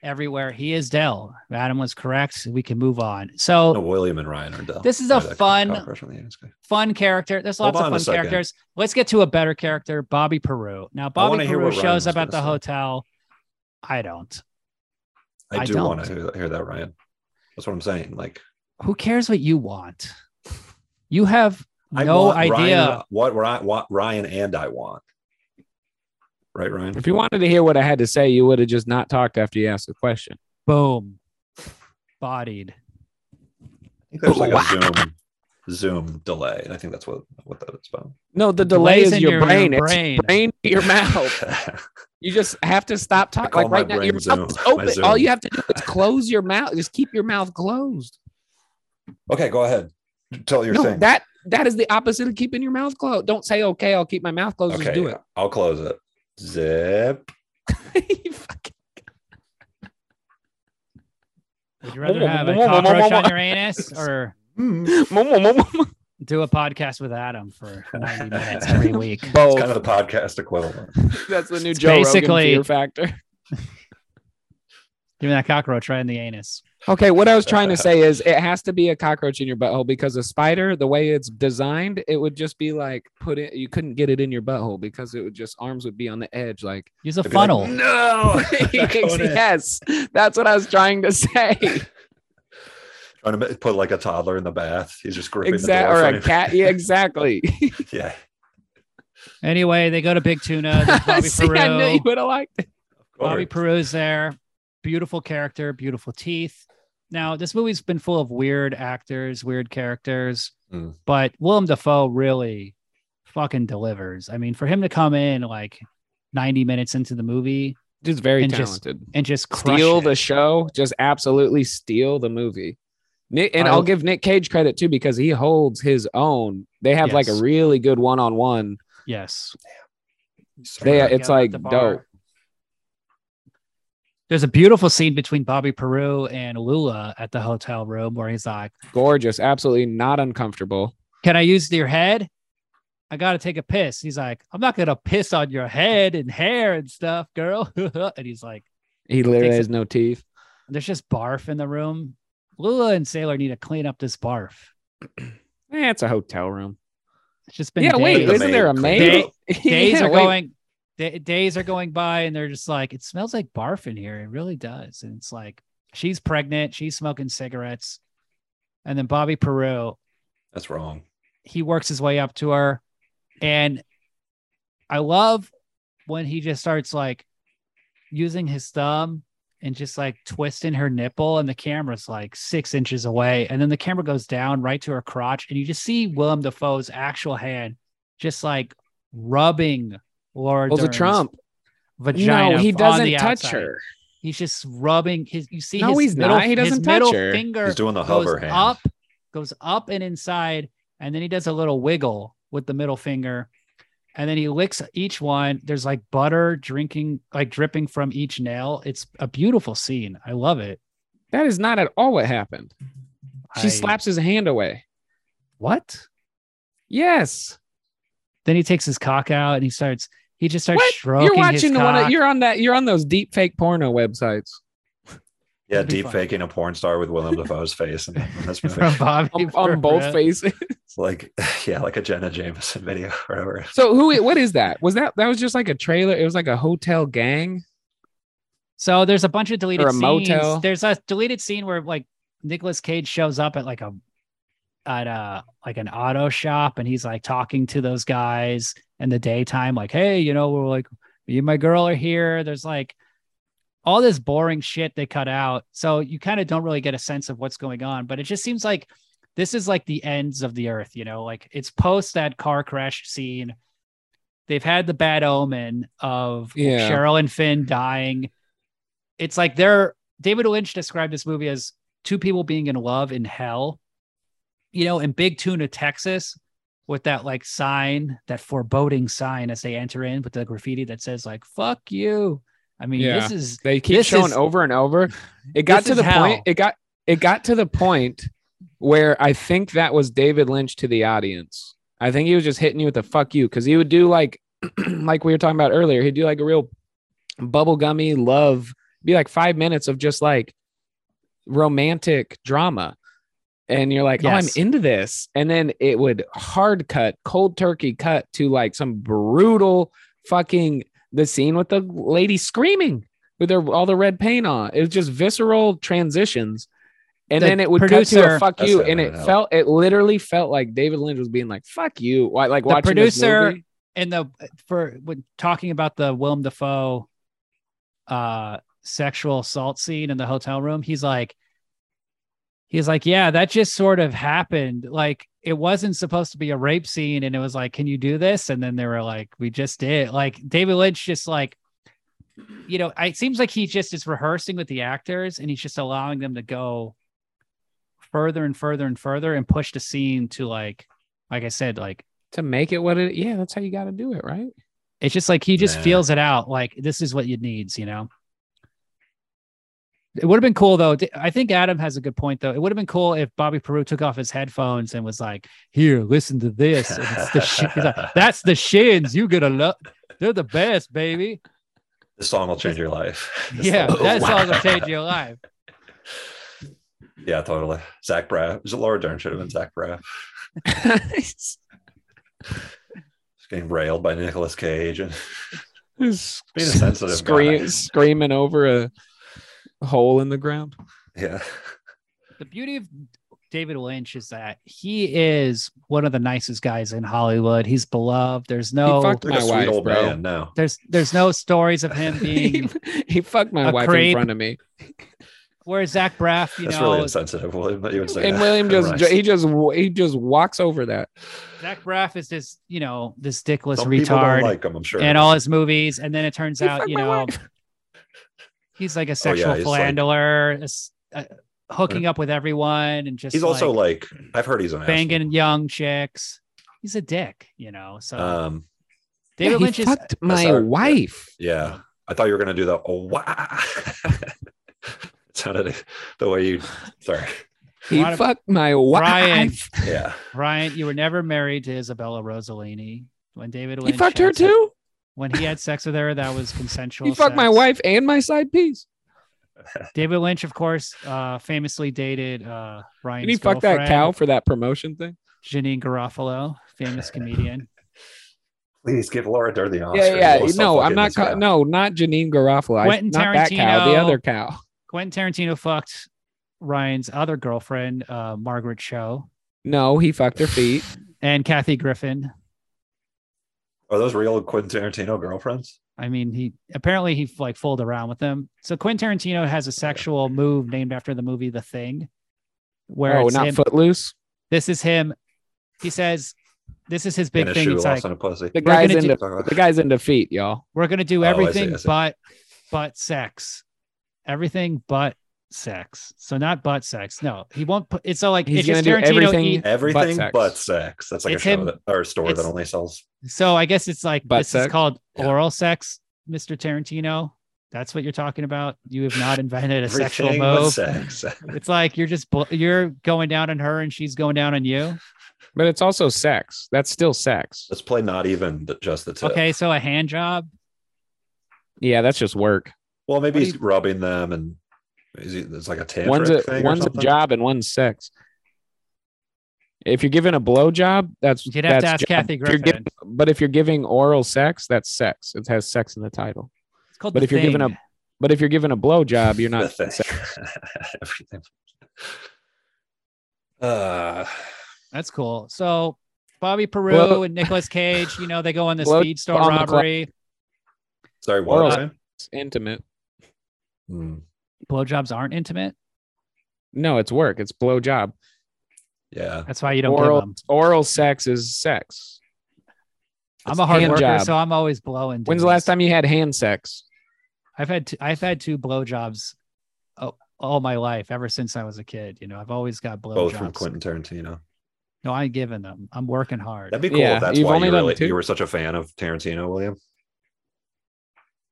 [SPEAKER 1] everywhere. He is Dell. Adam was correct. We can move on. So
[SPEAKER 3] No, William and Ryan are done.
[SPEAKER 1] This is a
[SPEAKER 3] Oh, that
[SPEAKER 1] fun-
[SPEAKER 3] cockroach on the anus guy.
[SPEAKER 1] fun character. There's
[SPEAKER 3] Hold
[SPEAKER 1] lots
[SPEAKER 3] on a
[SPEAKER 1] of fun
[SPEAKER 3] second.
[SPEAKER 1] characters. Let's get to a better character, Bobby Peru. Now,
[SPEAKER 3] wanna
[SPEAKER 1] Bobby
[SPEAKER 3] hear
[SPEAKER 1] Peru
[SPEAKER 3] what Ryan was
[SPEAKER 1] shows up at the
[SPEAKER 3] gonna say.
[SPEAKER 1] hotel. I don't.
[SPEAKER 3] I
[SPEAKER 1] I
[SPEAKER 3] do
[SPEAKER 1] don't.
[SPEAKER 3] want to hear, hear that, Ryan. That's what I'm saying. Like,
[SPEAKER 1] Who cares what you want? You have no
[SPEAKER 3] want
[SPEAKER 1] idea.
[SPEAKER 3] Ryan, what, Ry- what Ryan and I want. Right, Ryan?
[SPEAKER 2] If you wanted to hear what I had to say, you would have just not talked after you asked the question.
[SPEAKER 1] Boom. Bodied.
[SPEAKER 3] I think there's like a Zoom Zoom delay. and I think that's what what that is about.
[SPEAKER 2] No, the delay
[SPEAKER 1] Delays
[SPEAKER 2] is
[SPEAKER 1] in
[SPEAKER 2] your,
[SPEAKER 1] your- your
[SPEAKER 2] brain. It's
[SPEAKER 1] brain.
[SPEAKER 2] brain to your mouth. You just have to stop
[SPEAKER 3] call
[SPEAKER 2] talking. Like
[SPEAKER 3] my
[SPEAKER 2] right now,
[SPEAKER 3] brain
[SPEAKER 2] your
[SPEAKER 3] Zoom.
[SPEAKER 2] mouth is
[SPEAKER 3] My
[SPEAKER 2] open. All
[SPEAKER 3] Zoom.
[SPEAKER 2] you have to do is close your mouth. Just keep your mouth closed.
[SPEAKER 3] Okay, go ahead. Tell your
[SPEAKER 2] No,
[SPEAKER 3] thing.
[SPEAKER 2] that that is the opposite of keeping your mouth closed. Don't say okay, I'll keep my mouth closed.
[SPEAKER 3] okay,
[SPEAKER 2] Just do it.
[SPEAKER 3] I'll close it. Zip.
[SPEAKER 2] You fucking-
[SPEAKER 1] Would you rather have a cockroach on your anus or
[SPEAKER 3] Mm-hmm.
[SPEAKER 1] do a podcast with Adam for 90 minutes every week?
[SPEAKER 3] It's
[SPEAKER 2] Both.
[SPEAKER 3] kind of
[SPEAKER 1] Oh.
[SPEAKER 3] the podcast equivalent.
[SPEAKER 2] That's the new
[SPEAKER 1] It's
[SPEAKER 2] Joe Rogan
[SPEAKER 1] basically-
[SPEAKER 2] fear factor.
[SPEAKER 1] Give me that cockroach right in the anus.
[SPEAKER 2] Okay, what I was trying to say is it has to be a cockroach in your butthole because a spider, the way it's designed, it would just be like put it. You couldn't get it in your butthole because it would just arms would be on the edge, like
[SPEAKER 1] Use a
[SPEAKER 3] It'd be like,
[SPEAKER 1] funnel.
[SPEAKER 2] no.
[SPEAKER 3] Going in.
[SPEAKER 2] yes, that's what I was trying to say.
[SPEAKER 3] Trying to put like a toddler in the bath. He's just gripping
[SPEAKER 2] Exactly,
[SPEAKER 3] the
[SPEAKER 2] or
[SPEAKER 3] door
[SPEAKER 2] a
[SPEAKER 3] frame.
[SPEAKER 2] cat. Yeah, exactly.
[SPEAKER 3] Yeah,
[SPEAKER 1] Anyway, they go to Big Tuna. There's Bobby
[SPEAKER 2] See, I knew
[SPEAKER 1] Peru.
[SPEAKER 2] you would have liked it.
[SPEAKER 3] of
[SPEAKER 1] Bobby
[SPEAKER 3] course.
[SPEAKER 1] Peru's there. Beautiful character, beautiful teeth. Now, this movie's been full of weird actors, weird characters,
[SPEAKER 2] Hmm.
[SPEAKER 3] Mm.
[SPEAKER 1] but Willem Dafoe really fucking delivers. I mean, for him to come in like 90 minutes into the movie
[SPEAKER 2] Just very
[SPEAKER 1] And just
[SPEAKER 2] talented.
[SPEAKER 1] and just crush
[SPEAKER 2] steal
[SPEAKER 1] it.
[SPEAKER 2] the show, just absolutely steal the movie. Nick, and
[SPEAKER 1] I-
[SPEAKER 2] I'll give Nick Cage credit too because he holds his own. They have like a
[SPEAKER 1] Yes.
[SPEAKER 2] really good one on one.
[SPEAKER 1] yes,
[SPEAKER 2] They
[SPEAKER 1] Together
[SPEAKER 2] it's
[SPEAKER 1] at
[SPEAKER 2] like
[SPEAKER 1] the bar.
[SPEAKER 2] dope.
[SPEAKER 1] There's a beautiful scene between Bobby Peru and Lula at the hotel room where he's like,
[SPEAKER 2] Gorgeous, absolutely not uncomfortable.
[SPEAKER 1] Can I use your head? I got to take a piss. He's like, I'm not going to piss on your head and hair and stuff, girl. and he's like,
[SPEAKER 2] He literally
[SPEAKER 1] Takes
[SPEAKER 2] has
[SPEAKER 1] it-
[SPEAKER 2] no teeth.
[SPEAKER 1] There's just barf in the room. Lula and Sailor need to clean up this barf.
[SPEAKER 2] Eh, it's a hotel room.
[SPEAKER 1] It's just been
[SPEAKER 2] Yeah, wait,
[SPEAKER 1] days.
[SPEAKER 3] The
[SPEAKER 2] isn't there a
[SPEAKER 3] maid
[SPEAKER 2] maid?
[SPEAKER 1] cleaned
[SPEAKER 2] Yeah,
[SPEAKER 1] days are
[SPEAKER 2] wait.
[SPEAKER 1] going da- days are going by and they're just like it smells like barf in here it really does and it's like she's pregnant she's smoking cigarettes and then bobby peru
[SPEAKER 3] That's wrong.
[SPEAKER 1] he works his way up to her and i love when he just starts like using his thumb and just like twisting her nipple and the camera's like six inches away and then the camera goes down right to her crotch and you just see willem dafoe's actual hand just like rubbing laura
[SPEAKER 2] Well, it's a
[SPEAKER 1] Dern's
[SPEAKER 2] Trump.
[SPEAKER 1] vagina
[SPEAKER 2] no, he
[SPEAKER 1] on
[SPEAKER 2] doesn't
[SPEAKER 1] the
[SPEAKER 2] touch
[SPEAKER 1] outside.
[SPEAKER 2] her.
[SPEAKER 1] he's just rubbing his you see
[SPEAKER 2] No,
[SPEAKER 1] his
[SPEAKER 2] he's
[SPEAKER 1] middle,
[SPEAKER 2] not. He
[SPEAKER 1] his
[SPEAKER 2] doesn't touch
[SPEAKER 1] middle
[SPEAKER 2] her.
[SPEAKER 1] finger
[SPEAKER 3] He's doing the
[SPEAKER 1] goes
[SPEAKER 3] hover hand.
[SPEAKER 1] up, goes up and inside, and then he does a little wiggle with the middle finger, and then he licks each one. There's like butter drinking, like dripping from each nail. It's a beautiful scene. I love it.
[SPEAKER 2] That is not at all what happened. She
[SPEAKER 1] I-
[SPEAKER 2] slaps his hand away.
[SPEAKER 1] what?
[SPEAKER 2] Yes.
[SPEAKER 1] Then he takes his cock out and he starts. He just starts
[SPEAKER 2] What?
[SPEAKER 1] stroking
[SPEAKER 2] You're
[SPEAKER 1] his
[SPEAKER 2] watching the
[SPEAKER 1] cock.
[SPEAKER 2] one. of- You're on that. You're on those deep fake porno websites.
[SPEAKER 3] Yeah,
[SPEAKER 1] That'd be
[SPEAKER 3] deep
[SPEAKER 1] fun.
[SPEAKER 3] faking a porn star with Willem Dafoe's face, and that's
[SPEAKER 1] from Bobby
[SPEAKER 2] on, on
[SPEAKER 1] Peru.
[SPEAKER 2] both faces.
[SPEAKER 3] like yeah, like a Jenna Jameson video or whatever.
[SPEAKER 2] So who? What is that? Was that that was just like a trailer? It was like a hotel gang.
[SPEAKER 1] So there's a bunch of deleted
[SPEAKER 2] a
[SPEAKER 1] scenes.
[SPEAKER 2] motel.
[SPEAKER 1] There's a deleted scene where like Nicolas Cage shows up at like a at a like an auto shop and he's like talking to those guys in the daytime, like, hey, you know, we're like me and my girl are here. There's like all this boring shit they cut out. So you kind of don't really get a sense of what's going on. But it just seems like this is like the ends of the earth, you know, like it's post that car crash scene. They've had the bad omen of
[SPEAKER 2] Yeah.
[SPEAKER 1] Cheryl and Finn dying. It's like they're David Lynch described this movie as two people being in love in hell. You know, in Big Tuna, Texas, with that like sign, that foreboding sign as they enter in with the graffiti that says like "fuck you." I mean, this is
[SPEAKER 2] They keep
[SPEAKER 1] This
[SPEAKER 2] showing
[SPEAKER 1] is-
[SPEAKER 2] over and over. It got
[SPEAKER 1] This
[SPEAKER 2] to
[SPEAKER 1] is
[SPEAKER 2] the
[SPEAKER 1] hell.
[SPEAKER 2] point. It got it got to the point where I think that was David Lynch to the audience. I think he was just hitting you with the fuck you because he would do like like we were talking about earlier. He'd do like a real bubblegummy love, be like five minutes of just like romantic drama. And you're like,
[SPEAKER 1] Yes.
[SPEAKER 2] oh, I'm into this. And then it would hard cut, cold turkey cut to like some brutal fucking the scene with the lady screaming with her all the red paint on. It was just visceral transitions. And
[SPEAKER 1] The
[SPEAKER 2] then it would cut to
[SPEAKER 1] producer-
[SPEAKER 2] a fuck
[SPEAKER 3] That's
[SPEAKER 2] you.
[SPEAKER 3] not
[SPEAKER 2] And
[SPEAKER 3] gonna
[SPEAKER 2] it
[SPEAKER 3] help.
[SPEAKER 2] felt it literally felt like David Lynch was being like, fuck you. Why like
[SPEAKER 1] The
[SPEAKER 2] watching
[SPEAKER 1] producer-
[SPEAKER 2] producer,
[SPEAKER 1] in the for when talking about the Willem Dafoe uh sexual assault scene in the hotel room, he's like he's like, Yeah, that just sort of happened. Like it wasn't supposed to be a rape scene and it was like, Can you do this? And then they were like, We just did. Like David Lynch just like you know, I- it seems like he just is rehearsing with the actors and he's just allowing them to go further and further and further and pushed a scene to like, like I said, like
[SPEAKER 2] to make it what it yeah that's how you got to do it right
[SPEAKER 1] it's just like he just
[SPEAKER 3] Yeah.
[SPEAKER 1] feels it out. Like this is what you needs, you know. It would have been cool though. D- I think Adam has a good point though. It would have been cool if Bobby Peru took off his headphones and was like, "Here, listen to this. And it's the shi- he's like, That's the shins. You gonna love. They're the best, baby.
[SPEAKER 3] This song will change your life. oh, This
[SPEAKER 1] yeah,
[SPEAKER 3] song-
[SPEAKER 1] that's all gonna change your life.
[SPEAKER 3] Yeah, totally. Zach Braff. Laura Dern should have been Zach Braff.
[SPEAKER 2] it's
[SPEAKER 3] Just getting railed by Nicolas Cage and being a
[SPEAKER 2] being
[SPEAKER 3] sensitive guy.
[SPEAKER 2] screaming over a hole in the ground
[SPEAKER 3] Yeah.
[SPEAKER 1] The beauty of David Lynch is that he is one of the nicest guys in Hollywood. He's beloved. There's no.
[SPEAKER 2] fucked
[SPEAKER 3] Like
[SPEAKER 2] My
[SPEAKER 3] a sweet
[SPEAKER 2] wife,
[SPEAKER 3] old
[SPEAKER 2] bro.
[SPEAKER 3] man now.
[SPEAKER 1] there's there's no stories of him
[SPEAKER 2] he,
[SPEAKER 1] being
[SPEAKER 2] he fucked my
[SPEAKER 1] A
[SPEAKER 2] wife
[SPEAKER 1] creep.
[SPEAKER 2] in front of me
[SPEAKER 1] where Zach Braff, you
[SPEAKER 3] That's
[SPEAKER 1] know,
[SPEAKER 3] really insensitive, William. that you would say
[SPEAKER 2] and
[SPEAKER 3] that.
[SPEAKER 2] william just
[SPEAKER 3] Christ.
[SPEAKER 2] he just he just walks over that
[SPEAKER 1] Zach Braff is this, you know, this dickless
[SPEAKER 3] Some people
[SPEAKER 1] retard
[SPEAKER 3] don't like him, I'm sure.
[SPEAKER 1] in all his movies, and then it turns
[SPEAKER 2] He
[SPEAKER 1] out,
[SPEAKER 2] fucked
[SPEAKER 1] you
[SPEAKER 2] my
[SPEAKER 1] know, he's like a sexual
[SPEAKER 3] Oh, he's like-
[SPEAKER 1] philanderer, a s- uh, hooking up with everyone, and just
[SPEAKER 3] he's also like, I've heard he's an
[SPEAKER 1] banging young chicks. He's a dick, you know. So
[SPEAKER 3] asshole. Um,
[SPEAKER 1] David
[SPEAKER 2] Yeah, he
[SPEAKER 1] Lynch is
[SPEAKER 2] fucked my
[SPEAKER 3] sorry.
[SPEAKER 2] wife
[SPEAKER 3] yeah. I thought you were gonna do the oh wow. It sounded the way you sorry.
[SPEAKER 2] he
[SPEAKER 1] Brian-
[SPEAKER 2] fucked my
[SPEAKER 1] Brian.
[SPEAKER 2] wife
[SPEAKER 3] Yeah.
[SPEAKER 1] Ryan. You were never married to Isabella Rossellini. When David
[SPEAKER 2] he
[SPEAKER 1] Lynch
[SPEAKER 2] fucked her
[SPEAKER 1] had se-
[SPEAKER 2] too
[SPEAKER 1] When he had sex with her, that was consensual.
[SPEAKER 2] he fucked my
[SPEAKER 1] sex.
[SPEAKER 2] wife and my side piece
[SPEAKER 1] David Lynch, of course, uh, famously dated uh, Ryan's
[SPEAKER 2] and he fucked that
[SPEAKER 1] girlfriend,
[SPEAKER 2] cow for that promotion thing
[SPEAKER 1] Janine Garofalo, famous comedian.
[SPEAKER 3] Please give Laura Dern the Oscar.
[SPEAKER 2] yeah, yeah.
[SPEAKER 3] We'll stop
[SPEAKER 2] No, I'm
[SPEAKER 3] fucking
[SPEAKER 2] not.
[SPEAKER 3] this
[SPEAKER 2] Ca-
[SPEAKER 3] guy.
[SPEAKER 2] no, not Janine Garofalo. I,
[SPEAKER 1] Quentin
[SPEAKER 2] not that cow. The
[SPEAKER 1] Tarantino.
[SPEAKER 2] other cow.
[SPEAKER 1] Quentin Tarantino fucked Ryan's other girlfriend, uh, Margaret Cho,
[SPEAKER 2] No, he fucked her feet.
[SPEAKER 1] and Kathy Griffin.
[SPEAKER 3] Are those real Quentin Tarantino girlfriends?
[SPEAKER 1] I mean, he apparently he like fooled around with them. So Quentin Tarantino has a sexual move named after the movie The Thing, where
[SPEAKER 2] oh,
[SPEAKER 1] it's
[SPEAKER 2] not
[SPEAKER 1] him-
[SPEAKER 2] Footloose.
[SPEAKER 1] this is him. He says, "This is his big
[SPEAKER 3] and a
[SPEAKER 1] thing."
[SPEAKER 3] shoe
[SPEAKER 1] It's
[SPEAKER 3] lost in
[SPEAKER 1] like
[SPEAKER 3] a pussy.
[SPEAKER 2] The
[SPEAKER 1] We're
[SPEAKER 2] guy's
[SPEAKER 1] gonna
[SPEAKER 2] into
[SPEAKER 3] Talking about-
[SPEAKER 2] the guy's into feet, y'all.
[SPEAKER 1] we're gonna do
[SPEAKER 3] Oh, I see,
[SPEAKER 1] everything
[SPEAKER 3] I see.
[SPEAKER 1] but but sex, everything but sex. So not butt sex. No, he won't. Put, it's so like
[SPEAKER 2] He's
[SPEAKER 1] it's just
[SPEAKER 2] gonna do
[SPEAKER 1] Tarantino.
[SPEAKER 2] everything
[SPEAKER 1] e-
[SPEAKER 3] Everything
[SPEAKER 2] sex.
[SPEAKER 3] but sex. That's like
[SPEAKER 1] It's
[SPEAKER 3] a show
[SPEAKER 1] him-
[SPEAKER 3] that, or a store that
[SPEAKER 1] it's-
[SPEAKER 3] only sells.
[SPEAKER 1] So I guess it's like
[SPEAKER 2] Butt
[SPEAKER 1] this is
[SPEAKER 2] sex?
[SPEAKER 1] called
[SPEAKER 3] Yeah.
[SPEAKER 1] oral sex, Mr. Tarantino. That's what you're talking about. You have not invented a sexual
[SPEAKER 3] everything but
[SPEAKER 1] move.
[SPEAKER 3] sex.
[SPEAKER 1] It's like you're just bl- you're going down on her and she's going down on you.
[SPEAKER 2] But it's also sex. That's still sex.
[SPEAKER 3] Let's play not even the, just the tip.
[SPEAKER 1] Okay, so a hand job.
[SPEAKER 2] Yeah, that's just work.
[SPEAKER 3] Well, maybe
[SPEAKER 1] What do
[SPEAKER 3] he's rubbing them and is he, it's like a tantric
[SPEAKER 2] One's a
[SPEAKER 3] thing.
[SPEAKER 2] one's
[SPEAKER 3] or
[SPEAKER 2] a
[SPEAKER 3] something.
[SPEAKER 2] job and one's sex. If you're giving a blow job, that's
[SPEAKER 1] You'd have to
[SPEAKER 2] that's
[SPEAKER 1] ask
[SPEAKER 2] job.
[SPEAKER 1] Kathy
[SPEAKER 2] If you're
[SPEAKER 1] Griffin.
[SPEAKER 2] giving- but if you're giving oral sex, that's sex. It has sex in the title.
[SPEAKER 1] it's called.
[SPEAKER 2] But
[SPEAKER 1] The
[SPEAKER 2] if you're giving
[SPEAKER 1] Thing.
[SPEAKER 2] a but if you're giving a blow job, you're
[SPEAKER 3] The
[SPEAKER 2] not
[SPEAKER 3] thing.
[SPEAKER 2] sex.
[SPEAKER 3] Everything. Uh,
[SPEAKER 1] that's cool. So Bobby Peru
[SPEAKER 2] Blow-
[SPEAKER 1] and Nicolas Cage, you know, they go on this
[SPEAKER 2] Blow
[SPEAKER 1] speed store
[SPEAKER 2] bomb the clock.
[SPEAKER 1] robbery.
[SPEAKER 3] sorry, what?
[SPEAKER 2] Oral-
[SPEAKER 3] was I?
[SPEAKER 2] It's intimate.
[SPEAKER 3] Hmm.
[SPEAKER 1] Blowjobs aren't intimate.
[SPEAKER 2] No, it's work. It's blow job.
[SPEAKER 3] yeah.
[SPEAKER 1] That's why you don't give
[SPEAKER 2] Oral
[SPEAKER 1] them.
[SPEAKER 2] oral sex is sex.
[SPEAKER 1] I'm a hard
[SPEAKER 2] hand
[SPEAKER 1] worker,
[SPEAKER 2] job.
[SPEAKER 1] so I'm always blowing.
[SPEAKER 2] When's
[SPEAKER 1] dudes.
[SPEAKER 2] the last time you had hand sex?
[SPEAKER 1] I've had t- I've had two blowjobs oh, all my life ever since I was a kid. You know, I've always got
[SPEAKER 3] Both from
[SPEAKER 1] blowjobs.
[SPEAKER 3] Quentin Tarantino.
[SPEAKER 1] No, I ain't giving them. I'm working hard.
[SPEAKER 3] That'd be cool
[SPEAKER 2] Yeah,
[SPEAKER 3] if that's
[SPEAKER 2] you've
[SPEAKER 3] why
[SPEAKER 2] only
[SPEAKER 3] you
[SPEAKER 2] done
[SPEAKER 3] really
[SPEAKER 2] two.
[SPEAKER 3] you were such a fan of Tarantino, William.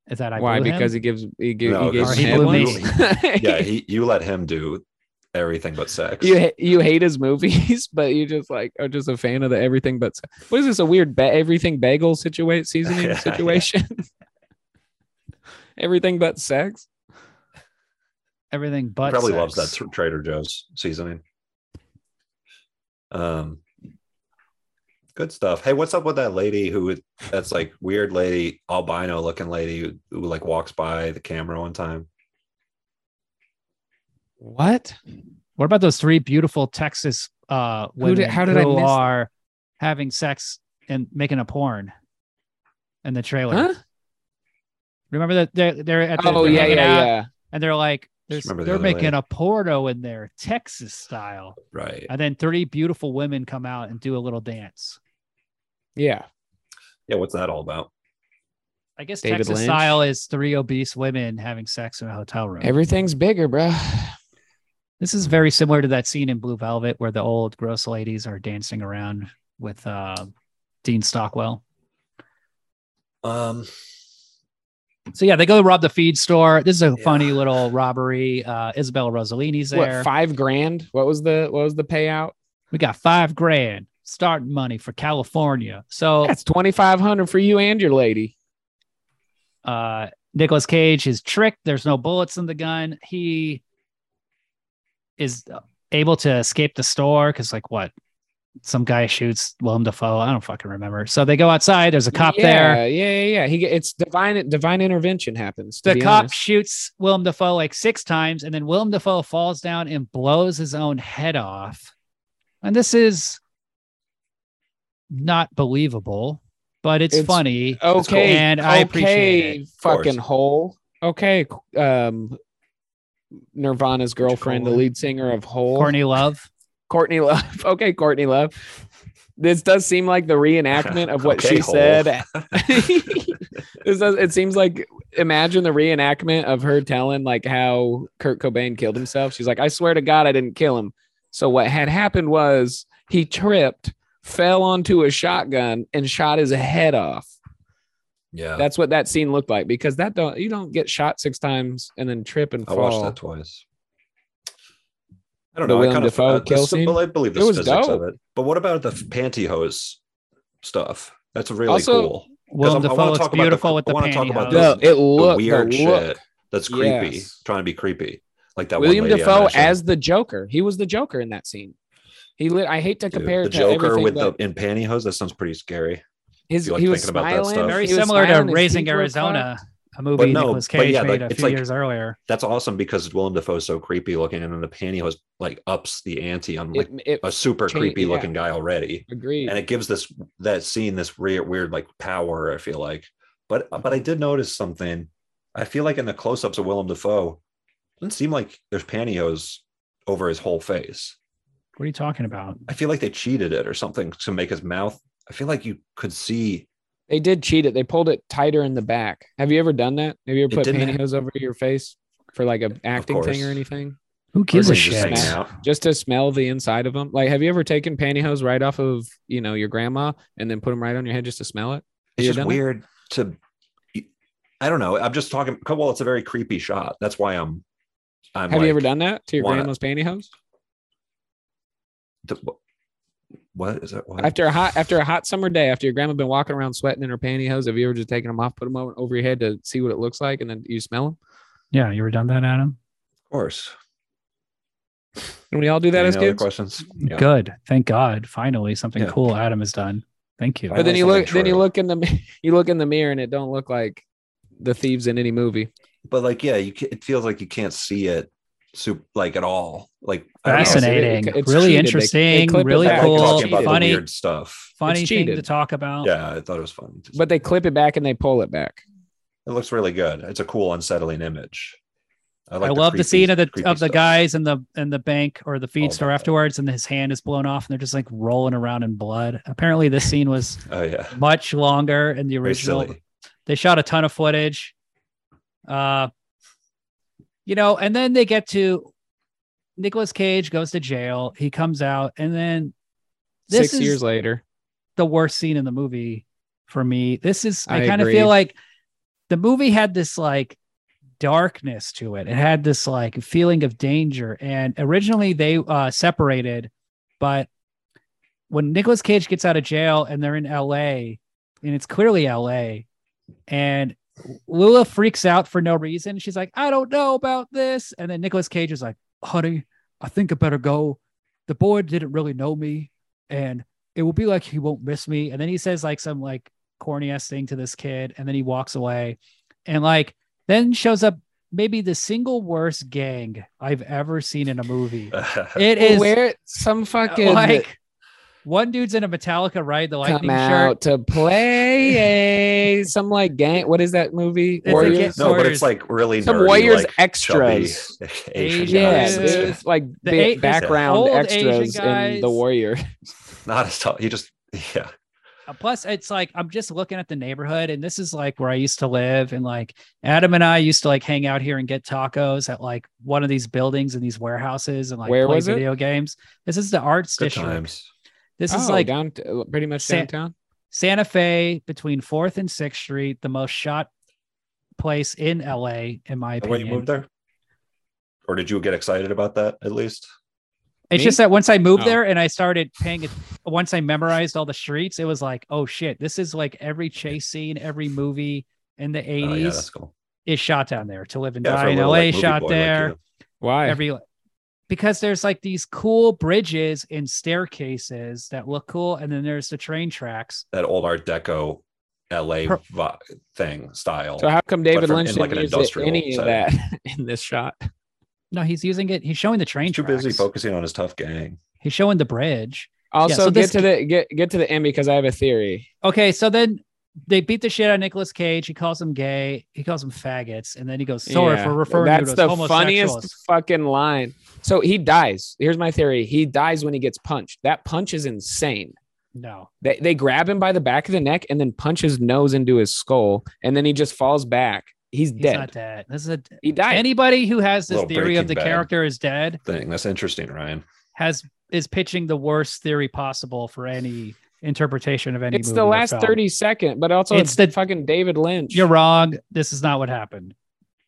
[SPEAKER 1] Is that I
[SPEAKER 2] Why?
[SPEAKER 1] blew him?
[SPEAKER 2] Because he gives he, gi-
[SPEAKER 3] No,
[SPEAKER 2] he gave
[SPEAKER 1] or
[SPEAKER 2] him
[SPEAKER 1] he
[SPEAKER 2] head
[SPEAKER 1] blew
[SPEAKER 2] once.
[SPEAKER 1] me.
[SPEAKER 3] Yeah, he, you let him do everything but sex.
[SPEAKER 2] you ha- you hate his movies, but you just like are just a fan of the everything but sex. What is this? A weird ba- everything bagel situation seasoning
[SPEAKER 3] Yeah,
[SPEAKER 2] situation? everything but sex.
[SPEAKER 1] everything
[SPEAKER 3] He
[SPEAKER 1] but
[SPEAKER 3] probably
[SPEAKER 1] sex.
[SPEAKER 3] loves that tr- Trader Joe's seasoning. Um, good stuff. Hey, what's up with that lady who would- that's like weird lady, albino looking lady who, who like walks by the camera one time?
[SPEAKER 2] What?
[SPEAKER 1] What about those three beautiful Texas uh women
[SPEAKER 2] did- how did I
[SPEAKER 1] who
[SPEAKER 2] miss that?
[SPEAKER 1] are having sex and making a porn in the trailer?
[SPEAKER 2] Huh?
[SPEAKER 1] Remember that they're they're at the,
[SPEAKER 2] Oh
[SPEAKER 1] they're
[SPEAKER 2] yeah, yeah,
[SPEAKER 1] hanging out
[SPEAKER 2] yeah.
[SPEAKER 1] and they're like there's,
[SPEAKER 3] remember the
[SPEAKER 1] they're
[SPEAKER 3] other
[SPEAKER 1] making
[SPEAKER 3] lady.
[SPEAKER 1] a porno in there Texas style,
[SPEAKER 3] Right.
[SPEAKER 1] and then three beautiful women come out and do a little dance.
[SPEAKER 2] Yeah.
[SPEAKER 3] Yeah, what's that all about?
[SPEAKER 1] I guess
[SPEAKER 2] David
[SPEAKER 1] Texas
[SPEAKER 2] Lynch.
[SPEAKER 1] style is three obese women having sex in a hotel room.
[SPEAKER 2] Everything's bigger, bro.
[SPEAKER 1] This is very similar to that scene in Blue Velvet where the old gross ladies are dancing around with uh, Dean Stockwell.
[SPEAKER 3] Um,
[SPEAKER 1] So yeah, they go rob the feed store. This is a
[SPEAKER 3] Yeah.
[SPEAKER 1] funny little robbery. Uh, Isabella Rossellini's there.
[SPEAKER 2] What five grand? What was the what was the payout?
[SPEAKER 1] we got five grand starting money for California. So
[SPEAKER 2] That's twenty five hundred for you and your lady.
[SPEAKER 1] uh Nicolas Cage is tricked. There's no bullets in the gun. He is able to escape the store because, like, what? Some guy shoots Willem Dafoe. I don't fucking remember. So they go outside. There's a cop there.
[SPEAKER 2] Yeah, yeah, yeah, yeah. He get- it's divine divine intervention happens. to
[SPEAKER 1] The
[SPEAKER 2] be
[SPEAKER 1] cop
[SPEAKER 2] honest.
[SPEAKER 1] shoots Willem Dafoe like six times, and then Willem Dafoe falls down and blows his own head off. And this is not believable, but it's,
[SPEAKER 2] It's-
[SPEAKER 1] funny.
[SPEAKER 2] Okay,
[SPEAKER 1] And
[SPEAKER 2] okay,
[SPEAKER 1] I appreciate it.
[SPEAKER 2] fucking
[SPEAKER 3] course.
[SPEAKER 2] hole. Okay, um, Nirvana's girlfriend, the
[SPEAKER 1] Coleman.
[SPEAKER 2] lead singer of Hole,
[SPEAKER 1] Courtney Love.
[SPEAKER 2] Courtney Love. Okay, Courtney Love. This does seem like the reenactment of what
[SPEAKER 3] Okay,
[SPEAKER 2] she
[SPEAKER 3] Hole.
[SPEAKER 2] said. This does- it seems like imagine the reenactment of her telling like how Kurt Cobain killed himself. She's like, I swear to God, I didn't kill him. So what had happened was he tripped, fell onto a shotgun, and shot his head off.
[SPEAKER 3] yeah,
[SPEAKER 2] That's what that scene looked like because that don't you don't get shot six times and then trip and
[SPEAKER 3] I
[SPEAKER 2] fall.
[SPEAKER 3] watched that twice. I don't
[SPEAKER 2] The
[SPEAKER 3] know. I
[SPEAKER 2] Willem
[SPEAKER 3] kind of
[SPEAKER 2] Dafoe
[SPEAKER 3] uh,
[SPEAKER 2] kill
[SPEAKER 3] this-
[SPEAKER 2] scene?
[SPEAKER 3] well, I believe
[SPEAKER 2] It
[SPEAKER 3] the
[SPEAKER 2] was
[SPEAKER 3] physics
[SPEAKER 2] dope.
[SPEAKER 3] of it. But what about the f- pantyhose stuff? That's really
[SPEAKER 2] Also-
[SPEAKER 3] cool.
[SPEAKER 1] Willem
[SPEAKER 3] I'm- I wanna
[SPEAKER 1] Dafoe looks
[SPEAKER 3] talk about the-
[SPEAKER 1] beautiful with
[SPEAKER 3] I
[SPEAKER 1] the
[SPEAKER 3] wanna talk about
[SPEAKER 1] pantyhose.
[SPEAKER 3] those-
[SPEAKER 2] No, it looked the
[SPEAKER 3] weird
[SPEAKER 2] look.
[SPEAKER 3] shit that's creepy.
[SPEAKER 2] Yes.
[SPEAKER 3] Trying to be creepy, like that.
[SPEAKER 2] William
[SPEAKER 3] one lady I
[SPEAKER 2] Defoe
[SPEAKER 3] mentioned.
[SPEAKER 2] as the Joker. He was the Joker in that scene. He lit, I hate to
[SPEAKER 3] Dude,
[SPEAKER 2] compare
[SPEAKER 3] the
[SPEAKER 2] it to
[SPEAKER 3] Joker
[SPEAKER 2] everything,
[SPEAKER 3] with the
[SPEAKER 2] but
[SPEAKER 3] in pantyhose. That sounds pretty scary.
[SPEAKER 2] his
[SPEAKER 3] you like
[SPEAKER 2] he was
[SPEAKER 3] thinking about that
[SPEAKER 2] smiling.
[SPEAKER 3] stuff?
[SPEAKER 1] very
[SPEAKER 2] he was
[SPEAKER 1] similar to
[SPEAKER 2] smiling, his
[SPEAKER 1] Raising
[SPEAKER 2] teeth were
[SPEAKER 1] Arizona,
[SPEAKER 3] But
[SPEAKER 1] a movie
[SPEAKER 3] no,
[SPEAKER 1] Nicolas
[SPEAKER 3] but
[SPEAKER 1] Cage
[SPEAKER 3] yeah,
[SPEAKER 1] made
[SPEAKER 3] like,
[SPEAKER 1] a
[SPEAKER 3] it's
[SPEAKER 1] few
[SPEAKER 3] like-
[SPEAKER 1] years earlier.
[SPEAKER 3] That's awesome because Willem Dafoe is so creepy looking, and then the pantyhose like ups the ante on like
[SPEAKER 2] fucked. It,
[SPEAKER 3] a
[SPEAKER 2] it
[SPEAKER 3] super
[SPEAKER 2] change-
[SPEAKER 3] creepy
[SPEAKER 2] yeah.
[SPEAKER 3] looking guy already,
[SPEAKER 2] agreed.
[SPEAKER 3] and it gives this that scene this weird weird like power. I feel like, but but I did notice something. I feel like in the close ups of Willem Dafoe, it doesn't seem like there's pantyhose over his whole face.
[SPEAKER 1] What are you talking about?
[SPEAKER 3] I feel like they cheated it or something to make his mouth. I feel like you could see
[SPEAKER 2] they did cheat it. They pulled it tighter in the back. Have you ever done that? Have you ever
[SPEAKER 3] It
[SPEAKER 2] put
[SPEAKER 3] didn't ha-
[SPEAKER 2] pantyhose over your face for like a acting thing or
[SPEAKER 3] course.
[SPEAKER 2] anything?
[SPEAKER 1] Who gives
[SPEAKER 3] Or
[SPEAKER 1] a
[SPEAKER 3] is it just
[SPEAKER 1] shit?
[SPEAKER 3] hanging out.
[SPEAKER 2] Just to smell the inside of them. Like, have you ever taken pantyhose right off of you know your grandma and then put them right on your head just to smell it?
[SPEAKER 3] It's
[SPEAKER 2] You
[SPEAKER 3] just
[SPEAKER 2] done it?
[SPEAKER 3] weird to. I don't know. I'm just talking. Well, it's a very creepy shot. That's why I'm. I'm
[SPEAKER 2] Have
[SPEAKER 3] like,
[SPEAKER 2] you ever done that to your
[SPEAKER 3] wanna-
[SPEAKER 2] grandma's pantyhose?
[SPEAKER 3] th- what is that? What?
[SPEAKER 2] After a hot after a hot summer day, after your grandma been walking around sweating in her pantyhose, have you ever just taken them off, put them over, over your head to see what it looks like, and then you smell them?
[SPEAKER 1] Yeah, you were done that, Adam.
[SPEAKER 3] of course.
[SPEAKER 2] And we all do that
[SPEAKER 3] Any
[SPEAKER 2] as
[SPEAKER 3] other
[SPEAKER 2] kids.
[SPEAKER 3] questions? Yeah.
[SPEAKER 1] Good. Thank God. Finally, something
[SPEAKER 3] Yeah.
[SPEAKER 1] cool Adam has done. Thank you.
[SPEAKER 3] I
[SPEAKER 2] But then
[SPEAKER 3] know
[SPEAKER 2] you look,
[SPEAKER 3] something
[SPEAKER 2] then you
[SPEAKER 3] true.
[SPEAKER 2] look in the mi- you look in the mirror, and it don't look like the thieves in any movie.
[SPEAKER 3] But like, yeah, you. ca- It feels like you can't see it. Super, like at all. Like I don't know.
[SPEAKER 1] Fascinating. really
[SPEAKER 2] It's cheated. They- they
[SPEAKER 1] interesting.
[SPEAKER 2] clip it
[SPEAKER 1] really
[SPEAKER 2] back.
[SPEAKER 3] I
[SPEAKER 1] cool.
[SPEAKER 3] like
[SPEAKER 2] It's
[SPEAKER 3] talking about
[SPEAKER 1] funny
[SPEAKER 3] the weird stuff.
[SPEAKER 1] funny
[SPEAKER 2] It's
[SPEAKER 1] thing to
[SPEAKER 2] cheated.
[SPEAKER 1] talk about.
[SPEAKER 3] Yeah, I thought it was funny. Just-
[SPEAKER 2] But they clip it back and they pull it back.
[SPEAKER 3] it looks really good. It's a cool, unsettling image.
[SPEAKER 1] I
[SPEAKER 3] like
[SPEAKER 1] love the
[SPEAKER 3] creepy-
[SPEAKER 1] scene of the
[SPEAKER 3] creepy
[SPEAKER 1] of the
[SPEAKER 3] stuff.
[SPEAKER 1] guys in the in the bank or the feed
[SPEAKER 3] Oh
[SPEAKER 1] store
[SPEAKER 3] my God.
[SPEAKER 1] afterwards, and his hand is blown off, and they're just like rolling around in blood. Apparently, this scene was
[SPEAKER 3] Oh yeah,
[SPEAKER 1] much longer in the
[SPEAKER 3] very
[SPEAKER 1] original.
[SPEAKER 3] silly.
[SPEAKER 1] they shot a ton of footage uh you know and then they get to Nicolas Cage goes to jail he comes out and then this
[SPEAKER 2] Six
[SPEAKER 1] is
[SPEAKER 2] years later,
[SPEAKER 1] the worst scene in the movie for me this is I,
[SPEAKER 2] I
[SPEAKER 1] kind of
[SPEAKER 2] agree.
[SPEAKER 1] feel like the movie had this like darkness to it it had this like feeling of danger and originally they uh separated but when Nicolas Cage gets out of jail and they're in LA and it's clearly LA and Lula freaks out for no reason. She's like, I don't know about this. And then Nicolas Cage is like, honey, I think I better go. The boy didn't really know me. And it will be like he won't miss me. And then he says like some like corny ass thing to this kid. And then he walks away. And like then shows up maybe the single worst gang I've ever seen in a movie. It is
[SPEAKER 2] where some fucking
[SPEAKER 1] like one dude's in a Metallica ride the lightning
[SPEAKER 2] come
[SPEAKER 1] shirt.
[SPEAKER 2] out to play a some like gang. What is that movie?
[SPEAKER 1] It's a gang-
[SPEAKER 2] Warriors.
[SPEAKER 3] no, but
[SPEAKER 1] Warriors-
[SPEAKER 3] it's like really
[SPEAKER 2] Some
[SPEAKER 3] nerdy,
[SPEAKER 2] Warriors
[SPEAKER 3] like,
[SPEAKER 2] extras.
[SPEAKER 3] chubby Asian
[SPEAKER 1] Asian
[SPEAKER 2] Yeah,
[SPEAKER 1] guys.
[SPEAKER 2] dude, it's like
[SPEAKER 1] The
[SPEAKER 2] ba-
[SPEAKER 1] A- it's
[SPEAKER 2] background
[SPEAKER 1] old Asian
[SPEAKER 2] extras in
[SPEAKER 1] guys.
[SPEAKER 2] the Warrior.
[SPEAKER 3] Not as tough. He just yeah.
[SPEAKER 1] Uh, Plus, it's like I'm just looking at the neighborhood, and this is like where I used to live. And like Adam and I used to like hang out here and get tacos at like one of these buildings and these warehouses and like
[SPEAKER 2] Where
[SPEAKER 1] play
[SPEAKER 2] was it?
[SPEAKER 1] video games. This is the arts
[SPEAKER 3] Good
[SPEAKER 1] district.
[SPEAKER 3] times.
[SPEAKER 1] This is
[SPEAKER 2] Oh,
[SPEAKER 1] like
[SPEAKER 2] down pretty much
[SPEAKER 1] San-
[SPEAKER 2] downtown.
[SPEAKER 1] Santa Fe between Fourth and Sixth Street, the most shot place in LA, in my
[SPEAKER 3] And when Oh, you
[SPEAKER 1] opinion.
[SPEAKER 3] moved there, or did you get excited about that at least? Oh,
[SPEAKER 1] It's
[SPEAKER 2] Me?
[SPEAKER 1] just that once I moved
[SPEAKER 2] Oh.
[SPEAKER 1] there and I started paying it, once I memorized all the streets, it was like, oh shit, this is like every chase scene, every movie in the
[SPEAKER 3] Oh,
[SPEAKER 1] 80s
[SPEAKER 3] yeah, that's cool.
[SPEAKER 1] is shot down there. To Live and
[SPEAKER 3] Yeah, for
[SPEAKER 1] Die
[SPEAKER 3] a
[SPEAKER 1] in
[SPEAKER 3] little,
[SPEAKER 1] LA
[SPEAKER 3] like, movie
[SPEAKER 1] shot
[SPEAKER 3] boy like
[SPEAKER 1] there.
[SPEAKER 3] you.
[SPEAKER 2] Why?
[SPEAKER 1] every because there's like these cool bridges and staircases that look cool. And then there's the train tracks.
[SPEAKER 3] that old Art Deco LA
[SPEAKER 1] Per-
[SPEAKER 3] vi- thing style.
[SPEAKER 2] so how come David
[SPEAKER 3] from-
[SPEAKER 2] Lynch
[SPEAKER 3] in,
[SPEAKER 2] didn't
[SPEAKER 3] like, an
[SPEAKER 2] use
[SPEAKER 3] industrial
[SPEAKER 2] any of that
[SPEAKER 3] setting.
[SPEAKER 2] in this shot?
[SPEAKER 1] No, he's using it. He's showing the train
[SPEAKER 3] He's too busy
[SPEAKER 1] tracks.
[SPEAKER 3] focusing on his tough gang.
[SPEAKER 1] He's showing the bridge.
[SPEAKER 2] Also,
[SPEAKER 1] so
[SPEAKER 2] get
[SPEAKER 1] this-
[SPEAKER 2] to the get get to the end because I have a theory.
[SPEAKER 1] Okay, so then they beat the shit out of Nicolas Cage. He calls him gay. He calls him faggots, and then he goes, "Sorry
[SPEAKER 2] Yeah,
[SPEAKER 1] for referring
[SPEAKER 2] That's
[SPEAKER 1] to you
[SPEAKER 2] the
[SPEAKER 1] as homosexuals."
[SPEAKER 2] funniest fucking line. So he dies. Here's my theory. He dies when he gets punched. That punch is insane.
[SPEAKER 1] No,
[SPEAKER 2] They, they grab him by the back of the neck and then punch his nose into his skull, and then he just falls back.
[SPEAKER 1] he's
[SPEAKER 2] He's, dead.
[SPEAKER 1] not dead. This is a,
[SPEAKER 2] He died.
[SPEAKER 1] anybody who has this
[SPEAKER 3] Little
[SPEAKER 1] theory of
[SPEAKER 3] Breaking
[SPEAKER 1] the
[SPEAKER 3] Bad.
[SPEAKER 1] character is dead
[SPEAKER 3] Thing that's interesting, Ryan.
[SPEAKER 1] has is pitching the worst theory possible for any interpretation of any.
[SPEAKER 2] it's
[SPEAKER 1] movie
[SPEAKER 2] the
[SPEAKER 1] or
[SPEAKER 2] last
[SPEAKER 1] film.
[SPEAKER 2] thirty second, but also
[SPEAKER 1] It's
[SPEAKER 2] it's,
[SPEAKER 1] the-
[SPEAKER 2] fucking David Lynch.
[SPEAKER 1] You're wrong. This is not what happened.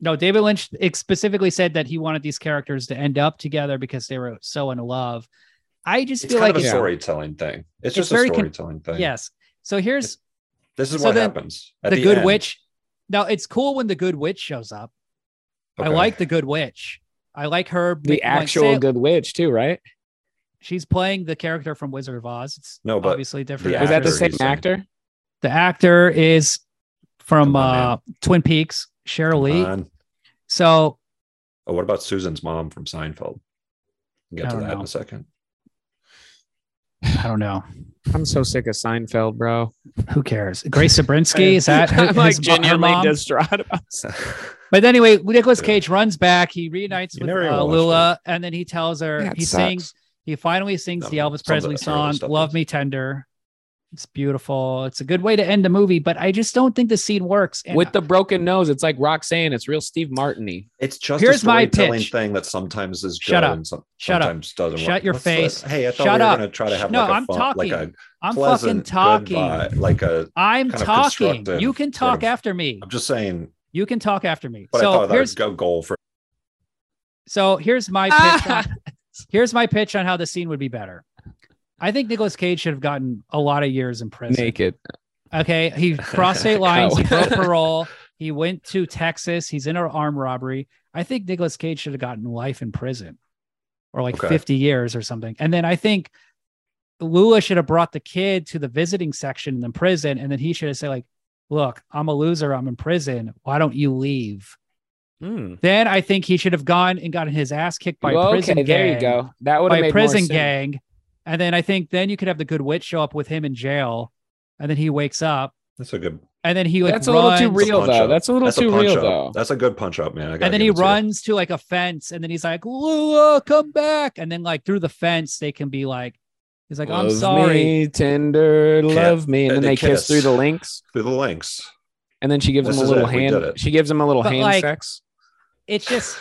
[SPEAKER 1] No, David Lynch ex- specifically said that he wanted these characters to end up together because they were so in love. I just
[SPEAKER 3] It's
[SPEAKER 1] feel
[SPEAKER 3] kind
[SPEAKER 1] like
[SPEAKER 3] of a
[SPEAKER 1] it's,
[SPEAKER 3] storytelling thing. It's,
[SPEAKER 1] It's
[SPEAKER 3] just a
[SPEAKER 1] very con-
[SPEAKER 3] storytelling thing.
[SPEAKER 1] yes. So here's
[SPEAKER 3] This is
[SPEAKER 1] So
[SPEAKER 3] what
[SPEAKER 1] then,
[SPEAKER 3] happens. At
[SPEAKER 1] the, Good
[SPEAKER 3] end.
[SPEAKER 1] Witch. Now it's cool when the Good Witch shows up. I
[SPEAKER 3] Okay.
[SPEAKER 1] like the Good Witch. I like her.
[SPEAKER 2] the
[SPEAKER 1] like,
[SPEAKER 2] actual
[SPEAKER 1] say-
[SPEAKER 2] Good Witch too, right?
[SPEAKER 1] She's playing the character from Wizard of Oz. It's
[SPEAKER 3] No, but
[SPEAKER 1] obviously different.
[SPEAKER 3] the
[SPEAKER 2] Was that the
[SPEAKER 3] actor
[SPEAKER 2] same
[SPEAKER 3] he's saying.
[SPEAKER 2] actor?
[SPEAKER 1] The actor is from
[SPEAKER 3] Come on,
[SPEAKER 1] uh, Twin Peaks, Cheryl Lee.
[SPEAKER 3] Um,
[SPEAKER 1] So
[SPEAKER 3] oh, what about Susan's mom from Seinfeld? We'll
[SPEAKER 1] I
[SPEAKER 3] get to
[SPEAKER 1] don't
[SPEAKER 3] that
[SPEAKER 1] know.
[SPEAKER 3] in a second.
[SPEAKER 1] I don't know.
[SPEAKER 2] I'm so sick of Seinfeld, bro.
[SPEAKER 1] Who cares? Grace Zabrinsky is that her,
[SPEAKER 2] I'm like
[SPEAKER 1] his mo- her
[SPEAKER 2] genuinely
[SPEAKER 1] mom?
[SPEAKER 2] distraught about.
[SPEAKER 1] But anyway, Nicolas
[SPEAKER 3] Yeah.
[SPEAKER 1] Cage runs back. He reunites
[SPEAKER 3] You
[SPEAKER 1] with
[SPEAKER 3] never even
[SPEAKER 1] uh,
[SPEAKER 3] watched
[SPEAKER 1] Lula, and then he tells her
[SPEAKER 2] That
[SPEAKER 1] he
[SPEAKER 2] sucks.
[SPEAKER 1] sings. He finally sings
[SPEAKER 3] No,
[SPEAKER 1] the
[SPEAKER 3] some
[SPEAKER 1] Elvis
[SPEAKER 3] of
[SPEAKER 1] Presley
[SPEAKER 3] that's
[SPEAKER 1] song
[SPEAKER 3] early stuff
[SPEAKER 1] "Love
[SPEAKER 3] is-
[SPEAKER 1] Me Tender." It's beautiful. It's a good way to end the movie, but I just don't think the scene works. And
[SPEAKER 2] With the broken nose, it's like Roxanne. It's real Steve Martiny.
[SPEAKER 3] It's just
[SPEAKER 1] Here's
[SPEAKER 3] a
[SPEAKER 1] my
[SPEAKER 3] storytelling
[SPEAKER 1] pitch.
[SPEAKER 3] thing that sometimes is good
[SPEAKER 1] Shut up.
[SPEAKER 3] and some,
[SPEAKER 1] Shut up.
[SPEAKER 3] sometimes doesn't
[SPEAKER 1] Shut
[SPEAKER 3] work.
[SPEAKER 1] your
[SPEAKER 3] What's the-
[SPEAKER 1] face.
[SPEAKER 3] Hey, I thought
[SPEAKER 1] Shut
[SPEAKER 3] we were
[SPEAKER 1] up.
[SPEAKER 3] going to try to have
[SPEAKER 1] No,
[SPEAKER 3] like a
[SPEAKER 1] I'm
[SPEAKER 3] fun, like
[SPEAKER 1] talking.
[SPEAKER 3] a
[SPEAKER 1] I'm
[SPEAKER 3] pleasant,
[SPEAKER 1] fucking talking.
[SPEAKER 3] Good vibe, like a
[SPEAKER 1] I'm
[SPEAKER 3] kind of
[SPEAKER 1] talking.
[SPEAKER 3] constructive
[SPEAKER 1] You
[SPEAKER 3] sort
[SPEAKER 1] can talk
[SPEAKER 3] of-
[SPEAKER 1] after me.
[SPEAKER 3] I'm just saying,
[SPEAKER 1] You can talk after me.
[SPEAKER 3] but I
[SPEAKER 1] so
[SPEAKER 3] thought that was
[SPEAKER 1] here's
[SPEAKER 3] a good goal for.
[SPEAKER 1] so here's my pitch.
[SPEAKER 2] Ah!
[SPEAKER 1] on, here's my pitch on how the scene would be better. I think Nicolas Cage should have gotten a lot of years in prison.
[SPEAKER 2] Naked.
[SPEAKER 1] Okay, he crossed state lines, he
[SPEAKER 2] Oh.
[SPEAKER 1] broke parole, he went to Texas, he's in an armed robbery. I think Nicolas Cage should have gotten life in prison or like
[SPEAKER 3] Okay.
[SPEAKER 1] 50 years or something. And then I think Lula should have brought the kid to the visiting section in the prison and then he should have said like, "Look, I'm a loser, I'm in prison. Why don't you leave?" Then I think he should have gone and gotten his ass kicked by a
[SPEAKER 2] Well,
[SPEAKER 1] prison
[SPEAKER 2] okay, there you
[SPEAKER 1] gang
[SPEAKER 2] go. That would have
[SPEAKER 1] by
[SPEAKER 2] made
[SPEAKER 1] prison
[SPEAKER 2] more sense.
[SPEAKER 1] gang. And then I think then you could have the good witch show up with him in jail. And then he wakes up.
[SPEAKER 3] That's a good.
[SPEAKER 1] And then he like
[SPEAKER 2] That's a little
[SPEAKER 1] runs,
[SPEAKER 2] too real
[SPEAKER 3] Punch
[SPEAKER 2] though.
[SPEAKER 3] up.
[SPEAKER 2] That's a little
[SPEAKER 3] That's a
[SPEAKER 2] too
[SPEAKER 3] punch
[SPEAKER 2] real
[SPEAKER 3] up.
[SPEAKER 2] though.
[SPEAKER 3] That's a good punch up, man. I gotta
[SPEAKER 1] And then
[SPEAKER 3] give
[SPEAKER 1] he
[SPEAKER 3] it to you.
[SPEAKER 1] runs to like a fence. And then he's like, Lula, come back. And then like through the fence, they can be like, he's like, I'm
[SPEAKER 2] Love
[SPEAKER 1] sorry.
[SPEAKER 2] me tender,
[SPEAKER 3] Can't-
[SPEAKER 2] love me, and then
[SPEAKER 3] they
[SPEAKER 2] they kiss
[SPEAKER 3] kiss.
[SPEAKER 2] through the links,
[SPEAKER 3] through the links.
[SPEAKER 2] and then she gives
[SPEAKER 3] This
[SPEAKER 2] him a
[SPEAKER 3] is
[SPEAKER 2] little
[SPEAKER 3] it. We did
[SPEAKER 2] hand.
[SPEAKER 3] it.
[SPEAKER 2] She gives him a little
[SPEAKER 1] But,
[SPEAKER 2] hand
[SPEAKER 1] like,
[SPEAKER 2] sex.
[SPEAKER 1] It's just,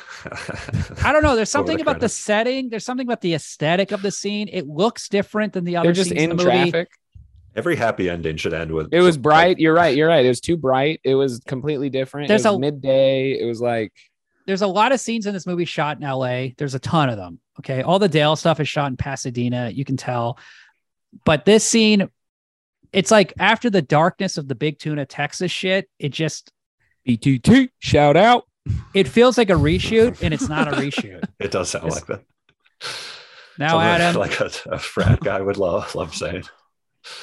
[SPEAKER 1] I don't know. There's
[SPEAKER 3] Over the
[SPEAKER 1] something about the
[SPEAKER 3] credits.
[SPEAKER 1] setting. There's something about the aesthetic of the scene. It looks different than the other
[SPEAKER 2] They're just
[SPEAKER 1] scenes
[SPEAKER 2] in
[SPEAKER 1] in the movie.
[SPEAKER 2] traffic.
[SPEAKER 3] Every happy ending should end with.
[SPEAKER 2] It was
[SPEAKER 3] like,
[SPEAKER 2] bright. You're right. You're right. It was too bright. It was completely different.
[SPEAKER 1] There's
[SPEAKER 2] it was
[SPEAKER 1] a-
[SPEAKER 2] midday. It was like
[SPEAKER 1] there's a lot of scenes in this movie shot in LA. There's a ton of them. Okay. All the Dale stuff is shot in Pasadena. You can tell. But this scene, it's like after the darkness of the Big Tuna Texas shit, it just
[SPEAKER 2] BTT. Shout out.
[SPEAKER 1] it feels like a reshoot and it's not a reshoot.
[SPEAKER 3] it does sound like that.
[SPEAKER 1] Now,
[SPEAKER 3] Something
[SPEAKER 1] Adam,
[SPEAKER 3] like a, a frat guy would love love saying.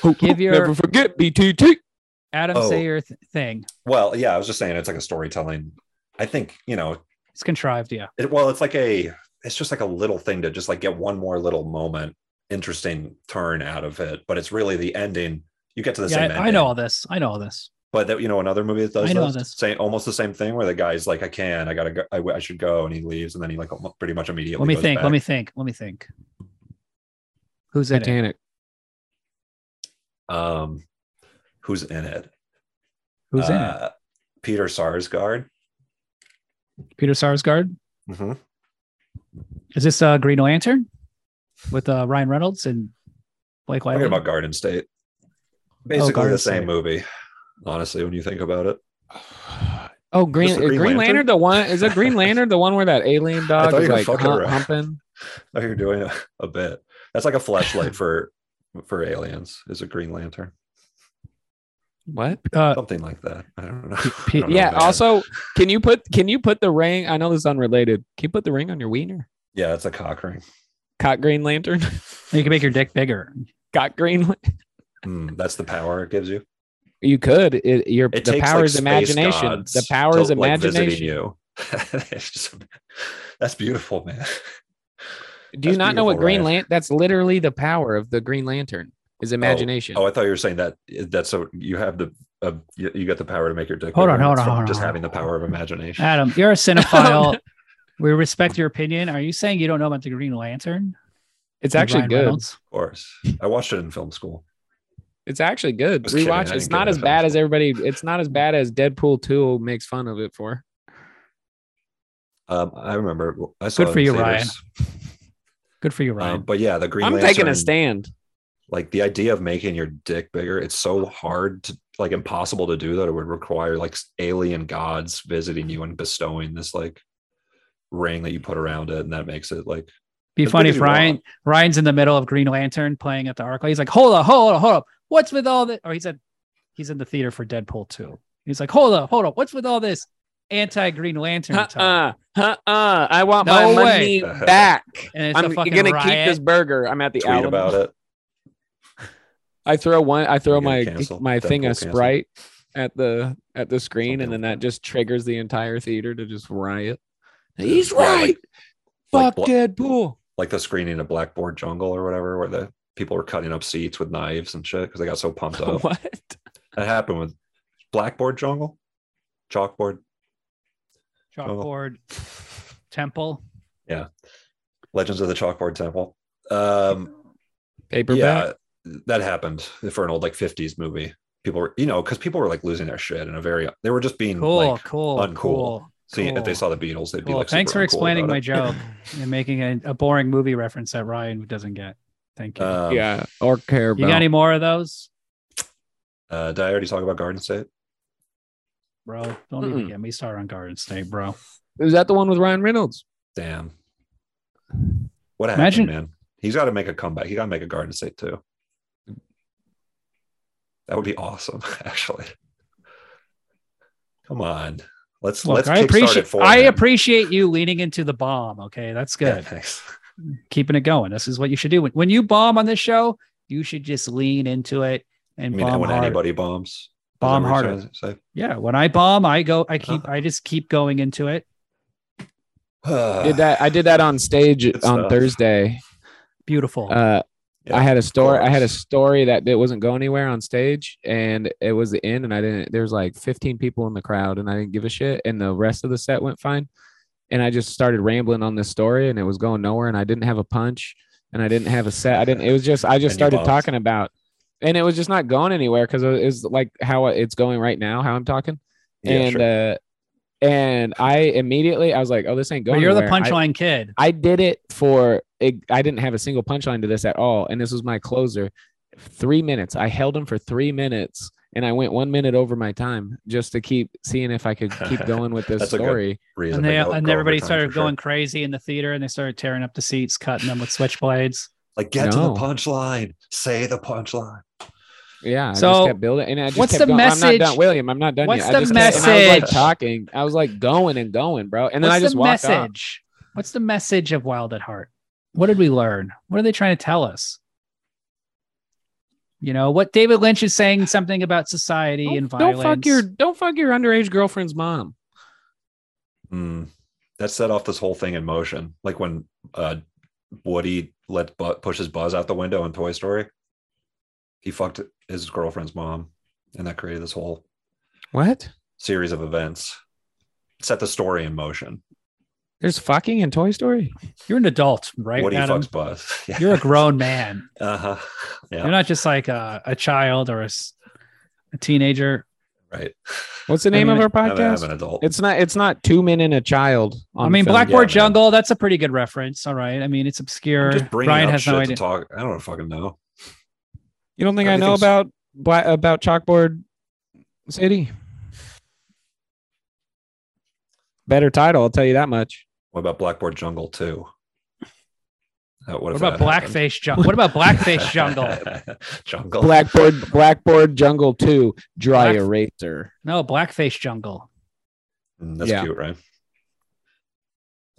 [SPEAKER 2] Hope-
[SPEAKER 1] Give
[SPEAKER 2] hope-
[SPEAKER 1] your-
[SPEAKER 2] never forget BTT.
[SPEAKER 1] Adam,
[SPEAKER 3] Oh.
[SPEAKER 1] say your th- thing.
[SPEAKER 3] Well, yeah, I was just saying it's like a storytelling. I think you know
[SPEAKER 1] It's contrived, yeah.
[SPEAKER 3] it, well it's like a it's just like a little thing to just like get one more little moment interesting turn out of it but it's really the ending you get to the same
[SPEAKER 1] yeah, I, I
[SPEAKER 3] ending.
[SPEAKER 1] know all this. I know all this.
[SPEAKER 3] but that you know another movie that does
[SPEAKER 1] I know
[SPEAKER 3] this,
[SPEAKER 1] this.
[SPEAKER 3] say almost the same thing where the guy's like i can i gotta go i, I should go and he leaves and then he like almo- pretty much immediately
[SPEAKER 1] Let me
[SPEAKER 3] goes
[SPEAKER 1] think.
[SPEAKER 3] back.
[SPEAKER 1] Let me think. Let me think. Who's in it?
[SPEAKER 2] Titanic.
[SPEAKER 3] um who's in it.
[SPEAKER 1] Who's in
[SPEAKER 3] Uh,
[SPEAKER 1] it?
[SPEAKER 3] Peter Sarsgaard.
[SPEAKER 1] Peter Sarsgaard. Is this uh, Green Lantern with uh, Ryan Reynolds and Blake
[SPEAKER 3] Talking
[SPEAKER 1] Lively?
[SPEAKER 3] about Garden State. Basically
[SPEAKER 1] Oh, Garden
[SPEAKER 3] the same
[SPEAKER 1] State.
[SPEAKER 3] movie, honestly, when you think about it.
[SPEAKER 2] Oh, Green
[SPEAKER 3] Is
[SPEAKER 2] uh,
[SPEAKER 3] it Green
[SPEAKER 2] Green, Lantern?
[SPEAKER 3] Lantern?
[SPEAKER 2] The one is a Green Lantern the one where that alien
[SPEAKER 3] I
[SPEAKER 2] dog
[SPEAKER 3] thought
[SPEAKER 2] is
[SPEAKER 3] you were
[SPEAKER 2] like
[SPEAKER 3] fucking
[SPEAKER 2] hu-
[SPEAKER 3] around.
[SPEAKER 2] humping.
[SPEAKER 3] Oh, you're doing a, a bit. That's like a flashlight for for aliens. Is a Green Lantern,
[SPEAKER 2] What?
[SPEAKER 1] Uh,
[SPEAKER 3] something like that. I don't know.
[SPEAKER 1] P-
[SPEAKER 3] I don't know,
[SPEAKER 2] Yeah.
[SPEAKER 3] man.
[SPEAKER 2] Also, can you put can you put the ring? I know this is unrelated. Can you put the ring on your wiener?
[SPEAKER 3] yeah, it's a cock ring.
[SPEAKER 2] Cock Green Lantern.
[SPEAKER 1] you can make your dick bigger.
[SPEAKER 2] Cock Green. Lan-
[SPEAKER 3] Mm, that's the power it gives you.
[SPEAKER 2] You could. It, your
[SPEAKER 3] It
[SPEAKER 2] the
[SPEAKER 3] takes
[SPEAKER 2] power
[SPEAKER 3] like,
[SPEAKER 2] is
[SPEAKER 3] space
[SPEAKER 2] imagination.
[SPEAKER 3] gods
[SPEAKER 2] The power
[SPEAKER 3] to,
[SPEAKER 2] is
[SPEAKER 3] like, visiting
[SPEAKER 2] imagination.
[SPEAKER 3] you. It's just- that's beautiful, man.
[SPEAKER 2] Do you
[SPEAKER 3] That's
[SPEAKER 2] not know what
[SPEAKER 3] beautiful,
[SPEAKER 2] Green
[SPEAKER 3] Ryan.
[SPEAKER 2] Lantern? That's literally the power of the Green Lantern. Is imagination.
[SPEAKER 3] Oh, I thought you were saying that. That's so you have the uh, you, you got the power to make your dick.
[SPEAKER 1] Hold on,
[SPEAKER 3] bigger, and
[SPEAKER 1] hold
[SPEAKER 3] it's
[SPEAKER 1] on,
[SPEAKER 3] from
[SPEAKER 1] hold on, Ah.
[SPEAKER 3] Just
[SPEAKER 1] hold
[SPEAKER 3] having the power of imagination.
[SPEAKER 1] Adam, you're a cinephile. we respect your opinion. Are you saying you don't know about the Green Lantern?
[SPEAKER 2] it's
[SPEAKER 1] and
[SPEAKER 2] actually
[SPEAKER 1] Ryan
[SPEAKER 2] good.
[SPEAKER 1] Reynolds?
[SPEAKER 3] Of course, I watched it in film school.
[SPEAKER 2] It's actually good.
[SPEAKER 3] Just kidding, I
[SPEAKER 2] Rewatch.
[SPEAKER 3] didn't
[SPEAKER 2] It's
[SPEAKER 3] give
[SPEAKER 2] not
[SPEAKER 3] it a
[SPEAKER 2] as
[SPEAKER 3] thumbs
[SPEAKER 2] bad as
[SPEAKER 3] up.
[SPEAKER 2] everybody. It's not as bad as Deadpool Two makes fun of it for.
[SPEAKER 3] Um, I remember. I saw
[SPEAKER 1] Good
[SPEAKER 3] it
[SPEAKER 1] for
[SPEAKER 3] in
[SPEAKER 1] you,
[SPEAKER 3] theaters.
[SPEAKER 1] Good for you,
[SPEAKER 3] Um,
[SPEAKER 1] Ryan.
[SPEAKER 3] but yeah, the Green
[SPEAKER 2] I'm
[SPEAKER 3] Lantern.
[SPEAKER 2] taking a stand.
[SPEAKER 3] Like the idea of making your dick bigger, it's so hard to like impossible to do that. It would require like alien gods visiting you and bestowing this like ring that you put around it, and that makes it like
[SPEAKER 1] Be
[SPEAKER 3] As
[SPEAKER 1] funny
[SPEAKER 3] big as
[SPEAKER 1] if
[SPEAKER 3] you want.
[SPEAKER 1] Ryan Ryan's in the middle of Green Lantern playing at the arc. light. He's like, hold up, hold up, hold up. What's with all this? Or he's at he's in the theater for Deadpool 2. He's like, hold up, hold up. What's with all this anti-Green Lantern talk?
[SPEAKER 2] Uh-uh. Uh-uh. I want
[SPEAKER 1] No
[SPEAKER 2] my
[SPEAKER 1] way.
[SPEAKER 2] money back.
[SPEAKER 1] And it's
[SPEAKER 2] I'm
[SPEAKER 1] a
[SPEAKER 2] gonna
[SPEAKER 1] fucking
[SPEAKER 2] keep
[SPEAKER 1] riot.
[SPEAKER 2] this burger. I'm at the
[SPEAKER 3] tweet
[SPEAKER 2] Alamo.
[SPEAKER 3] about it.
[SPEAKER 2] I throw one. I throw
[SPEAKER 3] You're gonna
[SPEAKER 2] my
[SPEAKER 3] cancel?
[SPEAKER 2] my thing
[SPEAKER 3] Deadpool
[SPEAKER 2] a
[SPEAKER 3] cancel?
[SPEAKER 2] sprite at the at the screen,
[SPEAKER 3] Something
[SPEAKER 2] and then
[SPEAKER 3] like
[SPEAKER 2] that just triggers the entire theater to just riot.
[SPEAKER 3] Yeah,
[SPEAKER 2] He's
[SPEAKER 3] yeah, like-
[SPEAKER 2] right.
[SPEAKER 3] like
[SPEAKER 2] Fuck
[SPEAKER 3] blo-
[SPEAKER 2] Deadpool.
[SPEAKER 3] like the screening of Blackboard Jungle or whatever, where the people were cutting up seats with knives and shit because they got so pumped up.
[SPEAKER 2] What?
[SPEAKER 3] That happened with Blackboard Jungle, Chalkboard.
[SPEAKER 1] Chalkboard
[SPEAKER 3] Oh.
[SPEAKER 1] temple.
[SPEAKER 3] Legends of the Chalkboard Temple. Um,
[SPEAKER 2] Paperback.
[SPEAKER 3] yeah, that happened for an old like 50s movie. People were, you know, because people were like losing their shit in a very, they were just being
[SPEAKER 1] Cool,
[SPEAKER 3] like,
[SPEAKER 1] cool,
[SPEAKER 3] uncool.
[SPEAKER 1] cool.
[SPEAKER 3] seeing if they
[SPEAKER 1] cool.
[SPEAKER 3] saw the Beatles, they'd be
[SPEAKER 1] Cool.
[SPEAKER 3] like,
[SPEAKER 1] Thanks
[SPEAKER 3] super
[SPEAKER 1] for
[SPEAKER 3] uncool
[SPEAKER 1] explaining
[SPEAKER 3] about
[SPEAKER 1] my
[SPEAKER 3] it.
[SPEAKER 1] joke and making a, a boring movie reference that Ryan doesn't get. Thank you.
[SPEAKER 3] Um, yeah.
[SPEAKER 2] yeah. Or care
[SPEAKER 1] you got
[SPEAKER 2] about.
[SPEAKER 1] any more of those?
[SPEAKER 3] Uh, did I already talk about Garden State?
[SPEAKER 1] Bro, don't even
[SPEAKER 2] Mm-mm.
[SPEAKER 1] get me started on Garden State, bro.
[SPEAKER 2] Is that the one with Ryan Reynolds?
[SPEAKER 3] Damn. What happened,
[SPEAKER 1] Imagine-
[SPEAKER 3] man? He's got to make a comeback. He got to make a Garden State too. That would be awesome, actually. Come on, let's
[SPEAKER 1] Look,
[SPEAKER 3] let's
[SPEAKER 1] I
[SPEAKER 3] kickstart
[SPEAKER 1] appreciate
[SPEAKER 3] it for
[SPEAKER 1] I
[SPEAKER 3] him.
[SPEAKER 1] appreciate you leaning into the bomb. Okay, that's
[SPEAKER 3] Yeah,
[SPEAKER 1] good.
[SPEAKER 3] thanks.
[SPEAKER 1] Keeping it going. This is what you should do when, when you bomb on this show. You should just lean into it
[SPEAKER 3] I
[SPEAKER 1] and
[SPEAKER 3] mean,
[SPEAKER 1] bomb
[SPEAKER 3] when
[SPEAKER 1] hard.
[SPEAKER 3] anybody bombs, is that
[SPEAKER 1] Bomb
[SPEAKER 3] what you're
[SPEAKER 1] harder.
[SPEAKER 3] trying to say?
[SPEAKER 1] Yeah, when I bomb, I go. I keep.
[SPEAKER 3] Huh?
[SPEAKER 1] I just keep going into it.
[SPEAKER 3] Uh,
[SPEAKER 2] Did that? I did that on stage
[SPEAKER 3] Good
[SPEAKER 2] on
[SPEAKER 3] stuff.
[SPEAKER 2] Thursday.
[SPEAKER 1] Beautiful.
[SPEAKER 2] Uh,
[SPEAKER 3] Yeah,
[SPEAKER 2] I had a story. I had a
[SPEAKER 3] course.
[SPEAKER 2] story that it wasn't going anywhere on stage, and it was the end, and I didn't. There was like 15 people in the crowd, and I didn't give a shit. And the rest of the set went fine, and I just started rambling on this story, and it was going nowhere, and I didn't have a punch, and I didn't have a set. I didn't. It was just. I
[SPEAKER 3] And
[SPEAKER 2] just
[SPEAKER 3] you
[SPEAKER 2] started
[SPEAKER 3] bombed.
[SPEAKER 2] talking about, and it was just not going anywhere because it was like how it's going right now, how I'm talking,
[SPEAKER 3] Yeah,
[SPEAKER 2] and
[SPEAKER 3] sure.
[SPEAKER 2] uh, and I immediately I was like, oh, this ain't
[SPEAKER 1] but
[SPEAKER 2] going.
[SPEAKER 1] you're the
[SPEAKER 2] anywhere. I-
[SPEAKER 1] punchline kid.
[SPEAKER 2] I did it for it, I didn't have a single punchline to this at all, and this was my closer. Three minutes. I held him for three minutes, and I went one minute over my time just to keep seeing if I could keep going with this
[SPEAKER 3] That's a good-
[SPEAKER 2] story.
[SPEAKER 3] Reason
[SPEAKER 1] And
[SPEAKER 3] to
[SPEAKER 1] they
[SPEAKER 3] go-
[SPEAKER 1] and
[SPEAKER 3] go
[SPEAKER 1] everybody
[SPEAKER 3] overtime
[SPEAKER 1] started
[SPEAKER 3] for sure.
[SPEAKER 1] going crazy in the theater, and they started tearing up the seats, cutting them with switchblades.
[SPEAKER 3] like, get to the
[SPEAKER 2] No.
[SPEAKER 3] punchline, say the punchline.
[SPEAKER 2] Yeah, I
[SPEAKER 1] So,
[SPEAKER 2] just kept building, and I just
[SPEAKER 1] what's
[SPEAKER 2] kept
[SPEAKER 1] the
[SPEAKER 2] going. I'm not
[SPEAKER 1] message-
[SPEAKER 2] done, William. I'm not done
[SPEAKER 1] what's
[SPEAKER 2] yet.
[SPEAKER 1] the
[SPEAKER 2] I just kept- and I was, like,
[SPEAKER 1] message?
[SPEAKER 2] talking. I was like going and going, bro. And then
[SPEAKER 1] What's
[SPEAKER 2] I just
[SPEAKER 1] the
[SPEAKER 2] walked off.
[SPEAKER 1] message? What's the message of Wild at Heart? What did we learn? What are they trying to tell us? You know what David Lynch is saying something about society and
[SPEAKER 2] Don't,
[SPEAKER 1] violence.
[SPEAKER 2] don't fuck your don't fuck your underage girlfriend's mom.
[SPEAKER 3] Mm. That set off this whole thing in motion. Like when uh, Woody let Bu- pushes Buzz out the window in Toy Story, he fucked his girlfriend's mom, and that created this whole
[SPEAKER 2] What?
[SPEAKER 3] series of events. Set the story in motion.
[SPEAKER 2] There's fucking in Toy Story.
[SPEAKER 1] You're an adult, right,
[SPEAKER 3] Woody
[SPEAKER 1] Adam?
[SPEAKER 3] fucks Buzz.
[SPEAKER 1] You're a grown man.
[SPEAKER 3] uh huh. Yeah.
[SPEAKER 1] You're not just like a, a child or a, s- a teenager.
[SPEAKER 3] right.
[SPEAKER 2] What's the
[SPEAKER 1] I
[SPEAKER 2] name
[SPEAKER 1] mean,
[SPEAKER 2] of our
[SPEAKER 3] I'm, a- I'm
[SPEAKER 2] podcast?
[SPEAKER 3] an adult.
[SPEAKER 2] It's not. It's not two men and a child. On
[SPEAKER 1] I mean,
[SPEAKER 2] film.
[SPEAKER 1] Blackboard
[SPEAKER 3] Yeah, man.
[SPEAKER 1] Jungle. That's a pretty good reference. All right. I mean, it's obscure.
[SPEAKER 3] I'm just bringing
[SPEAKER 1] Brian
[SPEAKER 3] up
[SPEAKER 1] has
[SPEAKER 3] shit
[SPEAKER 1] no
[SPEAKER 3] to
[SPEAKER 1] idea.
[SPEAKER 3] talk. I don't fucking know.
[SPEAKER 2] You don't think I know
[SPEAKER 3] Everything's-
[SPEAKER 2] about bla- about chalkboard city? Better title, I'll tell you that much.
[SPEAKER 3] What about Blackboard Jungle too? Uh, what
[SPEAKER 1] What
[SPEAKER 3] if
[SPEAKER 1] about
[SPEAKER 3] that happened?
[SPEAKER 1] blackface jungle? What about blackface jungle?
[SPEAKER 3] jungle.
[SPEAKER 2] Blackboard Blackboard Jungle Two Dry
[SPEAKER 1] Black-
[SPEAKER 2] Eraser.
[SPEAKER 1] No, blackface jungle.
[SPEAKER 3] Mm, That's
[SPEAKER 2] Yeah.
[SPEAKER 3] cute, right?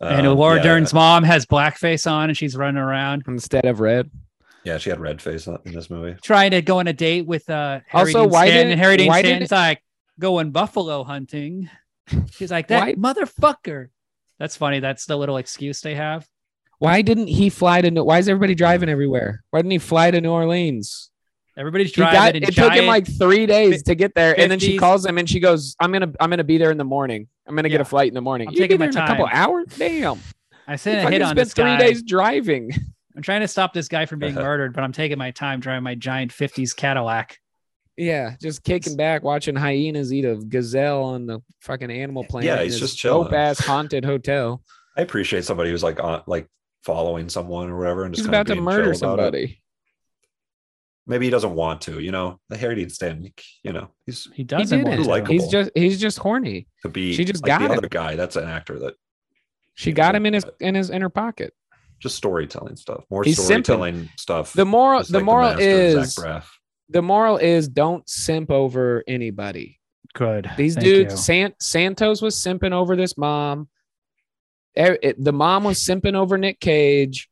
[SPEAKER 1] and
[SPEAKER 3] Um,
[SPEAKER 1] Laura
[SPEAKER 3] yeah,
[SPEAKER 1] Dern's mom has blackface on, and she's running around
[SPEAKER 2] Instead of red.
[SPEAKER 3] Yeah, she had red face on- in this movie.
[SPEAKER 1] trying to go on a date with uh, Harry
[SPEAKER 2] Also,
[SPEAKER 1] Dean
[SPEAKER 2] why
[SPEAKER 1] Stanton.
[SPEAKER 2] didn't-
[SPEAKER 1] and Harry Dean
[SPEAKER 2] why
[SPEAKER 1] Stanton's like going buffalo hunting. She's like that
[SPEAKER 2] Why-
[SPEAKER 1] motherfucker. That's funny. That's the little excuse they have.
[SPEAKER 2] Why didn't he fly to? New- Why is everybody driving everywhere? Why didn't he fly to New Orleans?
[SPEAKER 1] Everybody's
[SPEAKER 2] He
[SPEAKER 1] driving.
[SPEAKER 2] got,
[SPEAKER 1] in
[SPEAKER 2] it took him
[SPEAKER 1] giant-
[SPEAKER 2] like three days to get there, and then she
[SPEAKER 1] 50s.
[SPEAKER 2] calls him and she goes, "I'm gonna, I'm gonna be there in the morning. I'm gonna get a
[SPEAKER 1] Yeah.
[SPEAKER 2] flight in the morning.
[SPEAKER 1] I'm
[SPEAKER 2] You'd
[SPEAKER 1] taking
[SPEAKER 2] be
[SPEAKER 1] my
[SPEAKER 2] there in a couple
[SPEAKER 1] time."
[SPEAKER 2] hours. Damn,
[SPEAKER 1] I
[SPEAKER 2] He
[SPEAKER 1] sent a
[SPEAKER 2] fucking
[SPEAKER 1] hit on
[SPEAKER 2] spent
[SPEAKER 1] this
[SPEAKER 2] three
[SPEAKER 1] guy.
[SPEAKER 2] days driving.
[SPEAKER 1] I'm trying to stop this guy from being murdered, but I'm taking my time driving my giant 50s Cadillac.
[SPEAKER 2] Yeah, just kicking back, watching hyenas eat a gazelle on the fucking animal planet.
[SPEAKER 3] Yeah,
[SPEAKER 2] in
[SPEAKER 3] he's
[SPEAKER 2] this
[SPEAKER 3] just chilling.
[SPEAKER 2] Dope ass haunted hotel.
[SPEAKER 3] I appreciate somebody who's like on, like following someone or whatever, and
[SPEAKER 2] He's
[SPEAKER 3] just kinda
[SPEAKER 2] about to
[SPEAKER 3] being
[SPEAKER 2] murder
[SPEAKER 3] chill about it.
[SPEAKER 2] somebody.
[SPEAKER 3] Maybe he doesn't want to. You know, the Harry Dean Stanton. You know, he's
[SPEAKER 1] He
[SPEAKER 2] He
[SPEAKER 1] doesn't
[SPEAKER 2] didn't.
[SPEAKER 1] want to.
[SPEAKER 3] Like-
[SPEAKER 2] he's
[SPEAKER 3] Likeable.
[SPEAKER 2] just he's just horny.
[SPEAKER 3] to be.
[SPEAKER 2] She just
[SPEAKER 3] like
[SPEAKER 2] got
[SPEAKER 3] the
[SPEAKER 2] him.
[SPEAKER 3] other guy. That's an actor that
[SPEAKER 2] She
[SPEAKER 3] He
[SPEAKER 2] got
[SPEAKER 3] doesn't
[SPEAKER 2] him in his
[SPEAKER 3] want
[SPEAKER 2] in his inner pocket.
[SPEAKER 3] just storytelling stuff. More
[SPEAKER 2] He's simping.
[SPEAKER 3] storytelling stuff.
[SPEAKER 2] The moral
[SPEAKER 3] is
[SPEAKER 2] the
[SPEAKER 3] like
[SPEAKER 2] moral
[SPEAKER 3] master of
[SPEAKER 2] is
[SPEAKER 3] Zach Braff.
[SPEAKER 2] the moral is don't simp over anybody.
[SPEAKER 1] Good.
[SPEAKER 2] These
[SPEAKER 1] Thank you.
[SPEAKER 2] dudes, San- Santos was simping over this mom. E- it- The mom was simping over Nick Cage.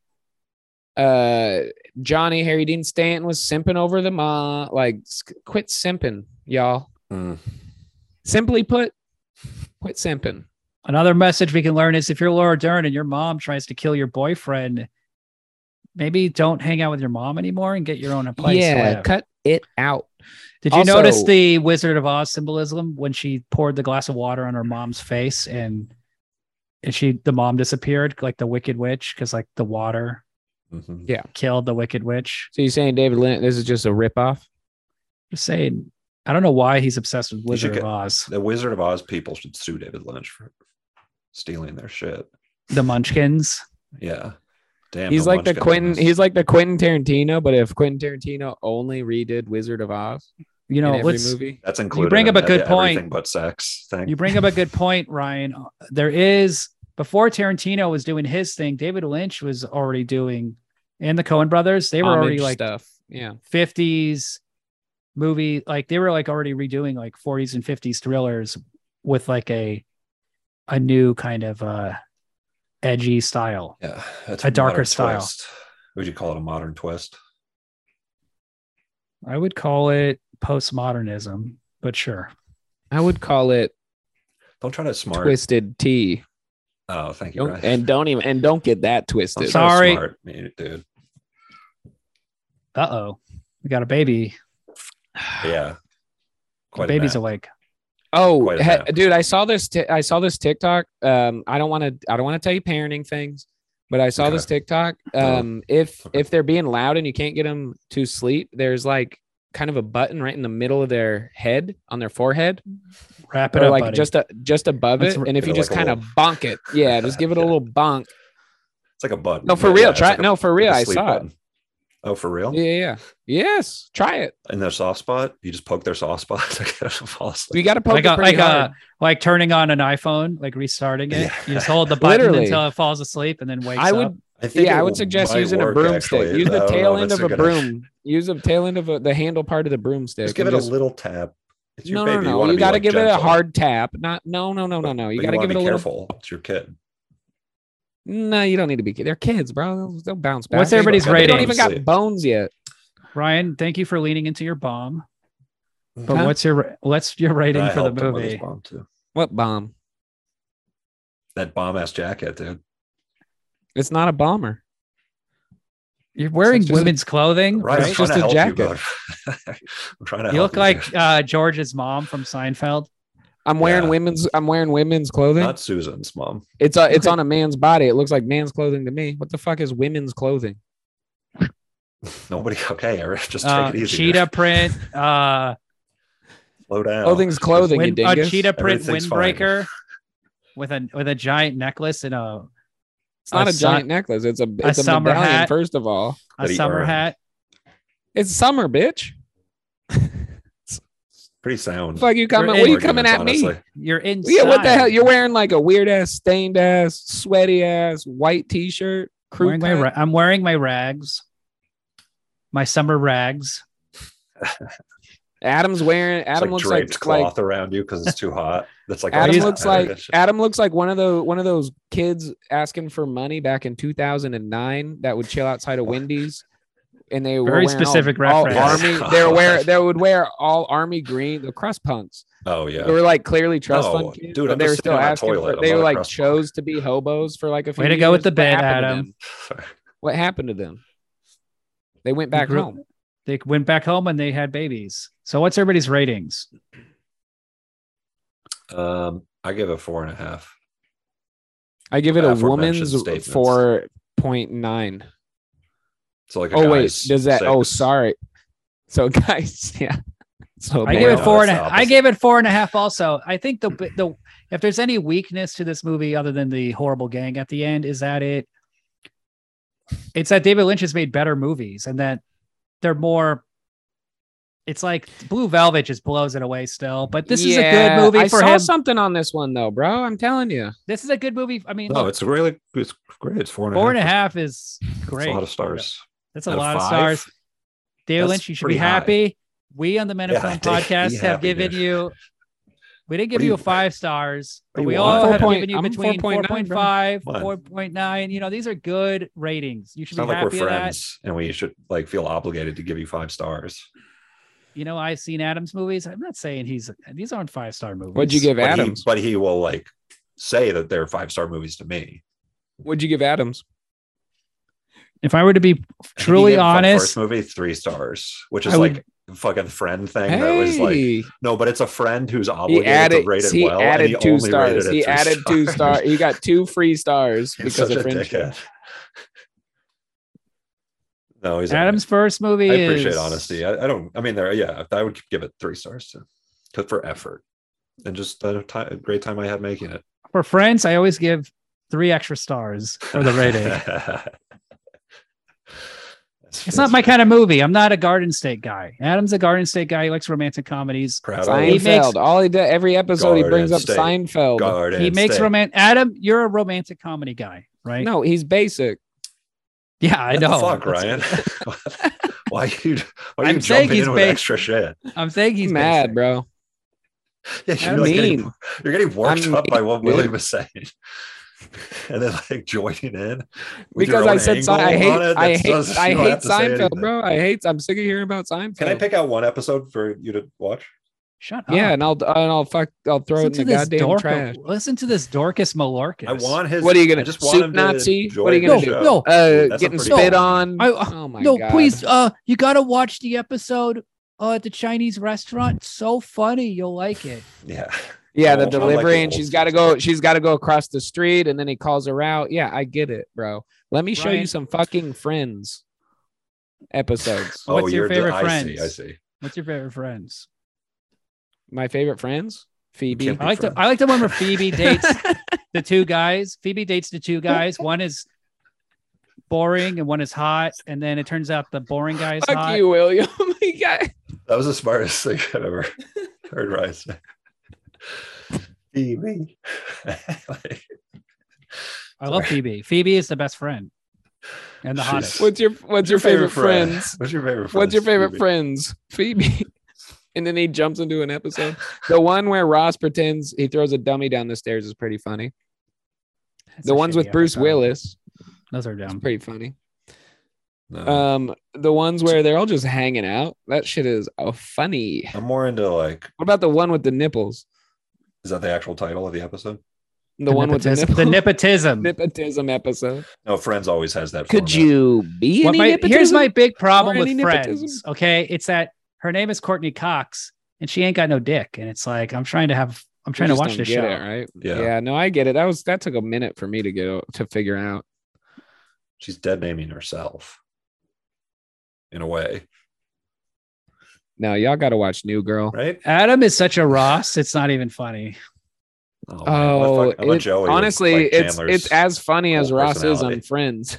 [SPEAKER 2] Uh, Johnny Harry Dean Stanton was simping over the mom. Like, s- quit simping, y'all.
[SPEAKER 3] Mm.
[SPEAKER 2] Simply put, quit simping.
[SPEAKER 1] Another message we can learn is if you're Laura Dern and your mom tries to kill your boyfriend, maybe don't hang out with your mom anymore and get your own place. to
[SPEAKER 2] yeah,
[SPEAKER 1] live.
[SPEAKER 2] cut it out.
[SPEAKER 1] Did you
[SPEAKER 2] Also-
[SPEAKER 1] notice the Wizard of Oz symbolism when she poured the glass of water on her mom's face and and she the mom disappeared like the Wicked Witch because like the water
[SPEAKER 3] Mhm.
[SPEAKER 1] killed the Wicked Witch.
[SPEAKER 2] So you're saying David Lynch? This is just a ripoff?
[SPEAKER 1] Just saying, I don't know why he's obsessed with Wizard
[SPEAKER 3] get-
[SPEAKER 1] of Oz.
[SPEAKER 3] The Wizard of Oz people should sue David Lynch for stealing their shit.
[SPEAKER 1] The Munchkins.
[SPEAKER 3] Yeah. Damn.
[SPEAKER 2] he's
[SPEAKER 3] no
[SPEAKER 2] like the
[SPEAKER 3] munchkin
[SPEAKER 2] Quentin.
[SPEAKER 3] business.
[SPEAKER 2] He's like the Quentin Tarantino. But if Quentin Tarantino only redid Wizard of Oz
[SPEAKER 1] You know,
[SPEAKER 2] in every
[SPEAKER 1] let's
[SPEAKER 2] movie,
[SPEAKER 3] That's included.
[SPEAKER 1] bring
[SPEAKER 3] in
[SPEAKER 1] up a good
[SPEAKER 3] everything
[SPEAKER 1] point.
[SPEAKER 3] but sex. Thing.
[SPEAKER 1] You bring up a good point, Ryan. There is before Tarantino was doing his thing, David Lynch was already doing, and the Coen brothers, they were already
[SPEAKER 2] homage
[SPEAKER 1] like
[SPEAKER 2] stuff. Yeah,
[SPEAKER 1] 50s movie, like they were like already redoing like 40s and 50s thrillers with like a a new kind of uh edgy style.
[SPEAKER 3] Yeah, that's
[SPEAKER 1] A darker
[SPEAKER 3] modern
[SPEAKER 1] style.
[SPEAKER 3] Twist. Would you call it a modern twist?
[SPEAKER 1] I would call it postmodernism, but sure.
[SPEAKER 2] I would call it
[SPEAKER 3] Don't try to smart.
[SPEAKER 2] twisted tea.
[SPEAKER 3] Oh, thank you.
[SPEAKER 2] Don't-
[SPEAKER 3] Brian.
[SPEAKER 2] and don't even and don't get that
[SPEAKER 3] Don't
[SPEAKER 2] twisted.
[SPEAKER 3] try to
[SPEAKER 1] Sorry.
[SPEAKER 3] smart me, dude.
[SPEAKER 1] Uh oh. We got a baby.
[SPEAKER 3] Yeah,
[SPEAKER 1] The
[SPEAKER 3] quite a
[SPEAKER 1] baby's
[SPEAKER 3] nap.
[SPEAKER 1] awake.
[SPEAKER 2] Oh,
[SPEAKER 3] Quite a
[SPEAKER 2] he-
[SPEAKER 3] nap.
[SPEAKER 2] dude, I saw this. T- I saw this TikTok. Um, I don't want to. I don't want to tell you parenting things, but I saw
[SPEAKER 3] Okay.
[SPEAKER 2] this TikTok.
[SPEAKER 3] Oh,
[SPEAKER 2] Um, if
[SPEAKER 3] okay.
[SPEAKER 2] if they're being loud and you can't get them to sleep, there's like kind of a button right in the middle of their head on their forehead,
[SPEAKER 1] Wrap it
[SPEAKER 2] or
[SPEAKER 1] up.
[SPEAKER 2] like
[SPEAKER 1] buddy.
[SPEAKER 2] just a, just above
[SPEAKER 1] Let's
[SPEAKER 2] it.
[SPEAKER 1] r-
[SPEAKER 2] And if
[SPEAKER 3] Give
[SPEAKER 2] you
[SPEAKER 3] it
[SPEAKER 2] just
[SPEAKER 3] like a
[SPEAKER 2] kind of
[SPEAKER 3] little-
[SPEAKER 2] bonk it, yeah, just give it a
[SPEAKER 3] Yeah.
[SPEAKER 2] little bonk.
[SPEAKER 3] It's like a button.
[SPEAKER 2] No, for
[SPEAKER 3] Yeah,
[SPEAKER 2] real.
[SPEAKER 3] it's
[SPEAKER 2] try
[SPEAKER 3] like a-
[SPEAKER 2] no, for real.
[SPEAKER 3] like a
[SPEAKER 2] I
[SPEAKER 3] sleep
[SPEAKER 2] saw it.
[SPEAKER 3] button. Oh, for real?
[SPEAKER 2] Yeah, yeah, yeah. Yes, try it.
[SPEAKER 3] In their soft spot, you just poke their soft spot. to get them to fall asleep.
[SPEAKER 2] You got to poke
[SPEAKER 1] like
[SPEAKER 2] it
[SPEAKER 1] a,
[SPEAKER 2] pretty
[SPEAKER 1] like
[SPEAKER 2] hard.
[SPEAKER 1] a like turning on an iPhone, like restarting it.
[SPEAKER 3] Yeah.
[SPEAKER 1] You just hold the button
[SPEAKER 2] Literally.
[SPEAKER 1] until it falls asleep and then wakes
[SPEAKER 2] I would
[SPEAKER 1] up.
[SPEAKER 3] I think
[SPEAKER 2] Yeah,
[SPEAKER 3] it
[SPEAKER 2] I
[SPEAKER 3] will-
[SPEAKER 2] would suggest
[SPEAKER 3] might
[SPEAKER 2] using a
[SPEAKER 3] work,
[SPEAKER 2] broomstick.
[SPEAKER 3] actually.
[SPEAKER 2] Use
[SPEAKER 3] I
[SPEAKER 2] the
[SPEAKER 3] don't know
[SPEAKER 2] tail
[SPEAKER 3] if
[SPEAKER 2] end
[SPEAKER 3] it's
[SPEAKER 2] of
[SPEAKER 3] gonna-
[SPEAKER 2] a broom. Use the tail end of a, the handle part of the broomstick.
[SPEAKER 3] Just give it
[SPEAKER 2] and
[SPEAKER 3] a
[SPEAKER 2] just-
[SPEAKER 3] little tap. It's your
[SPEAKER 2] no,
[SPEAKER 3] baby.
[SPEAKER 2] no,
[SPEAKER 3] you
[SPEAKER 2] no,
[SPEAKER 3] wanna
[SPEAKER 2] You
[SPEAKER 3] be,
[SPEAKER 2] got to
[SPEAKER 3] like,
[SPEAKER 2] give it a
[SPEAKER 3] gentle.
[SPEAKER 2] hard tap. Not no, no, no, no, no.
[SPEAKER 3] But
[SPEAKER 2] You got to
[SPEAKER 3] wanna
[SPEAKER 2] give it
[SPEAKER 3] be
[SPEAKER 2] a little.
[SPEAKER 3] careful. It's your kid.
[SPEAKER 2] No, you don't need to be. They're kids, bro. They'll, they'll bounce back.
[SPEAKER 1] What's
[SPEAKER 2] They-
[SPEAKER 1] everybody's
[SPEAKER 2] They don't
[SPEAKER 1] rating?
[SPEAKER 2] even got
[SPEAKER 3] Sleep.
[SPEAKER 2] bones yet.
[SPEAKER 1] Ryan, thank you for leaning into your bomb. But
[SPEAKER 2] Huh?
[SPEAKER 1] what's your ra- what's your rating
[SPEAKER 3] I
[SPEAKER 1] for the
[SPEAKER 3] helped him with his
[SPEAKER 1] movie?
[SPEAKER 3] bomb, too.
[SPEAKER 2] What bomb?
[SPEAKER 3] That bomb ass jacket, dude.
[SPEAKER 2] It's not a bomber.
[SPEAKER 1] You're wearing
[SPEAKER 2] It's just a-
[SPEAKER 1] women's clothing,
[SPEAKER 3] Right,
[SPEAKER 1] right?
[SPEAKER 3] I'm trying to
[SPEAKER 2] just
[SPEAKER 3] help
[SPEAKER 2] a jacket.
[SPEAKER 3] you, bud. I'm trying to
[SPEAKER 1] You
[SPEAKER 3] help
[SPEAKER 1] look like
[SPEAKER 3] dude.
[SPEAKER 1] uh, George's mom from Seinfeld.
[SPEAKER 2] I'm wearing
[SPEAKER 3] Yeah.
[SPEAKER 2] women's. I'm wearing women's clothing.
[SPEAKER 3] not Susan's mom.
[SPEAKER 2] it's a, it's on a man's body. It looks like man's clothing to me. What the fuck is women's clothing?
[SPEAKER 3] Nobody. Okay, Eric, just take
[SPEAKER 1] Uh,
[SPEAKER 3] it easy.
[SPEAKER 1] cheetah print, uh,
[SPEAKER 3] Slow down.
[SPEAKER 2] Clothing's clothing,
[SPEAKER 1] Wind-
[SPEAKER 2] you
[SPEAKER 1] a
[SPEAKER 2] dingus.
[SPEAKER 1] cheetah print
[SPEAKER 3] Everything's fine.
[SPEAKER 1] windbreaker with a with a giant necklace and a
[SPEAKER 2] It's not
[SPEAKER 1] a
[SPEAKER 2] a,
[SPEAKER 1] sun-
[SPEAKER 2] giant necklace. It's a it's a,
[SPEAKER 1] summer
[SPEAKER 2] medallion.
[SPEAKER 1] hat.
[SPEAKER 2] First of all,
[SPEAKER 1] a
[SPEAKER 3] That he
[SPEAKER 1] summer
[SPEAKER 3] earned.
[SPEAKER 1] hat.
[SPEAKER 2] it's summer, bitch.
[SPEAKER 3] Pretty sound.
[SPEAKER 2] Fuck you coming?
[SPEAKER 1] Your
[SPEAKER 2] What are you
[SPEAKER 3] arguments,
[SPEAKER 2] coming at me?
[SPEAKER 3] honestly.
[SPEAKER 1] You're inside.
[SPEAKER 2] Yeah, what the hell? You're wearing like a weird ass, stained ass, sweaty ass, white t shirt. Crew
[SPEAKER 1] wearing my
[SPEAKER 2] cut.
[SPEAKER 1] ra- I'm wearing my rags, my summer rags.
[SPEAKER 2] Adam's wearing.
[SPEAKER 3] It's
[SPEAKER 2] Adam
[SPEAKER 3] like
[SPEAKER 2] looks
[SPEAKER 3] draped
[SPEAKER 2] like, like
[SPEAKER 3] cloth around you because it's too hot. That's like
[SPEAKER 2] Adam
[SPEAKER 1] He's-
[SPEAKER 2] looks like Adam looks like one of those one of those kids asking for money back in 2009 that would chill outside of Wendy's, and they were
[SPEAKER 1] Very
[SPEAKER 2] wearing all-
[SPEAKER 1] specific
[SPEAKER 2] all,
[SPEAKER 1] reference.
[SPEAKER 2] army. They were wear they would wear all army green. The crust punks.
[SPEAKER 3] Oh yeah.
[SPEAKER 2] They were like clearly trust
[SPEAKER 3] No,
[SPEAKER 2] fund kids,
[SPEAKER 3] dude,
[SPEAKER 2] but
[SPEAKER 3] I'm
[SPEAKER 2] they
[SPEAKER 3] just
[SPEAKER 2] were still
[SPEAKER 3] sitting on a
[SPEAKER 2] asking.
[SPEAKER 3] toilet.
[SPEAKER 2] For,
[SPEAKER 3] I'm
[SPEAKER 2] they
[SPEAKER 3] not
[SPEAKER 2] were
[SPEAKER 3] a
[SPEAKER 2] like
[SPEAKER 3] crust punk.
[SPEAKER 2] chose to be hobos for like a few.
[SPEAKER 1] Way to go
[SPEAKER 2] years.
[SPEAKER 1] with the
[SPEAKER 2] What
[SPEAKER 1] bit,
[SPEAKER 2] happened to
[SPEAKER 1] Adam.
[SPEAKER 2] them? What happened to them? They went
[SPEAKER 1] They
[SPEAKER 2] back
[SPEAKER 1] grew-
[SPEAKER 2] home.
[SPEAKER 1] They went back home and they had babies. So what's everybody's ratings?
[SPEAKER 3] Um, I give it four and a half.
[SPEAKER 2] I give it a
[SPEAKER 3] Aforementioned
[SPEAKER 2] woman's
[SPEAKER 3] statements.
[SPEAKER 2] four point nine.
[SPEAKER 3] So like, a
[SPEAKER 2] oh wait,
[SPEAKER 3] guy's
[SPEAKER 2] does that? Oh,
[SPEAKER 3] six.
[SPEAKER 2] sorry. So guys, yeah. So
[SPEAKER 1] I
[SPEAKER 3] Oh, man,
[SPEAKER 1] gave it
[SPEAKER 3] no,
[SPEAKER 1] four and
[SPEAKER 3] that's
[SPEAKER 1] a,
[SPEAKER 3] the
[SPEAKER 1] I
[SPEAKER 3] opposite.
[SPEAKER 1] gave it four and a half. Also, I think the the if there's any weakness to this movie other than the horrible gang at the end is that it it's that David Lynch has made better movies and that they're more. It's like Blue Velvet just blows it away still, but this
[SPEAKER 2] Yeah,
[SPEAKER 1] is a good
[SPEAKER 2] I
[SPEAKER 1] movie for
[SPEAKER 2] saw
[SPEAKER 1] him.
[SPEAKER 2] something on this one though, bro. I'm telling you.
[SPEAKER 1] this is a good movie. I mean,
[SPEAKER 3] No,
[SPEAKER 1] look,
[SPEAKER 3] Oh, it's really it's great. It's four and a half.
[SPEAKER 1] four and a half is great.
[SPEAKER 3] It's a lot of stars.
[SPEAKER 1] That's a
[SPEAKER 3] Out
[SPEAKER 1] lot of
[SPEAKER 3] five?
[SPEAKER 1] stars. David
[SPEAKER 3] That's
[SPEAKER 1] Lynch, you should be
[SPEAKER 3] pretty high.
[SPEAKER 1] happy. We on the Men of
[SPEAKER 3] Yeah,
[SPEAKER 1] Film
[SPEAKER 3] Dave, be
[SPEAKER 1] podcast have
[SPEAKER 3] happy,
[SPEAKER 1] given
[SPEAKER 3] dude.
[SPEAKER 1] you. We
[SPEAKER 3] What
[SPEAKER 1] didn't give
[SPEAKER 3] do
[SPEAKER 1] you,
[SPEAKER 3] you
[SPEAKER 1] a five stars,
[SPEAKER 3] what
[SPEAKER 1] but
[SPEAKER 3] do
[SPEAKER 1] we
[SPEAKER 3] you
[SPEAKER 1] all
[SPEAKER 3] want?
[SPEAKER 1] have
[SPEAKER 2] Four point-
[SPEAKER 1] given you
[SPEAKER 2] I'm
[SPEAKER 1] between 4.5,
[SPEAKER 2] 4.9, bro.
[SPEAKER 1] 4.9. You know, these are good ratings. You
[SPEAKER 3] It's
[SPEAKER 1] should
[SPEAKER 3] not
[SPEAKER 1] be
[SPEAKER 3] like
[SPEAKER 1] happy
[SPEAKER 3] we're
[SPEAKER 1] of that.
[SPEAKER 3] friends and we should like feel obligated to give you five stars.
[SPEAKER 1] You know, I've seen Adams movies. I'm not saying he's these aren't five star movies.
[SPEAKER 2] What'd you give
[SPEAKER 3] But he,
[SPEAKER 2] Adams?
[SPEAKER 3] but he will like say that they're five star movies to me.
[SPEAKER 2] What'd you give Adams?
[SPEAKER 1] If I were to be
[SPEAKER 3] I think he
[SPEAKER 1] truly
[SPEAKER 3] gave the
[SPEAKER 1] honest,
[SPEAKER 3] first movie three stars, which is
[SPEAKER 1] I would-
[SPEAKER 3] like fucking friend thing that was like
[SPEAKER 2] Hey,
[SPEAKER 3] no, but it's a friend who's
[SPEAKER 2] he
[SPEAKER 3] obligated
[SPEAKER 2] added
[SPEAKER 3] to rate it
[SPEAKER 2] he
[SPEAKER 3] well. and
[SPEAKER 2] added
[SPEAKER 3] he
[SPEAKER 2] two
[SPEAKER 3] only rated
[SPEAKER 2] stars.
[SPEAKER 3] it
[SPEAKER 2] He
[SPEAKER 3] three
[SPEAKER 2] added two stars. He got two free stars
[SPEAKER 3] He's
[SPEAKER 2] because
[SPEAKER 3] such
[SPEAKER 2] of
[SPEAKER 3] a
[SPEAKER 2] friendship.
[SPEAKER 3] dickhead. No, he's all right.
[SPEAKER 1] Adams' first movie
[SPEAKER 3] I appreciate
[SPEAKER 1] is-
[SPEAKER 3] honesty. I, I don't. I mean, there. Yeah, I would give it three stars too, to- for effort and just the ti- great time I had making it.
[SPEAKER 1] For friends, I always give three extra stars for the rating. It's not my kind of movie. I'm not a Garden State guy. Adam's a Garden State guy. He likes romantic comedies.
[SPEAKER 3] Proud of you.
[SPEAKER 2] Seinfeld. All he does every episode he
[SPEAKER 3] Garden
[SPEAKER 2] brings up
[SPEAKER 3] State.
[SPEAKER 2] Seinfeld.
[SPEAKER 3] Garden
[SPEAKER 1] he makes
[SPEAKER 3] State.
[SPEAKER 1] romantic. Adam, you're a romantic comedy guy, right?
[SPEAKER 2] No, he's basic.
[SPEAKER 1] Yeah, I
[SPEAKER 3] What the
[SPEAKER 1] know.
[SPEAKER 3] fuck,
[SPEAKER 1] That's-
[SPEAKER 3] Ryan. why you? Why
[SPEAKER 1] I'm
[SPEAKER 3] you
[SPEAKER 1] saying
[SPEAKER 3] jumping
[SPEAKER 1] he's
[SPEAKER 3] in with
[SPEAKER 1] big.
[SPEAKER 3] extra shit?
[SPEAKER 1] I'm saying he's
[SPEAKER 2] He's mad,
[SPEAKER 1] basic.
[SPEAKER 2] bro.
[SPEAKER 3] Yeah,
[SPEAKER 1] I'm
[SPEAKER 3] you're, like
[SPEAKER 2] mean.
[SPEAKER 3] getting, you're getting worked
[SPEAKER 2] I'm
[SPEAKER 3] up by what
[SPEAKER 2] mean,
[SPEAKER 3] Willie
[SPEAKER 2] dude.
[SPEAKER 3] was saying, and then like joining in with your
[SPEAKER 2] Because I
[SPEAKER 3] own
[SPEAKER 2] said
[SPEAKER 3] angle
[SPEAKER 2] Sein- I
[SPEAKER 3] on
[SPEAKER 2] hate
[SPEAKER 3] it.
[SPEAKER 2] I
[SPEAKER 3] That's-
[SPEAKER 2] hate
[SPEAKER 3] doesn't-
[SPEAKER 2] I
[SPEAKER 3] you don't
[SPEAKER 2] hate
[SPEAKER 3] have to say
[SPEAKER 2] Seinfeld,
[SPEAKER 3] anything.
[SPEAKER 2] bro. I hate I'm sick of hearing about Seinfeld.
[SPEAKER 3] Can I pick out one episode for you to watch?
[SPEAKER 1] Shut up.
[SPEAKER 2] Yeah, and I'll and I'll fuck I'll throw
[SPEAKER 1] Listen
[SPEAKER 2] it
[SPEAKER 1] to
[SPEAKER 2] in the
[SPEAKER 1] this
[SPEAKER 2] goddamn
[SPEAKER 1] dork.
[SPEAKER 2] trash.
[SPEAKER 1] Listen to this Dorcas Malorcas.
[SPEAKER 3] I want his.
[SPEAKER 2] What are you gonna-
[SPEAKER 3] I just
[SPEAKER 2] soup
[SPEAKER 3] want him to
[SPEAKER 2] Nazi?
[SPEAKER 3] enjoy
[SPEAKER 2] What are you
[SPEAKER 3] the
[SPEAKER 1] gonna do?
[SPEAKER 3] show.
[SPEAKER 1] No,
[SPEAKER 2] Uh,
[SPEAKER 3] That's a
[SPEAKER 2] getting
[SPEAKER 3] pretty
[SPEAKER 2] spit
[SPEAKER 3] good
[SPEAKER 2] on.
[SPEAKER 1] I- uh,
[SPEAKER 2] oh my
[SPEAKER 1] no,
[SPEAKER 2] god!
[SPEAKER 1] please. Uh, you gotta watch the episode. Uh, at the Chinese restaurant. It's so funny. You'll like it.
[SPEAKER 3] Yeah.
[SPEAKER 2] Yeah,
[SPEAKER 3] I
[SPEAKER 2] the
[SPEAKER 3] like
[SPEAKER 2] delivery,
[SPEAKER 3] the
[SPEAKER 2] and
[SPEAKER 3] old
[SPEAKER 2] she's got to
[SPEAKER 3] school
[SPEAKER 2] go. She's got to go across the street, and then he calls her out. Yeah, I get it, bro. Let me show you
[SPEAKER 1] Ryan.
[SPEAKER 2] some fucking Friends episodes.
[SPEAKER 1] What's your
[SPEAKER 3] Oh, you're the-
[SPEAKER 1] favorite
[SPEAKER 3] I
[SPEAKER 1] friends?
[SPEAKER 3] see. I see.
[SPEAKER 1] What's your favorite friends?
[SPEAKER 2] My favorite Friends, Phoebe.
[SPEAKER 3] Can't
[SPEAKER 1] I
[SPEAKER 3] be
[SPEAKER 1] like the
[SPEAKER 3] friends.
[SPEAKER 1] I like the one where Phoebe dates the two guys. Phoebe dates the two guys. One is boring and one is hot, and then it turns out the boring guy is
[SPEAKER 2] Fuck
[SPEAKER 1] hot.
[SPEAKER 2] you, William. You got-
[SPEAKER 3] That was the smartest thing I've ever heard. Ryan say. Phoebe. Like,
[SPEAKER 1] I love Phoebe. Phoebe is the best friend and the
[SPEAKER 3] she's-
[SPEAKER 1] hottest.
[SPEAKER 2] what's your What's your favorite,
[SPEAKER 3] friend?
[SPEAKER 2] Friends?
[SPEAKER 3] What's your favorite?
[SPEAKER 2] What's your
[SPEAKER 3] friends,
[SPEAKER 2] favorite
[SPEAKER 3] Phoebe?
[SPEAKER 2] Friends, Phoebe? And then he jumps into an episode. The one where Ross pretends he throws a dummy down the stairs is pretty funny.
[SPEAKER 1] That's
[SPEAKER 2] The
[SPEAKER 1] a
[SPEAKER 2] ones
[SPEAKER 1] shitty
[SPEAKER 2] with Bruce
[SPEAKER 1] episode. Mm-hmm.
[SPEAKER 2] Willis,
[SPEAKER 1] um, Those are
[SPEAKER 2] is
[SPEAKER 1] dumb.
[SPEAKER 2] pretty funny.
[SPEAKER 1] Uh-huh.
[SPEAKER 3] No,
[SPEAKER 2] Um, the ones where they're all just hanging out. That shit is uh, funny.
[SPEAKER 3] I'm more into like.
[SPEAKER 2] What about the one with the nipples?
[SPEAKER 3] Is that the actual title of the episode?
[SPEAKER 2] The, one
[SPEAKER 1] nepotism.
[SPEAKER 2] with the,
[SPEAKER 1] the
[SPEAKER 2] nipple-
[SPEAKER 1] nepotism.
[SPEAKER 2] nepotism episode.
[SPEAKER 3] No, Friends always has that.
[SPEAKER 2] Could
[SPEAKER 3] format.
[SPEAKER 2] you be
[SPEAKER 1] What
[SPEAKER 2] any
[SPEAKER 1] my-
[SPEAKER 2] nepotism?
[SPEAKER 1] here's my big problem
[SPEAKER 2] Or
[SPEAKER 1] with
[SPEAKER 2] any
[SPEAKER 1] friends.
[SPEAKER 2] nepotism?
[SPEAKER 1] Okay, it's that her name is Courtney Cox, and she ain't got no dick, and it's like I'm trying to have I'm
[SPEAKER 2] You
[SPEAKER 1] trying to
[SPEAKER 2] just
[SPEAKER 1] watch
[SPEAKER 2] don't
[SPEAKER 1] this
[SPEAKER 2] get
[SPEAKER 1] show.
[SPEAKER 2] it, right?
[SPEAKER 3] Yeah.
[SPEAKER 2] yeah, no, I get it. That was that took a minute for me to get o- to figure out.
[SPEAKER 3] She's dead naming herself. In a way,
[SPEAKER 2] No, y'all got to watch New Girl.
[SPEAKER 3] right?
[SPEAKER 1] Adam is such a Ross. It's not even funny.
[SPEAKER 3] Oh, man,
[SPEAKER 2] Oh,
[SPEAKER 3] I thought- I thought
[SPEAKER 2] it-
[SPEAKER 3] Joey was
[SPEAKER 2] honestly,
[SPEAKER 3] like
[SPEAKER 2] it's
[SPEAKER 3] Chandler's-
[SPEAKER 2] it's as funny as
[SPEAKER 3] whole
[SPEAKER 2] Ross is on
[SPEAKER 3] personality.
[SPEAKER 2] Friends.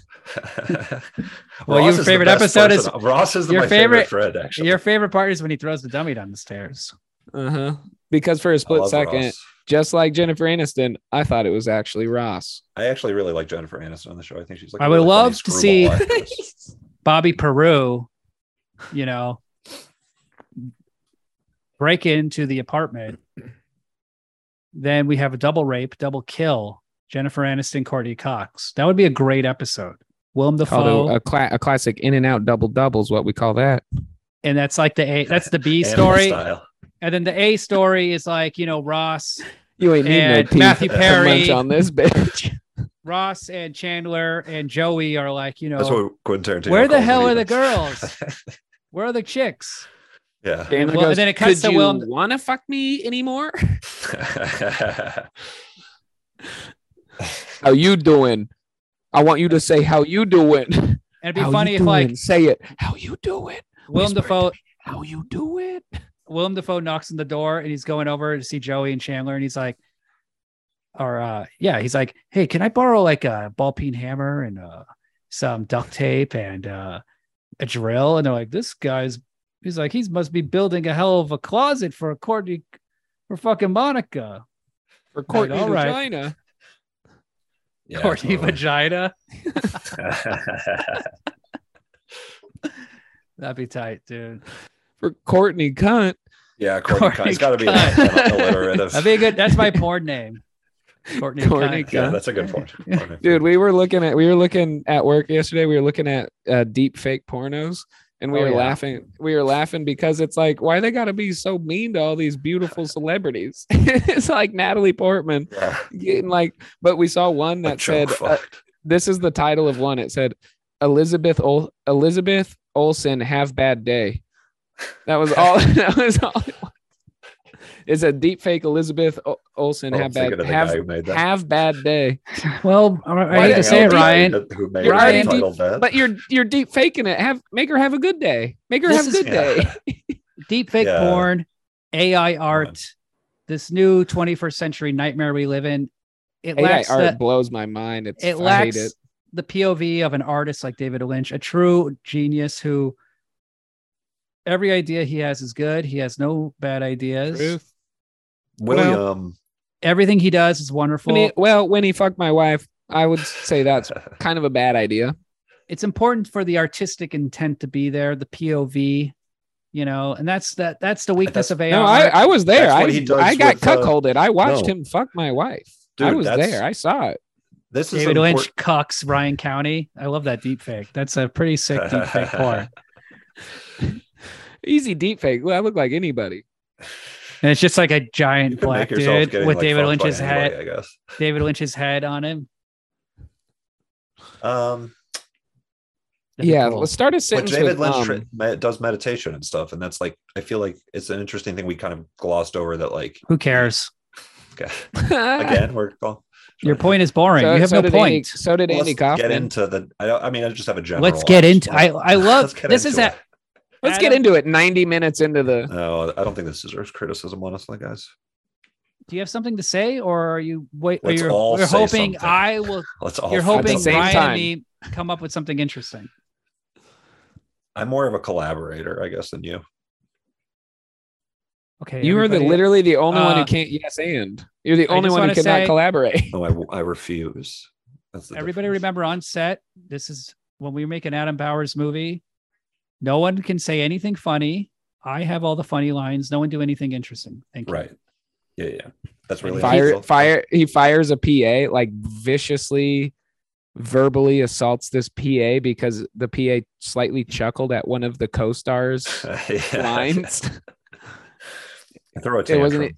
[SPEAKER 1] Well,
[SPEAKER 3] Ross
[SPEAKER 1] your
[SPEAKER 3] is the
[SPEAKER 1] favorite
[SPEAKER 3] best
[SPEAKER 1] episode
[SPEAKER 3] person. Ross is the,
[SPEAKER 1] your
[SPEAKER 3] my favorite,
[SPEAKER 1] favorite-
[SPEAKER 3] Fred. Actually,
[SPEAKER 1] Your favorite part is when he throws the dummy down the stairs.
[SPEAKER 2] Uh huh. Because for a
[SPEAKER 3] Uh-huh. I
[SPEAKER 2] split
[SPEAKER 3] love
[SPEAKER 2] second,
[SPEAKER 3] Ross.
[SPEAKER 2] just like Jennifer Aniston, I thought it was actually Ross.
[SPEAKER 3] I actually really like Jennifer Aniston on the show. I think she's like.
[SPEAKER 1] I
[SPEAKER 3] a
[SPEAKER 1] would
[SPEAKER 3] really funny
[SPEAKER 1] love to see-
[SPEAKER 3] screwball actress.
[SPEAKER 1] Bobby Peru, you know, break into the apartment. Then we have a double rape, double kill. Jennifer Aniston, Courtney Cox. That would be a great episode. Willem
[SPEAKER 2] Called
[SPEAKER 1] Dafoe,
[SPEAKER 2] a, a, cla- a classic in and out double doubles, what we call that.
[SPEAKER 1] and that's like the A. That's the B
[SPEAKER 3] Animal
[SPEAKER 1] story,
[SPEAKER 3] style.
[SPEAKER 1] and then the A story is like you know Ross,
[SPEAKER 2] You ain't need
[SPEAKER 1] And
[SPEAKER 2] no teeth
[SPEAKER 1] Matthew
[SPEAKER 2] to munch
[SPEAKER 1] Perry.
[SPEAKER 2] on this bitch.
[SPEAKER 1] Ross and Chandler and Joey are like you know
[SPEAKER 3] That's what Quentin Tarantino.
[SPEAKER 1] Where the
[SPEAKER 3] calls it
[SPEAKER 1] hell are the
[SPEAKER 3] even.
[SPEAKER 1] girls? where are the chicks?
[SPEAKER 3] yeah.
[SPEAKER 2] Chandler
[SPEAKER 1] well, and then it cuts
[SPEAKER 2] "Could
[SPEAKER 1] to
[SPEAKER 2] you
[SPEAKER 1] Willem-
[SPEAKER 2] wanna fuck me anymore? How you doing? I want you to say how you doing.
[SPEAKER 1] And it'd be
[SPEAKER 2] How you
[SPEAKER 1] funny if
[SPEAKER 2] doing?
[SPEAKER 1] like
[SPEAKER 2] say it. How you doing?
[SPEAKER 1] Willem
[SPEAKER 2] Whisper it to
[SPEAKER 1] Dafoe
[SPEAKER 2] me. How you doing?
[SPEAKER 1] Willem Dafoe knocks on the door and he's going over to see Joey and Chandler and he's like, or uh, yeah, he's like, hey, can I borrow like a ball peen hammer and uh, some duct tape and uh, a drill? And they're like, this guy's, he's like, he must be building a hell of a closet for a Courtney, for fucking Monica,
[SPEAKER 2] For Courtney
[SPEAKER 1] all right.
[SPEAKER 2] Vagina.
[SPEAKER 3] Yeah,
[SPEAKER 1] Courtney
[SPEAKER 3] totally.
[SPEAKER 1] vagina. That'd be tight, dude.
[SPEAKER 2] For Courtney cunt.
[SPEAKER 3] yeah, Courtney. Cunt. It's got to be
[SPEAKER 1] Courtney
[SPEAKER 2] Cunt.
[SPEAKER 3] alliterative.
[SPEAKER 1] That'd be a good. That's my porn name, Courtney.
[SPEAKER 2] Courtney
[SPEAKER 1] Cunt.
[SPEAKER 3] yeah,
[SPEAKER 2] Cunt.
[SPEAKER 3] that's a good point.
[SPEAKER 2] Dude, we were looking at we were looking at work yesterday. We were looking at uh, deep fake pornos and we
[SPEAKER 1] Oh,
[SPEAKER 2] were
[SPEAKER 1] yeah.
[SPEAKER 2] laughing. We were laughing because it's like why they got to be so mean to all these beautiful celebrities. it's like Natalie Portman
[SPEAKER 3] Yeah.
[SPEAKER 2] getting like but we saw one
[SPEAKER 3] A
[SPEAKER 2] that
[SPEAKER 3] joke
[SPEAKER 2] said uh,
[SPEAKER 3] fucked.
[SPEAKER 2] this is the title of one. It said Elizabeth Ol- Elizabeth Olsen have bad day. That was all. that was all. It was. It's a deep fake Elizabeth O- Olsen
[SPEAKER 3] Oh, I'm
[SPEAKER 2] have bad
[SPEAKER 3] thinking of the guy
[SPEAKER 2] have,
[SPEAKER 3] who made that.
[SPEAKER 2] have bad day.
[SPEAKER 1] Well, I, I hate
[SPEAKER 2] Why the
[SPEAKER 1] to
[SPEAKER 2] hell
[SPEAKER 1] say it,
[SPEAKER 2] do you
[SPEAKER 1] Ryan.
[SPEAKER 3] Who made
[SPEAKER 2] You're
[SPEAKER 3] that
[SPEAKER 2] already
[SPEAKER 3] titled that?
[SPEAKER 2] But you're you're deep faking it. Have make her have a good day. Make her
[SPEAKER 1] This
[SPEAKER 2] have a
[SPEAKER 1] is-
[SPEAKER 2] good day.
[SPEAKER 1] Deep fake
[SPEAKER 3] Yeah.
[SPEAKER 1] porn, AI
[SPEAKER 3] on.
[SPEAKER 1] art, this new 21st century nightmare we live in. It
[SPEAKER 2] AI
[SPEAKER 1] lacks
[SPEAKER 2] art
[SPEAKER 1] the,
[SPEAKER 2] blows my mind. It's
[SPEAKER 1] it
[SPEAKER 2] I hate
[SPEAKER 1] lacks
[SPEAKER 2] it.
[SPEAKER 1] the POV of an artist like David Lynch, a true genius who every idea he has is good. He has no bad ideas.
[SPEAKER 2] Truth.
[SPEAKER 3] William.
[SPEAKER 1] Everything he does is wonderful.
[SPEAKER 2] When he, well, when he fucked my wife, I would say that's kind of a bad idea.
[SPEAKER 1] it's important for the artistic intent to be there, the POV, you know, and that's that that's the weakness
[SPEAKER 3] That's-
[SPEAKER 1] of AI.
[SPEAKER 2] No, I, I was there.
[SPEAKER 3] That's
[SPEAKER 2] I,
[SPEAKER 3] what he does
[SPEAKER 2] I got
[SPEAKER 3] with, uh,
[SPEAKER 2] cuckolded. I watched
[SPEAKER 3] no.
[SPEAKER 2] him fuck my wife. I
[SPEAKER 3] Dude,
[SPEAKER 2] was
[SPEAKER 3] that's-
[SPEAKER 2] there. I saw it.
[SPEAKER 3] this is
[SPEAKER 1] David
[SPEAKER 3] important-
[SPEAKER 1] Lynch cucks Ryan County. I love that deep fake. That's a pretty sick deep fake porn.
[SPEAKER 2] Easy deep fake. Well, I look like anybody.
[SPEAKER 1] And it's just like a
[SPEAKER 3] You
[SPEAKER 1] giant
[SPEAKER 3] can
[SPEAKER 1] black
[SPEAKER 3] make yourself
[SPEAKER 1] dude
[SPEAKER 3] getting,
[SPEAKER 1] with
[SPEAKER 3] like, fucked
[SPEAKER 1] David
[SPEAKER 3] by
[SPEAKER 1] Lynch's head,
[SPEAKER 3] anybody, I guess.
[SPEAKER 1] David Lynch's head on him.
[SPEAKER 3] Um,
[SPEAKER 1] That'd be
[SPEAKER 2] yeah.
[SPEAKER 1] cool.
[SPEAKER 2] Let's start a
[SPEAKER 3] but
[SPEAKER 2] sentence.
[SPEAKER 3] David
[SPEAKER 2] with,
[SPEAKER 3] Lynch
[SPEAKER 2] um,
[SPEAKER 3] tra- me- does meditation and stuff, and that's like I feel like it's an interesting thing we kind of glossed over. That like
[SPEAKER 1] who cares?
[SPEAKER 2] Uh,
[SPEAKER 3] again, we're all-
[SPEAKER 1] Your point is boring.
[SPEAKER 2] So-
[SPEAKER 1] you have
[SPEAKER 2] so
[SPEAKER 1] no
[SPEAKER 2] did Andy-
[SPEAKER 1] point.
[SPEAKER 2] so did
[SPEAKER 3] Well,
[SPEAKER 2] Andy
[SPEAKER 3] let's get
[SPEAKER 2] Kaufman.
[SPEAKER 3] into the. I don't. I mean, I just have a general.
[SPEAKER 1] Let's get into. I I love
[SPEAKER 3] Let's get
[SPEAKER 1] this. Is
[SPEAKER 3] into
[SPEAKER 1] that
[SPEAKER 3] it.
[SPEAKER 2] Let's get
[SPEAKER 1] Adam-
[SPEAKER 2] into it. 90 minutes into the.
[SPEAKER 3] No, I don't think this deserves criticism, honestly, guys.
[SPEAKER 1] Do you have something to say, or are you wait? Or
[SPEAKER 3] Let's
[SPEAKER 1] you're,
[SPEAKER 3] all
[SPEAKER 1] you're
[SPEAKER 3] say
[SPEAKER 1] hoping
[SPEAKER 3] something.
[SPEAKER 1] I will.
[SPEAKER 3] Let's all.
[SPEAKER 1] you're
[SPEAKER 3] feel
[SPEAKER 1] hoping
[SPEAKER 2] same
[SPEAKER 3] something.
[SPEAKER 1] Ryan
[SPEAKER 2] time.
[SPEAKER 1] and me come up with something interesting.
[SPEAKER 3] I'm more of a collaborator, I guess, than you.
[SPEAKER 1] Okay,
[SPEAKER 2] You are the
[SPEAKER 1] everybody-
[SPEAKER 2] literally the only one who
[SPEAKER 1] Uh,
[SPEAKER 2] can't yes and. You're the
[SPEAKER 1] I
[SPEAKER 2] only
[SPEAKER 1] just
[SPEAKER 2] one who
[SPEAKER 1] wanna
[SPEAKER 2] cannot
[SPEAKER 1] say-
[SPEAKER 2] collaborate.
[SPEAKER 3] No, I, I refuse. That's the
[SPEAKER 1] Everybody
[SPEAKER 3] difference.
[SPEAKER 1] remember on set, this is when we make an Adam Powers movie. No one can say anything funny. I have all the funny lines. No one do anything interesting. Thank you.
[SPEAKER 3] Right. Yeah, yeah. That's really
[SPEAKER 2] Fire,
[SPEAKER 3] helpful.
[SPEAKER 2] fire. He fires a PA like viciously, verbally assaults this PA because the PA slightly chuckled at one of the co-stars'
[SPEAKER 3] Yeah.
[SPEAKER 2] lines.
[SPEAKER 3] Throw a
[SPEAKER 2] it wasn't
[SPEAKER 3] tantrum.
[SPEAKER 2] it-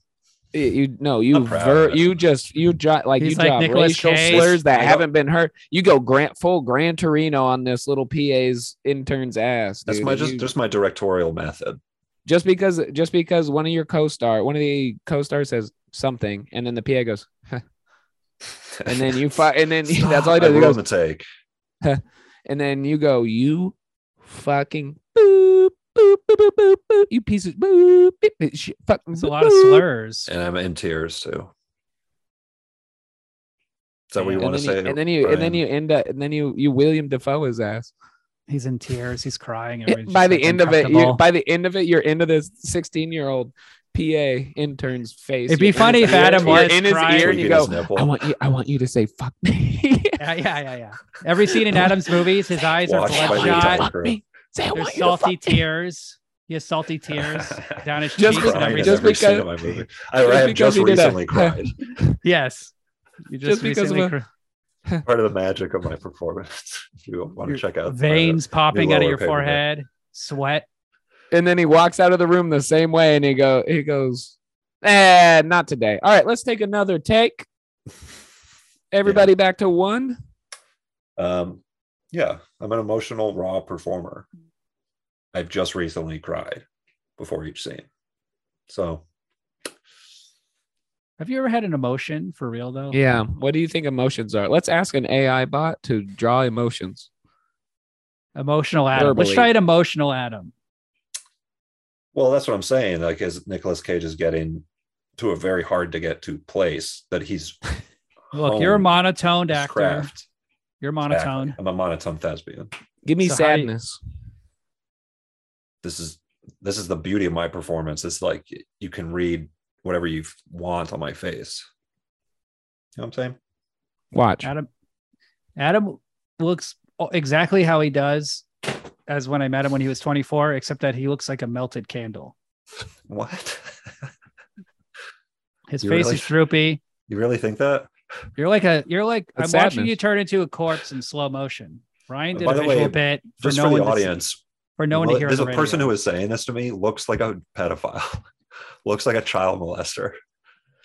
[SPEAKER 2] you no you
[SPEAKER 3] I'm proud of
[SPEAKER 2] ver,
[SPEAKER 3] that.
[SPEAKER 2] you just you drop like you
[SPEAKER 1] He's like
[SPEAKER 2] drop
[SPEAKER 1] Nicolas
[SPEAKER 2] racial
[SPEAKER 1] Cage.
[SPEAKER 2] slurs that
[SPEAKER 3] I don't-
[SPEAKER 2] haven't been heard you go grant full Gran Torino on this little pa's intern's ass
[SPEAKER 3] That's
[SPEAKER 2] dude,
[SPEAKER 3] my
[SPEAKER 2] and
[SPEAKER 3] just
[SPEAKER 2] you-
[SPEAKER 3] just my directorial method.
[SPEAKER 2] just because just because one of your co-star one of the co-stars says something and then the pa goes and then you fi- and then
[SPEAKER 3] Stop,
[SPEAKER 2] that's all he does
[SPEAKER 3] I
[SPEAKER 2] he
[SPEAKER 3] ruined
[SPEAKER 2] goes,
[SPEAKER 3] the take.
[SPEAKER 2] and then you go you fucking boop boop boop boop boop boop boop, you piece of boop, beep, beep, sh- fuck,
[SPEAKER 1] It's a lot of
[SPEAKER 2] boop.
[SPEAKER 1] slurs.
[SPEAKER 3] and I'm in tears too. Is that what you
[SPEAKER 2] And
[SPEAKER 3] want to
[SPEAKER 2] then
[SPEAKER 3] say?
[SPEAKER 2] you- and then you and then you end up and then you you William Defoe his ass.
[SPEAKER 1] He's in tears. He's crying.
[SPEAKER 2] It-
[SPEAKER 1] everybody's
[SPEAKER 2] by
[SPEAKER 1] just,
[SPEAKER 2] the
[SPEAKER 1] like,
[SPEAKER 2] end of it, you,
[SPEAKER 1] uncomfortable.
[SPEAKER 2] by the end of it, you're into this 16 year old PA intern's face.
[SPEAKER 1] It'd be
[SPEAKER 2] You're in his
[SPEAKER 1] funny if
[SPEAKER 2] ear-
[SPEAKER 1] Adam
[SPEAKER 2] you're
[SPEAKER 1] was
[SPEAKER 2] in his
[SPEAKER 1] crying.
[SPEAKER 2] ear and you
[SPEAKER 3] Tweaking his
[SPEAKER 2] go,
[SPEAKER 3] nipple.
[SPEAKER 2] "I want you, I want you to say fuck me."
[SPEAKER 1] yeah, yeah, yeah, yeah. Every scene in Adam's movies, his eyes are
[SPEAKER 3] Watched by the
[SPEAKER 1] bloodshot.
[SPEAKER 3] entire
[SPEAKER 2] Fuck me. Say I
[SPEAKER 1] There's
[SPEAKER 2] want you to
[SPEAKER 1] salty
[SPEAKER 2] fuck me.
[SPEAKER 1] tears. He has salty tears down his
[SPEAKER 2] Just
[SPEAKER 1] cheeks.
[SPEAKER 2] be-
[SPEAKER 1] and every
[SPEAKER 2] just
[SPEAKER 1] scene.
[SPEAKER 2] be-
[SPEAKER 3] scene of my movie. I, I have
[SPEAKER 2] because
[SPEAKER 3] just
[SPEAKER 2] he did a-
[SPEAKER 3] recently cried.
[SPEAKER 1] yes. You just,
[SPEAKER 2] Just because of
[SPEAKER 1] recently
[SPEAKER 2] a-
[SPEAKER 1] cr-
[SPEAKER 3] Part of the magic of my performance. if you want
[SPEAKER 1] Your
[SPEAKER 3] to check out
[SPEAKER 1] veins popping out of
[SPEAKER 3] lower
[SPEAKER 1] your
[SPEAKER 3] paper there.
[SPEAKER 1] forehead, sweat.
[SPEAKER 2] And then he walks out of the room the same way, and he go, he goes, "Eh, not today. All right, let's take another take. Everybody back to one.
[SPEAKER 3] Um, yeah, I'm an emotional raw performer. I've just recently cried before each scene. So
[SPEAKER 1] Have you ever had an emotion for real though?
[SPEAKER 2] Yeah. What do you think emotions are? Let's ask an AI bot to draw emotions.
[SPEAKER 1] Emotional Adam. Let's
[SPEAKER 2] Verbally.
[SPEAKER 1] try an emotional Adam.
[SPEAKER 3] well, that's what I'm saying. Like as Nicolas Cage is getting to a very hard to get to place that he's
[SPEAKER 1] Look, you're a
[SPEAKER 3] honed
[SPEAKER 1] monotoned
[SPEAKER 3] his
[SPEAKER 1] actor.
[SPEAKER 3] craft.
[SPEAKER 1] You're monotone.
[SPEAKER 3] Exactly. I'm a monotone thespian.
[SPEAKER 2] Give me
[SPEAKER 1] So how do you-
[SPEAKER 2] sadness.
[SPEAKER 3] This is this is the beauty of my performance. It's like you can read whatever you want on my face. You know what I'm saying?
[SPEAKER 2] Watch.
[SPEAKER 1] Adam Adam looks exactly how he does as when I met him when he was 24, except that he looks like a melted candle.
[SPEAKER 3] What?
[SPEAKER 1] His
[SPEAKER 3] You
[SPEAKER 1] face
[SPEAKER 3] really-
[SPEAKER 1] is droopy.
[SPEAKER 3] you really think that?
[SPEAKER 1] You're like a you're like
[SPEAKER 2] That's
[SPEAKER 1] I'm watching
[SPEAKER 2] sadness.
[SPEAKER 1] you turn into a corpse in slow motion. Ryan did
[SPEAKER 3] By
[SPEAKER 1] a
[SPEAKER 3] the
[SPEAKER 1] visual
[SPEAKER 3] way,
[SPEAKER 1] bit for
[SPEAKER 3] Just
[SPEAKER 1] no
[SPEAKER 3] for the
[SPEAKER 1] one to see-
[SPEAKER 3] audience,
[SPEAKER 1] for no one to
[SPEAKER 3] Well,
[SPEAKER 1] hear.
[SPEAKER 3] There's
[SPEAKER 1] on
[SPEAKER 3] a
[SPEAKER 1] the
[SPEAKER 3] person
[SPEAKER 1] radio.
[SPEAKER 3] who is saying this to me looks like a pedophile. looks like a child molester.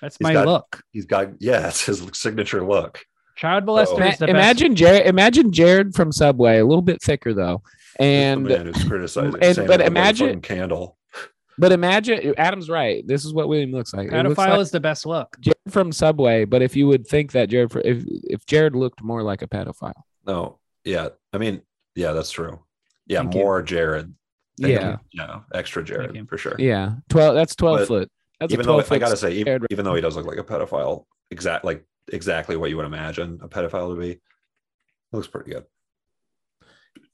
[SPEAKER 1] That's
[SPEAKER 3] he's
[SPEAKER 1] my
[SPEAKER 3] got-
[SPEAKER 1] look.
[SPEAKER 3] He's got yeah, it's his signature look.
[SPEAKER 1] Child molester
[SPEAKER 3] Ma-
[SPEAKER 1] is the best.
[SPEAKER 2] imagine Jared. Imagine Jared from Subway, a little bit thicker though,
[SPEAKER 3] And the
[SPEAKER 2] and
[SPEAKER 3] man who's criticizing
[SPEAKER 2] and-
[SPEAKER 3] Sam
[SPEAKER 2] but
[SPEAKER 3] with a
[SPEAKER 2] imagine-
[SPEAKER 3] motherfucking candle.
[SPEAKER 2] but imagine Adam's right. This is what William looks like. It looks
[SPEAKER 1] Pedophile
[SPEAKER 2] like
[SPEAKER 1] is the best look.
[SPEAKER 2] Jared from Subway, but if you would think that Jared, fr- if if Jared looked more like a pedophile,
[SPEAKER 3] No, yeah, I mean, yeah, that's true. Yeah,
[SPEAKER 1] Thank you.
[SPEAKER 3] more Jared. than-
[SPEAKER 2] yeah,
[SPEAKER 3] yeah, extra
[SPEAKER 1] you.
[SPEAKER 3] Jared for sure.
[SPEAKER 2] yeah, twelve. That's twelve
[SPEAKER 3] But
[SPEAKER 2] foot. That's
[SPEAKER 3] even
[SPEAKER 2] a
[SPEAKER 3] though
[SPEAKER 2] twelve
[SPEAKER 3] I
[SPEAKER 2] foot.
[SPEAKER 3] gotta say, even,
[SPEAKER 2] Jared-
[SPEAKER 3] even though he does look like a pedophile, exact like exactly what you would imagine a pedophile to be, looks pretty good.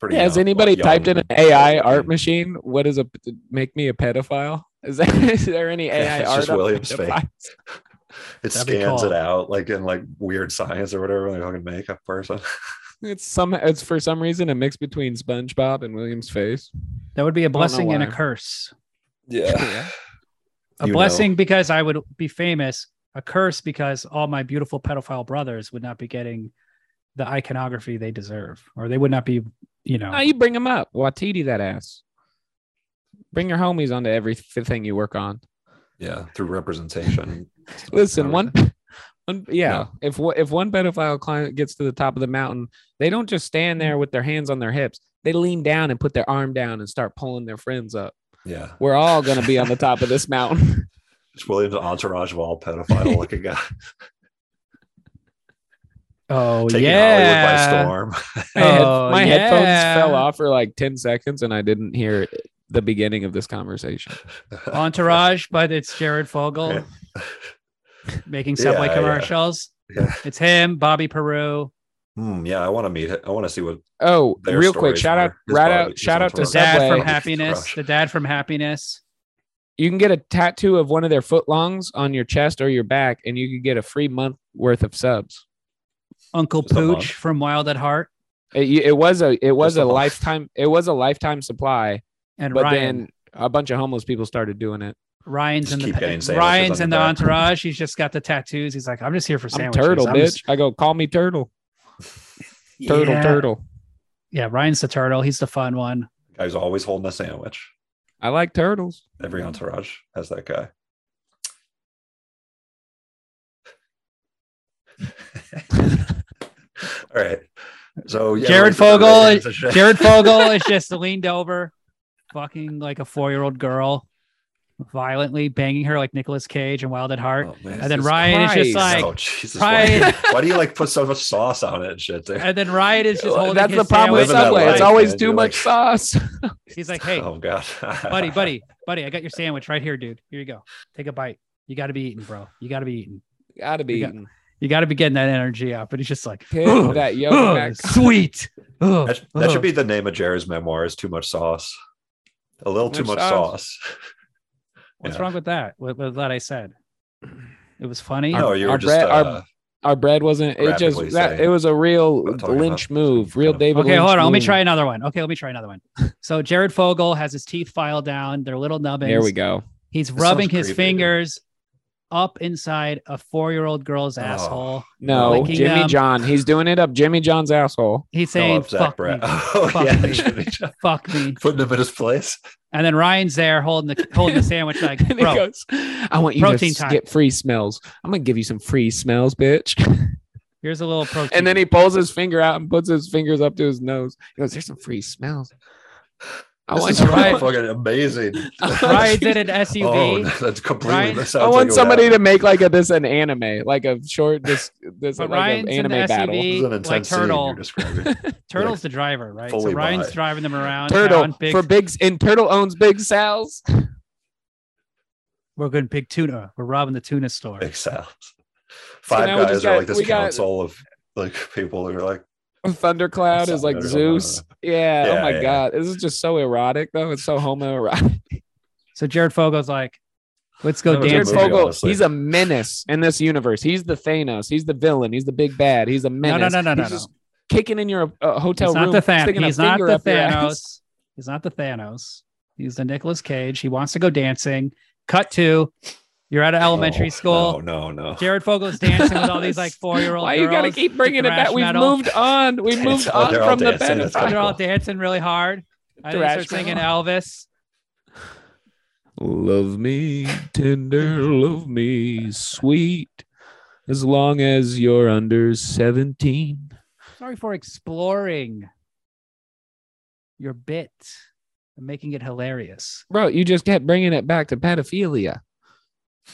[SPEAKER 3] Pretty
[SPEAKER 2] yeah, has
[SPEAKER 3] young-
[SPEAKER 2] anybody
[SPEAKER 3] young
[SPEAKER 2] typed in an
[SPEAKER 3] and-
[SPEAKER 2] AI art machine? What is a make me a pedophile? Is there, is there any AI
[SPEAKER 3] It's
[SPEAKER 2] art?
[SPEAKER 3] just
[SPEAKER 2] on
[SPEAKER 3] William's face.
[SPEAKER 2] pedophiles?
[SPEAKER 3] it
[SPEAKER 1] That'd be
[SPEAKER 3] scans
[SPEAKER 1] cool.
[SPEAKER 3] it out like in like weird science or whatever they fucking make a person.
[SPEAKER 2] It's some. It's for some reason a mix between SpongeBob and William's face.
[SPEAKER 1] That would be a
[SPEAKER 2] know
[SPEAKER 1] blessing and a
[SPEAKER 2] why.
[SPEAKER 1] curse.
[SPEAKER 2] Yeah.
[SPEAKER 1] A
[SPEAKER 3] You know.
[SPEAKER 1] blessing because I would be famous. A curse because all my beautiful pedophile brothers would not be getting the iconography they deserve, or they would not be, you know.
[SPEAKER 2] No, you bring them up. Watiti that ass. Bring your homies onto every th- thing you work on.
[SPEAKER 3] Yeah, through representation.
[SPEAKER 2] Listen,
[SPEAKER 3] Not
[SPEAKER 2] one, one yeah. If one- if one pedophile client gets to the top of the mountain, they don't just stand there with their hands on their hips. They lean down and put their arm down and start pulling their friends up.
[SPEAKER 3] Yeah,
[SPEAKER 2] We're all gonna be on the top of this mountain.
[SPEAKER 3] it's William's entourage of all pedophile looking guy
[SPEAKER 1] oh
[SPEAKER 3] taking
[SPEAKER 1] yeah.
[SPEAKER 3] Hollywood by storm.
[SPEAKER 2] my head-
[SPEAKER 1] Oh,
[SPEAKER 2] my
[SPEAKER 1] yeah.
[SPEAKER 2] headphones fell off for like ten seconds, and I didn't hear the beginning of this conversation.
[SPEAKER 1] Entourage, but it's Jared Fogle making
[SPEAKER 3] Yeah,
[SPEAKER 1] Subway
[SPEAKER 3] yeah.
[SPEAKER 1] commercials.
[SPEAKER 3] Yeah.
[SPEAKER 1] It's him, Bobby Peru,
[SPEAKER 3] Hmm, yeah, I want to meet. it. I want to see what
[SPEAKER 2] Oh,
[SPEAKER 3] Their
[SPEAKER 2] real quick,
[SPEAKER 3] stories
[SPEAKER 2] shout
[SPEAKER 3] were
[SPEAKER 2] out,
[SPEAKER 3] his
[SPEAKER 2] right
[SPEAKER 3] body-
[SPEAKER 2] out,
[SPEAKER 3] his
[SPEAKER 2] shout out to
[SPEAKER 1] the
[SPEAKER 3] entourage.
[SPEAKER 1] dad
[SPEAKER 2] Subway.
[SPEAKER 1] from
[SPEAKER 3] Bobby
[SPEAKER 1] Happiness,
[SPEAKER 3] Crush.
[SPEAKER 1] the dad from Happiness.
[SPEAKER 2] you can get a tattoo of one of their footlongs on your chest or your back, and you could get a free month worth of subs.
[SPEAKER 1] Uncle
[SPEAKER 3] Just a monk.
[SPEAKER 1] Pooch from Wild at Heart
[SPEAKER 2] It, you- it was a it was
[SPEAKER 3] Just a
[SPEAKER 2] a
[SPEAKER 3] month.
[SPEAKER 2] lifetime it was a lifetime supply,
[SPEAKER 1] and
[SPEAKER 2] but
[SPEAKER 1] Ryan.
[SPEAKER 2] then a bunch of homeless people started doing it.
[SPEAKER 1] Ryan's
[SPEAKER 3] Just
[SPEAKER 1] in
[SPEAKER 3] keep getting
[SPEAKER 1] the
[SPEAKER 3] sandwiches
[SPEAKER 1] Ryan's
[SPEAKER 3] on
[SPEAKER 1] in the
[SPEAKER 3] the back.
[SPEAKER 1] entourage. He's just got the tattoos. He's like, I'm just here for
[SPEAKER 2] I'm
[SPEAKER 1] sandwiches.
[SPEAKER 2] turtle, bitch.
[SPEAKER 1] just-
[SPEAKER 2] I go call me turtle, turtle,
[SPEAKER 1] Yeah.
[SPEAKER 2] turtle.
[SPEAKER 1] Yeah, Ryan's the turtle. He's the fun one.
[SPEAKER 3] guy's always holding a sandwich.
[SPEAKER 2] I like turtles.
[SPEAKER 3] Every
[SPEAKER 1] Mm-hmm.
[SPEAKER 3] entourage has that guy. All right. So yeah,
[SPEAKER 1] Jared
[SPEAKER 3] we're gonna
[SPEAKER 1] Fogle-
[SPEAKER 3] get into shit.
[SPEAKER 1] Jared Fogle is just leaned over, fucking like a four year old girl. violently banging her like Nicolas Cage and Wild at Heart.
[SPEAKER 3] Oh, man.
[SPEAKER 1] and then
[SPEAKER 2] Jesus
[SPEAKER 1] Ryan is just
[SPEAKER 2] Christ.
[SPEAKER 1] like,
[SPEAKER 3] oh, Jesus.
[SPEAKER 1] Ryan-
[SPEAKER 3] Why, why do you like put so much sauce on it and shit? Dude?
[SPEAKER 1] and then Ryan is just holding
[SPEAKER 2] Oh, That's the
[SPEAKER 1] his
[SPEAKER 2] problem with
[SPEAKER 1] sandwich up,
[SPEAKER 3] Living that
[SPEAKER 2] Subway.
[SPEAKER 3] life,
[SPEAKER 2] It's always
[SPEAKER 3] man.
[SPEAKER 2] too
[SPEAKER 3] You're
[SPEAKER 2] much
[SPEAKER 3] like-
[SPEAKER 2] sauce.
[SPEAKER 1] like- he's like, hey,
[SPEAKER 3] oh god,
[SPEAKER 1] buddy, buddy, buddy, I got your sandwich right here, dude. Here you go. Take a bite. You got to be eating, bro. You got to be eating.
[SPEAKER 2] Gotta be
[SPEAKER 1] You got-
[SPEAKER 2] eating.
[SPEAKER 1] You got to be getting that energy up. And he's just like,
[SPEAKER 2] Pick
[SPEAKER 1] "Ugh,
[SPEAKER 2] that
[SPEAKER 1] ugh,
[SPEAKER 2] yogurt back.
[SPEAKER 1] sweet. Ugh,
[SPEAKER 3] That, that
[SPEAKER 2] Oh.
[SPEAKER 1] ugh."
[SPEAKER 3] should be the name of Jared's memoir. Is too much sauce. A little too
[SPEAKER 2] Much
[SPEAKER 3] much
[SPEAKER 2] sauce.
[SPEAKER 3] sauce.
[SPEAKER 1] What's
[SPEAKER 3] yeah.
[SPEAKER 1] wrong with that? What, what that I said? It was funny.
[SPEAKER 3] No, you
[SPEAKER 2] our
[SPEAKER 3] were just.
[SPEAKER 2] bread- our-
[SPEAKER 3] uh,
[SPEAKER 2] Our bread wasn't. It
[SPEAKER 3] Graphically
[SPEAKER 2] just that
[SPEAKER 3] saying.
[SPEAKER 2] it was a real
[SPEAKER 3] We're talking
[SPEAKER 2] Lynch
[SPEAKER 3] about
[SPEAKER 2] move,
[SPEAKER 3] some
[SPEAKER 2] real
[SPEAKER 3] kind of-
[SPEAKER 2] David.
[SPEAKER 1] Okay,
[SPEAKER 2] Lynch
[SPEAKER 1] hold on. Let me
[SPEAKER 2] move.
[SPEAKER 1] try another one. Okay, let me try another one. So Jared Fogle has his teeth filed down. They're little nubbins.
[SPEAKER 2] There we go.
[SPEAKER 1] He's
[SPEAKER 3] sounds
[SPEAKER 1] rubbing
[SPEAKER 3] creepy,
[SPEAKER 1] his
[SPEAKER 3] dude.
[SPEAKER 1] fingers up inside a four-year-old girl's
[SPEAKER 3] Oh.
[SPEAKER 1] asshole.
[SPEAKER 2] No,
[SPEAKER 1] Licking
[SPEAKER 2] Jimmy
[SPEAKER 1] them.
[SPEAKER 2] John. He's doing it up Jimmy John's asshole.
[SPEAKER 1] He's
[SPEAKER 3] no,
[SPEAKER 1] saying,
[SPEAKER 3] up Zach
[SPEAKER 1] "Fuck
[SPEAKER 3] Braff.
[SPEAKER 1] me,
[SPEAKER 3] Oh
[SPEAKER 1] Fuck
[SPEAKER 3] yeah,
[SPEAKER 1] me.
[SPEAKER 3] Jimmy John.
[SPEAKER 1] fuck me."
[SPEAKER 3] putting him in his place.
[SPEAKER 1] And then Ryan's there holding the holding the sandwich, like,
[SPEAKER 2] And he
[SPEAKER 1] bro,
[SPEAKER 2] goes, I want you
[SPEAKER 1] Protein
[SPEAKER 2] to
[SPEAKER 1] time.
[SPEAKER 2] get free smells. I'm gonna give you some free smells, bitch.
[SPEAKER 1] here's a little protein.
[SPEAKER 2] And then he pulls his finger out and puts his fingers up to his nose. He goes, There's some free smells. I
[SPEAKER 3] This
[SPEAKER 2] want
[SPEAKER 3] is
[SPEAKER 2] you
[SPEAKER 1] Ryan-
[SPEAKER 3] fucking amazing.
[SPEAKER 1] Ryan's in an SUV.
[SPEAKER 3] Oh, that's completely.
[SPEAKER 1] Ryan-
[SPEAKER 3] that sounds
[SPEAKER 2] I
[SPEAKER 3] like
[SPEAKER 2] want
[SPEAKER 3] it would
[SPEAKER 2] somebody to
[SPEAKER 3] happen.
[SPEAKER 2] make like a this an anime, like a short this this
[SPEAKER 1] But
[SPEAKER 2] like
[SPEAKER 1] Ryan's
[SPEAKER 2] an
[SPEAKER 1] in the E
[SPEAKER 2] anime battle.
[SPEAKER 1] SUV.
[SPEAKER 3] This is an
[SPEAKER 1] like
[SPEAKER 3] intense scene
[SPEAKER 1] Turtle.
[SPEAKER 3] you're describing.
[SPEAKER 1] Turtle's the driver, right? So
[SPEAKER 3] fully
[SPEAKER 1] Ryan's
[SPEAKER 3] bi.
[SPEAKER 1] driving them around.
[SPEAKER 2] Turtle
[SPEAKER 1] town, big,
[SPEAKER 2] for Big and Turtle owns Big Sal's.
[SPEAKER 1] we're going big tuna. We're robbing the tuna store.
[SPEAKER 3] Big sounds. Five
[SPEAKER 2] now we
[SPEAKER 3] guys
[SPEAKER 2] just
[SPEAKER 3] are
[SPEAKER 2] got-
[SPEAKER 3] like this
[SPEAKER 2] we got-
[SPEAKER 3] council of like people who are like,
[SPEAKER 2] Thundercloud is
[SPEAKER 3] Something
[SPEAKER 2] like
[SPEAKER 3] or
[SPEAKER 2] Zeus.
[SPEAKER 3] something.
[SPEAKER 2] Yeah. Oh
[SPEAKER 3] Yeah,
[SPEAKER 2] my
[SPEAKER 3] yeah.
[SPEAKER 2] god, this is just so erotic though. It's so homoerotic.
[SPEAKER 1] So Jared Fogel's like, let's go
[SPEAKER 3] That was a
[SPEAKER 2] Jared
[SPEAKER 1] dance.
[SPEAKER 3] movie,
[SPEAKER 2] Fogle,
[SPEAKER 3] honestly.
[SPEAKER 2] he's a menace in this universe. He's the Thanos. He's the villain. He's the big bad. He's a
[SPEAKER 1] No,
[SPEAKER 2] menace.
[SPEAKER 1] no, no, no,
[SPEAKER 2] He's
[SPEAKER 1] no, no.
[SPEAKER 2] just Kicking in your uh, hotel
[SPEAKER 1] He's
[SPEAKER 2] room.
[SPEAKER 1] not the Thanos.
[SPEAKER 2] sticking a
[SPEAKER 1] He's not
[SPEAKER 2] finger
[SPEAKER 1] the
[SPEAKER 2] up your ass.
[SPEAKER 1] Thanos. He's not the Thanos. He's the Nicolas Cage. He wants to go dancing. Cut to, you're at an elementary
[SPEAKER 2] Oh,
[SPEAKER 3] "No,
[SPEAKER 1] school.
[SPEAKER 3] "Oh, No, no, no.
[SPEAKER 1] Jared Fogel's dancing with all these like four year old.
[SPEAKER 2] Why you gotta keep bringing it back?
[SPEAKER 1] thrash
[SPEAKER 2] We've
[SPEAKER 1] metal.
[SPEAKER 2] moved on. We
[SPEAKER 3] It's
[SPEAKER 2] moved
[SPEAKER 3] all-
[SPEAKER 2] on
[SPEAKER 3] they're all
[SPEAKER 2] from the
[SPEAKER 3] dancing,
[SPEAKER 2] benefit.
[SPEAKER 3] it's fine.
[SPEAKER 1] They're all dancing really hard. I think
[SPEAKER 2] Thrash
[SPEAKER 1] start singing
[SPEAKER 2] metal.
[SPEAKER 1] Elvis.
[SPEAKER 2] Love me tender, love me sweet, as long as you're under 17.
[SPEAKER 1] Sorry for exploring your bit and making it hilarious.
[SPEAKER 2] Bro, you just kept bringing it back to pedophilia.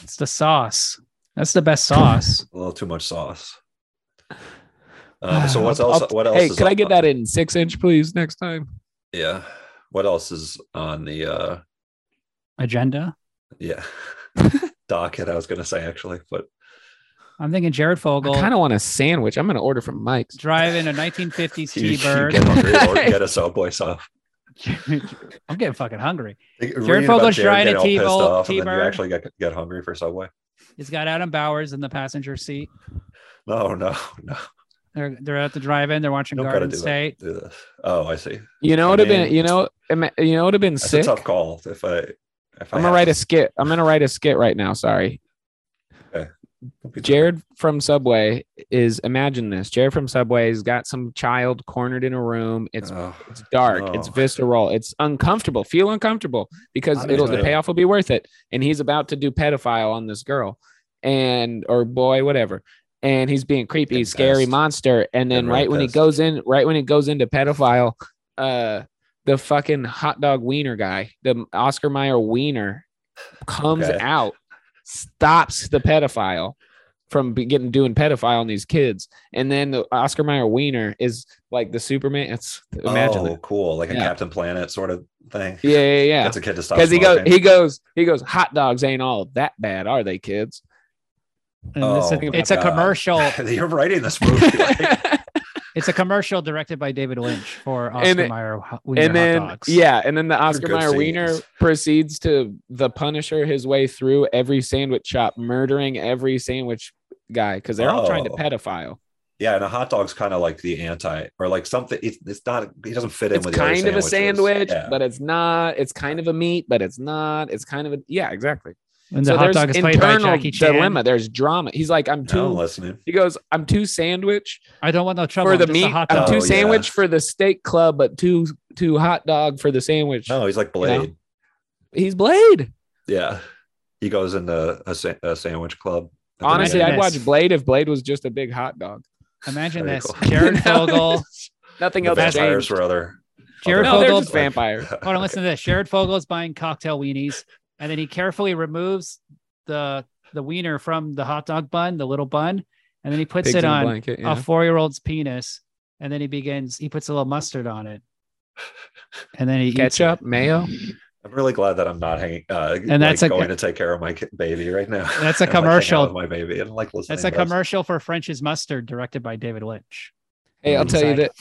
[SPEAKER 1] It's the sauce. That's the best sauce.
[SPEAKER 3] A little too much sauce. Um, so what's else?
[SPEAKER 2] I'll-
[SPEAKER 3] what else?
[SPEAKER 2] Hey,
[SPEAKER 3] is
[SPEAKER 2] could I
[SPEAKER 3] up-
[SPEAKER 2] get that in six inch, please, next time?
[SPEAKER 3] Yeah. What else is on the? uh
[SPEAKER 1] Agenda.
[SPEAKER 3] Yeah. Docket. I was gonna say actually, but
[SPEAKER 1] I'm thinking Jared Fogle
[SPEAKER 2] I kind of want a sandwich. I'm going to order from Mike's.
[SPEAKER 1] driving a 1950s
[SPEAKER 3] you, you
[SPEAKER 1] T-Bird.
[SPEAKER 3] get hungry or get a subway sauce.
[SPEAKER 1] I'm getting fucking hungry.
[SPEAKER 3] Jared
[SPEAKER 1] Fogel's trying to
[SPEAKER 3] T
[SPEAKER 1] T-Bolt-
[SPEAKER 3] off, and then you
[SPEAKER 1] T-Bird.
[SPEAKER 3] actually get, get hungry for subway.
[SPEAKER 1] He's got Adam Bowers in the passenger seat.
[SPEAKER 3] No, no, no.
[SPEAKER 1] They're they're at the drive-in. They're watching
[SPEAKER 3] Don't gotta
[SPEAKER 1] Garden
[SPEAKER 3] do it.
[SPEAKER 1] State.
[SPEAKER 3] Do this. Oh, I see.
[SPEAKER 2] You know,
[SPEAKER 3] I
[SPEAKER 2] it would have been,
[SPEAKER 3] mean-
[SPEAKER 2] you know, ima- you know, it would have been
[SPEAKER 3] That's
[SPEAKER 2] sick.
[SPEAKER 3] a tough call. If I, if I
[SPEAKER 2] I'm
[SPEAKER 3] had
[SPEAKER 2] gonna write
[SPEAKER 3] to-
[SPEAKER 2] a skit. I'm gonna write a skit right now. Sorry.
[SPEAKER 3] Okay.
[SPEAKER 2] Jared from Subway is imagine this. Jared from Subway's got some child cornered in a room. It's
[SPEAKER 3] Oh,
[SPEAKER 2] it's dark. It's
[SPEAKER 3] no.
[SPEAKER 2] visceral. It's uncomfortable. Feel uncomfortable because
[SPEAKER 3] I'm
[SPEAKER 2] it'll the
[SPEAKER 3] enjoying it.
[SPEAKER 2] payoff will be worth it. And he's about to do pedophile on this girl, and or boy, whatever. And he's being creepy,
[SPEAKER 3] Getting
[SPEAKER 2] scary
[SPEAKER 3] pissed.
[SPEAKER 2] monster. And then
[SPEAKER 3] Getting
[SPEAKER 2] right
[SPEAKER 3] really
[SPEAKER 2] when he
[SPEAKER 3] pissed.
[SPEAKER 2] goes in, right when it goes into pedophile, uh, the fucking hot dog wiener guy, the Oscar Mayer wiener, comes
[SPEAKER 3] Okay.
[SPEAKER 2] out, stops the pedophile from be- getting doing pedophile on these kids, and then the Oscar Mayer wiener is like the Superman. It's imagine
[SPEAKER 3] oh,
[SPEAKER 2] that.
[SPEAKER 3] cool, like a
[SPEAKER 2] Yeah.
[SPEAKER 3] Captain Planet sort of thing.
[SPEAKER 2] Yeah, yeah, yeah.
[SPEAKER 3] That's a kid to stop.
[SPEAKER 2] Because he goes,
[SPEAKER 3] smoking.
[SPEAKER 2] he goes, he goes. Hot dogs ain't all that bad, are they, kids?
[SPEAKER 1] And it's
[SPEAKER 3] Oh
[SPEAKER 1] a,
[SPEAKER 3] my
[SPEAKER 1] it's a
[SPEAKER 3] God.
[SPEAKER 1] commercial.
[SPEAKER 3] You're writing this movie. like-
[SPEAKER 1] It's a commercial directed by David Lynch for
[SPEAKER 2] And
[SPEAKER 1] Oscar
[SPEAKER 2] it-
[SPEAKER 1] Mayer ho- Wiener
[SPEAKER 2] and then
[SPEAKER 1] hot dogs.
[SPEAKER 2] yeah, and then the Oscar
[SPEAKER 3] good
[SPEAKER 2] Mayer Wiener
[SPEAKER 3] scenes.
[SPEAKER 2] proceeds to the Punisher his way through every sandwich shop, murdering every sandwich guy because they're all trying to
[SPEAKER 3] Oh.
[SPEAKER 2] pedophile.
[SPEAKER 3] yeah, and a hot dog's kind of like the anti, or like something. It's, it's not. He doesn't fit in
[SPEAKER 2] It's
[SPEAKER 3] with.
[SPEAKER 2] kind
[SPEAKER 3] the
[SPEAKER 2] of
[SPEAKER 3] other
[SPEAKER 2] a
[SPEAKER 3] sandwiches.
[SPEAKER 2] sandwich,
[SPEAKER 3] Yeah.
[SPEAKER 2] but it's not. It's kind of a meat, but it's not. It's kind of a yeah, exactly.
[SPEAKER 1] And the hot dog is played by Jackie Chan.
[SPEAKER 2] dilemma. There's drama. He's like, I'm
[SPEAKER 3] No, I'm
[SPEAKER 2] too.
[SPEAKER 3] listening.
[SPEAKER 2] He goes, I'm too sandwich
[SPEAKER 1] I don't want no trouble
[SPEAKER 2] for the
[SPEAKER 1] I'm just a
[SPEAKER 2] meat.
[SPEAKER 1] hot
[SPEAKER 2] I'm
[SPEAKER 1] dog.
[SPEAKER 2] too
[SPEAKER 3] Oh, yeah.
[SPEAKER 2] sandwich for the steak club, but too too hot dog for the sandwich.
[SPEAKER 3] No, he's like
[SPEAKER 2] know?
[SPEAKER 3] Blade.
[SPEAKER 2] He's Blade.
[SPEAKER 3] Yeah, he goes in the a, sa- a sandwich club. at the
[SPEAKER 2] Honestly,
[SPEAKER 3] beginning.
[SPEAKER 2] I'd
[SPEAKER 1] Imagine
[SPEAKER 2] watch
[SPEAKER 1] this.
[SPEAKER 2] Blade if Blade was just a big hot dog.
[SPEAKER 1] Imagine
[SPEAKER 3] Very
[SPEAKER 1] this:
[SPEAKER 3] cool.
[SPEAKER 1] Jared
[SPEAKER 2] No,
[SPEAKER 1] Fogle.
[SPEAKER 2] Nothing
[SPEAKER 3] The
[SPEAKER 2] else
[SPEAKER 3] vampires
[SPEAKER 2] changed.
[SPEAKER 3] were other.
[SPEAKER 1] Jared
[SPEAKER 2] No, they're
[SPEAKER 1] Fogle.
[SPEAKER 2] just vampires.
[SPEAKER 1] Hold on, listen to this. Jared Fogel's buying cocktail weenies. and then he carefully removes the the wiener from the hot dog bun, the little bun, and then he puts
[SPEAKER 2] Pigs
[SPEAKER 1] it
[SPEAKER 2] in a
[SPEAKER 1] on
[SPEAKER 2] blanket, yeah.
[SPEAKER 1] a four year old's penis, and then he begins. He puts a little mustard on it, and then he eats it.
[SPEAKER 2] ketchup, mayo.
[SPEAKER 3] I'm really glad that I'm not hanging. Uh,
[SPEAKER 1] And that's
[SPEAKER 3] like
[SPEAKER 1] a-
[SPEAKER 3] going to take care of my ki- baby right now.
[SPEAKER 1] That's a
[SPEAKER 3] I'm, like, hanging out
[SPEAKER 1] commercial.
[SPEAKER 3] with my baby and like listening.
[SPEAKER 1] That's a
[SPEAKER 3] to this.
[SPEAKER 1] commercial for French's mustard, directed by David Lynch.
[SPEAKER 2] Hey, I'll
[SPEAKER 1] He's
[SPEAKER 2] tell you
[SPEAKER 1] like-
[SPEAKER 2] that.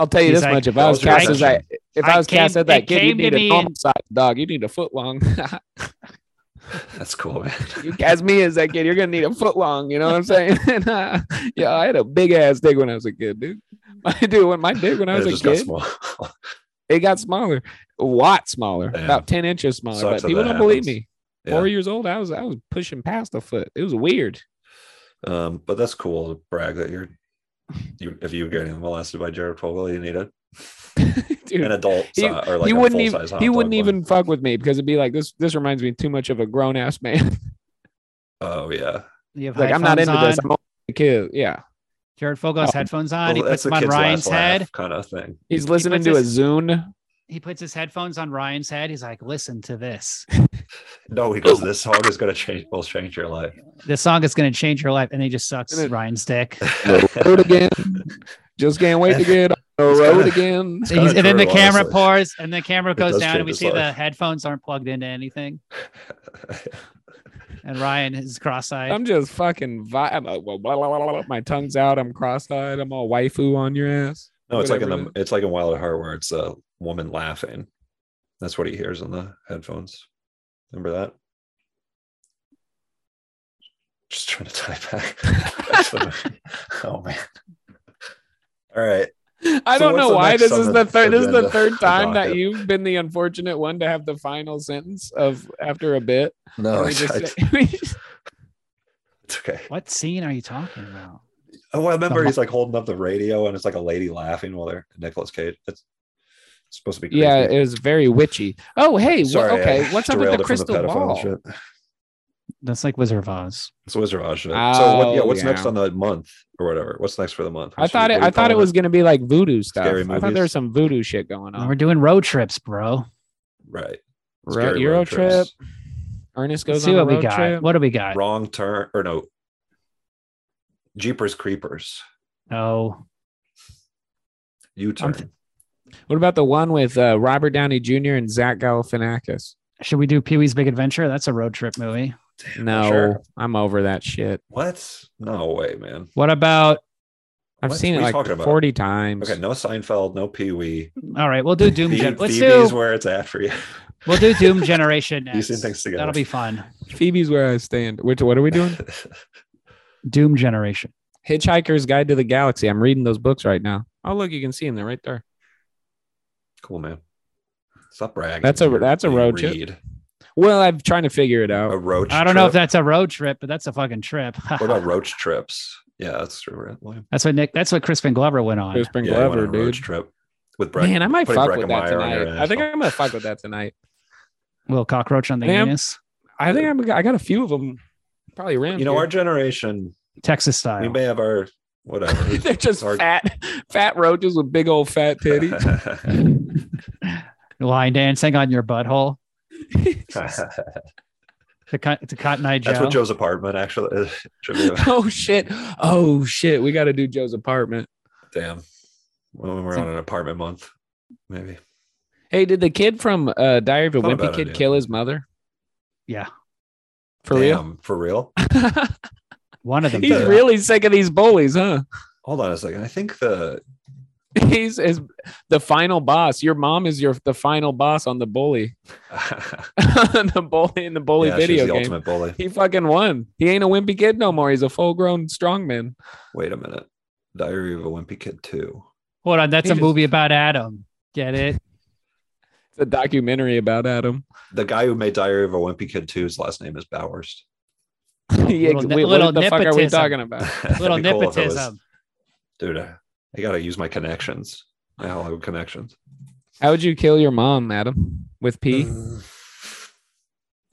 [SPEAKER 2] I'll tell you
[SPEAKER 1] he's
[SPEAKER 2] this
[SPEAKER 1] like,
[SPEAKER 2] much: if I was
[SPEAKER 3] "Those are
[SPEAKER 2] cast as that, if I
[SPEAKER 1] I
[SPEAKER 2] was cast
[SPEAKER 1] came-
[SPEAKER 2] as that
[SPEAKER 1] it
[SPEAKER 2] kid, you
[SPEAKER 1] came to
[SPEAKER 2] need
[SPEAKER 1] me
[SPEAKER 2] a
[SPEAKER 1] in-
[SPEAKER 2] normal size dog. You need a foot long.
[SPEAKER 3] That's cool, man.
[SPEAKER 2] you cast me as that kid, you're gonna need a foot long. You know what I'm saying? And, uh, yeah, I had a big ass dick when I was a kid, dude. I dude, when my dick when I
[SPEAKER 3] It
[SPEAKER 2] was a
[SPEAKER 3] just got
[SPEAKER 2] kid,
[SPEAKER 3] small.
[SPEAKER 2] it got smaller, a lot smaller,
[SPEAKER 3] Yeah.
[SPEAKER 2] about ten inches smaller.
[SPEAKER 3] Sucks that
[SPEAKER 2] but people
[SPEAKER 3] that
[SPEAKER 2] don't believe
[SPEAKER 3] happens.
[SPEAKER 2] me.
[SPEAKER 3] Yeah.
[SPEAKER 2] Four years old, I was I was pushing past a foot. It was weird.
[SPEAKER 3] Um, but that's cool to brag that you're. You, if you were getting molested by Jared Fogle, you need a,
[SPEAKER 2] dude,
[SPEAKER 3] an adult
[SPEAKER 2] he-
[SPEAKER 3] si- or like
[SPEAKER 2] he
[SPEAKER 3] a
[SPEAKER 2] wouldn't
[SPEAKER 3] full-size
[SPEAKER 2] even
[SPEAKER 3] hot
[SPEAKER 2] he
[SPEAKER 3] dog
[SPEAKER 2] wouldn't
[SPEAKER 3] bun.
[SPEAKER 2] even fuck with me because it'd be like this. This reminds me too much of a grown ass man.
[SPEAKER 3] Oh yeah,
[SPEAKER 1] You have
[SPEAKER 2] like I'm not
[SPEAKER 1] headphones
[SPEAKER 2] into this.
[SPEAKER 1] on.
[SPEAKER 2] I'm only a kid. Yeah,
[SPEAKER 1] Jared Fogle has
[SPEAKER 2] Oh.
[SPEAKER 1] headphones on. he
[SPEAKER 3] Well,
[SPEAKER 1] puts them on
[SPEAKER 3] kid's last
[SPEAKER 1] Ryan's
[SPEAKER 3] laugh
[SPEAKER 1] head.
[SPEAKER 3] kind of thing.
[SPEAKER 2] he's listening
[SPEAKER 1] puts
[SPEAKER 2] to a
[SPEAKER 1] his-
[SPEAKER 2] Zune.
[SPEAKER 1] He puts his headphones on Ryan's head. He's like, "Listen to this.
[SPEAKER 3] No, he goes. This song is gonna change. Will change your life.
[SPEAKER 1] This song is going to change your life." And he just sucks
[SPEAKER 2] And it-
[SPEAKER 1] Ryan's dick.
[SPEAKER 2] Road again. Just can't wait to get on the
[SPEAKER 3] It's
[SPEAKER 2] road
[SPEAKER 3] kinda-
[SPEAKER 2] again.
[SPEAKER 1] And he's-
[SPEAKER 3] kinda
[SPEAKER 1] and then the
[SPEAKER 3] true,
[SPEAKER 1] camera
[SPEAKER 3] honestly.
[SPEAKER 1] pours, and the camera
[SPEAKER 3] It
[SPEAKER 1] goes
[SPEAKER 3] does
[SPEAKER 1] down, and
[SPEAKER 3] change
[SPEAKER 1] we
[SPEAKER 3] his
[SPEAKER 1] see the
[SPEAKER 3] life.
[SPEAKER 1] headphones aren't plugged into anything. And Ryan is cross-eyed.
[SPEAKER 2] I'm just fucking vi- I'm like, blah, blah, blah, blah, blah. my tongue's out. I'm cross-eyed. I'm all waifu on your ass.
[SPEAKER 3] no, it's like in
[SPEAKER 2] Whatever
[SPEAKER 3] the. It's like in Wild at Heart where it's a woman laughing. That's what he hears in the headphones. Remember that? Just trying to type back. oh man. All right.
[SPEAKER 2] that- I
[SPEAKER 3] So
[SPEAKER 2] don't
[SPEAKER 3] what's
[SPEAKER 2] know
[SPEAKER 3] the
[SPEAKER 2] why
[SPEAKER 3] next
[SPEAKER 2] this
[SPEAKER 3] on
[SPEAKER 2] is
[SPEAKER 3] the
[SPEAKER 2] the third. This is the
[SPEAKER 3] agenda?
[SPEAKER 2] third
[SPEAKER 3] The
[SPEAKER 2] time that
[SPEAKER 3] docket.
[SPEAKER 2] you've been the unfortunate one to have the final sentence of after a bit.
[SPEAKER 3] No, Oh,
[SPEAKER 2] And we
[SPEAKER 3] I
[SPEAKER 2] just
[SPEAKER 3] tried-
[SPEAKER 2] say-
[SPEAKER 3] it's okay.
[SPEAKER 1] what scene are you talking about?
[SPEAKER 3] Oh, I remember
[SPEAKER 1] mo-
[SPEAKER 3] he's like holding up the radio and it's like a lady laughing while they're Nicholas Cage. It's, it's supposed to be. Creepy.
[SPEAKER 2] yeah, it was very witchy. Oh, hey, wha-
[SPEAKER 3] Sorry, I
[SPEAKER 2] okay, what's up with
[SPEAKER 3] derailed
[SPEAKER 2] the
[SPEAKER 3] it from
[SPEAKER 2] crystal
[SPEAKER 3] pedophile
[SPEAKER 2] ball?
[SPEAKER 3] shit.
[SPEAKER 1] That's like Wizard of Oz.
[SPEAKER 3] It's Wizard of Oz shit. so what, yeah,
[SPEAKER 2] Oh,
[SPEAKER 3] what's
[SPEAKER 2] yeah.
[SPEAKER 3] next on the month or whatever? What's next for the month?
[SPEAKER 2] I thought it.
[SPEAKER 3] What are
[SPEAKER 2] I
[SPEAKER 3] you
[SPEAKER 2] thought it
[SPEAKER 3] calling
[SPEAKER 2] was gonna be like voodoo stuff.
[SPEAKER 3] Scary
[SPEAKER 2] I thought
[SPEAKER 3] movies?
[SPEAKER 2] there was some voodoo shit going on.
[SPEAKER 1] We're doing road trips, bro.
[SPEAKER 3] right.
[SPEAKER 2] Ro-
[SPEAKER 3] Scary
[SPEAKER 2] Euro
[SPEAKER 3] road
[SPEAKER 2] trip.
[SPEAKER 3] trips.
[SPEAKER 2] Ernest goes
[SPEAKER 1] Let's see
[SPEAKER 2] on a
[SPEAKER 1] what we
[SPEAKER 2] road
[SPEAKER 1] got.
[SPEAKER 2] trip.
[SPEAKER 1] What do we got?
[SPEAKER 3] Wrong turn or no? Jeepers Creepers.
[SPEAKER 1] No.
[SPEAKER 3] U turn.
[SPEAKER 1] th-
[SPEAKER 2] What about the one with uh, Robert Downey Jr. and Zach Galifianakis?
[SPEAKER 1] Should we do Pee Wee's Big Adventure? That's a road trip movie.
[SPEAKER 2] No,
[SPEAKER 3] sure.
[SPEAKER 2] I'm over that shit.
[SPEAKER 3] what? No way, man.
[SPEAKER 1] What about?
[SPEAKER 2] I've
[SPEAKER 3] What?
[SPEAKER 2] seen
[SPEAKER 3] What are
[SPEAKER 2] it
[SPEAKER 3] you
[SPEAKER 2] like
[SPEAKER 3] talking about?
[SPEAKER 2] 40 times.
[SPEAKER 3] Okay, no Seinfeld, no Pee Wee.
[SPEAKER 1] All right, we'll do Doom. Gen-
[SPEAKER 3] Phoebe-
[SPEAKER 1] let's
[SPEAKER 3] Phoebe's
[SPEAKER 1] do.
[SPEAKER 3] where it's at for you.
[SPEAKER 1] We'll do Doom Generation
[SPEAKER 3] You've
[SPEAKER 1] next.
[SPEAKER 3] seen things together.
[SPEAKER 1] That'll be fun.
[SPEAKER 2] Phoebe's where I stand. Which what are we doing?
[SPEAKER 1] Doom Generation.
[SPEAKER 2] Hitchhiker's Guide to the Galaxy. I'm reading those books right now. Oh look, you can see them. They're right there.
[SPEAKER 3] cool, man. Stop bragging.
[SPEAKER 2] That's a-
[SPEAKER 3] You-
[SPEAKER 2] that's a
[SPEAKER 3] you
[SPEAKER 2] road trip.
[SPEAKER 3] read.
[SPEAKER 2] Well, I'm trying to figure it
[SPEAKER 3] A
[SPEAKER 2] out.
[SPEAKER 3] road.
[SPEAKER 1] I don't know if
[SPEAKER 3] trip?
[SPEAKER 1] that's a road trip, but that's a fucking trip.
[SPEAKER 3] What about road trips? Yeah, that's true. right, William?
[SPEAKER 1] that's what Nick. That's what Crispin Glover went on.
[SPEAKER 2] Crispin
[SPEAKER 3] Yeah, you went
[SPEAKER 2] Glover,
[SPEAKER 3] on a road
[SPEAKER 2] dude.
[SPEAKER 3] trip with Brett.
[SPEAKER 2] Man, I might
[SPEAKER 3] putting
[SPEAKER 2] fuck with that
[SPEAKER 3] Breckenmeyer on your
[SPEAKER 2] tonight. I think
[SPEAKER 3] asshole.
[SPEAKER 2] I'm gonna fuck with that tonight.
[SPEAKER 1] Little cockroach on the
[SPEAKER 2] Ma'am?
[SPEAKER 1] anus,
[SPEAKER 2] I think I'm. I got a few of them. Probably around.
[SPEAKER 3] you know
[SPEAKER 2] here.
[SPEAKER 3] our generation. We
[SPEAKER 1] Texas style.
[SPEAKER 3] may have our whatever.
[SPEAKER 2] They're just
[SPEAKER 3] Our-
[SPEAKER 2] fat, fat roaches with big old fat titties.
[SPEAKER 1] Line dancing on your butthole
[SPEAKER 3] That's
[SPEAKER 1] to, cut to Cotton Eye Joe.
[SPEAKER 3] what Joe's apartment actually is. should be about.
[SPEAKER 2] oh shit! Oh shit! We got to do Joe's apartment.
[SPEAKER 3] Damn. When we're on an apartment month, maybe.
[SPEAKER 2] Hey, did the kid from uh, Diary of a
[SPEAKER 3] Thought
[SPEAKER 2] Wimpy
[SPEAKER 3] about it,
[SPEAKER 2] Kid
[SPEAKER 3] yeah.
[SPEAKER 2] kill his mother?
[SPEAKER 1] yeah,
[SPEAKER 2] For
[SPEAKER 3] Damn, For real?
[SPEAKER 2] real?
[SPEAKER 1] one of them.
[SPEAKER 2] He's
[SPEAKER 1] did.
[SPEAKER 2] really sick of these bullies, huh?
[SPEAKER 3] Hold on a second. I think the
[SPEAKER 2] He's is the final boss. Your mom is your the final boss on the bully, the bully in the bully
[SPEAKER 3] yeah, she's
[SPEAKER 2] video
[SPEAKER 3] the
[SPEAKER 2] game.
[SPEAKER 3] ultimate bully.
[SPEAKER 2] He fucking won. He ain't a wimpy kid no more. He's a full grown strongman.
[SPEAKER 3] Wait a minute. Diary of a Wimpy Kid 2.
[SPEAKER 1] Hold on, that's
[SPEAKER 2] He
[SPEAKER 1] a
[SPEAKER 2] just-
[SPEAKER 1] movie about Adam. Get it?
[SPEAKER 2] It's a documentary about Adam.
[SPEAKER 3] The guy who made Diary of a Wimpy Kid 2's last name is Bowers.
[SPEAKER 2] yeah,
[SPEAKER 1] Little ne-
[SPEAKER 2] wait,
[SPEAKER 1] little
[SPEAKER 2] what the fuck are we
[SPEAKER 1] nepotism.
[SPEAKER 2] talking about?
[SPEAKER 3] That'd
[SPEAKER 1] Little
[SPEAKER 3] be cool if it was-
[SPEAKER 1] nepotism.
[SPEAKER 3] dude, I, I gotta use my connections. My Hollywood connections.
[SPEAKER 2] How would you kill your mom, Adam? With pee?
[SPEAKER 3] Mm.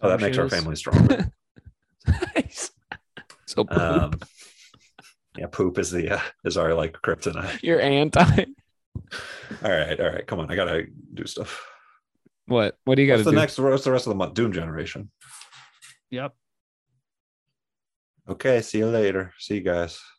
[SPEAKER 3] Oh, that makes our
[SPEAKER 2] Douches.
[SPEAKER 3] family stronger. Mm.
[SPEAKER 2] so poop.
[SPEAKER 3] um, yeah, poop is the uh, is our like kryptonite.
[SPEAKER 2] you're anti.
[SPEAKER 3] All right, all right, come on, I gotta do stuff.
[SPEAKER 2] What? What do you got to
[SPEAKER 3] What's
[SPEAKER 2] do?
[SPEAKER 3] the next? What's the rest of the month? Doom Generation.
[SPEAKER 1] Yep.
[SPEAKER 3] Okay, see you later. See you guys.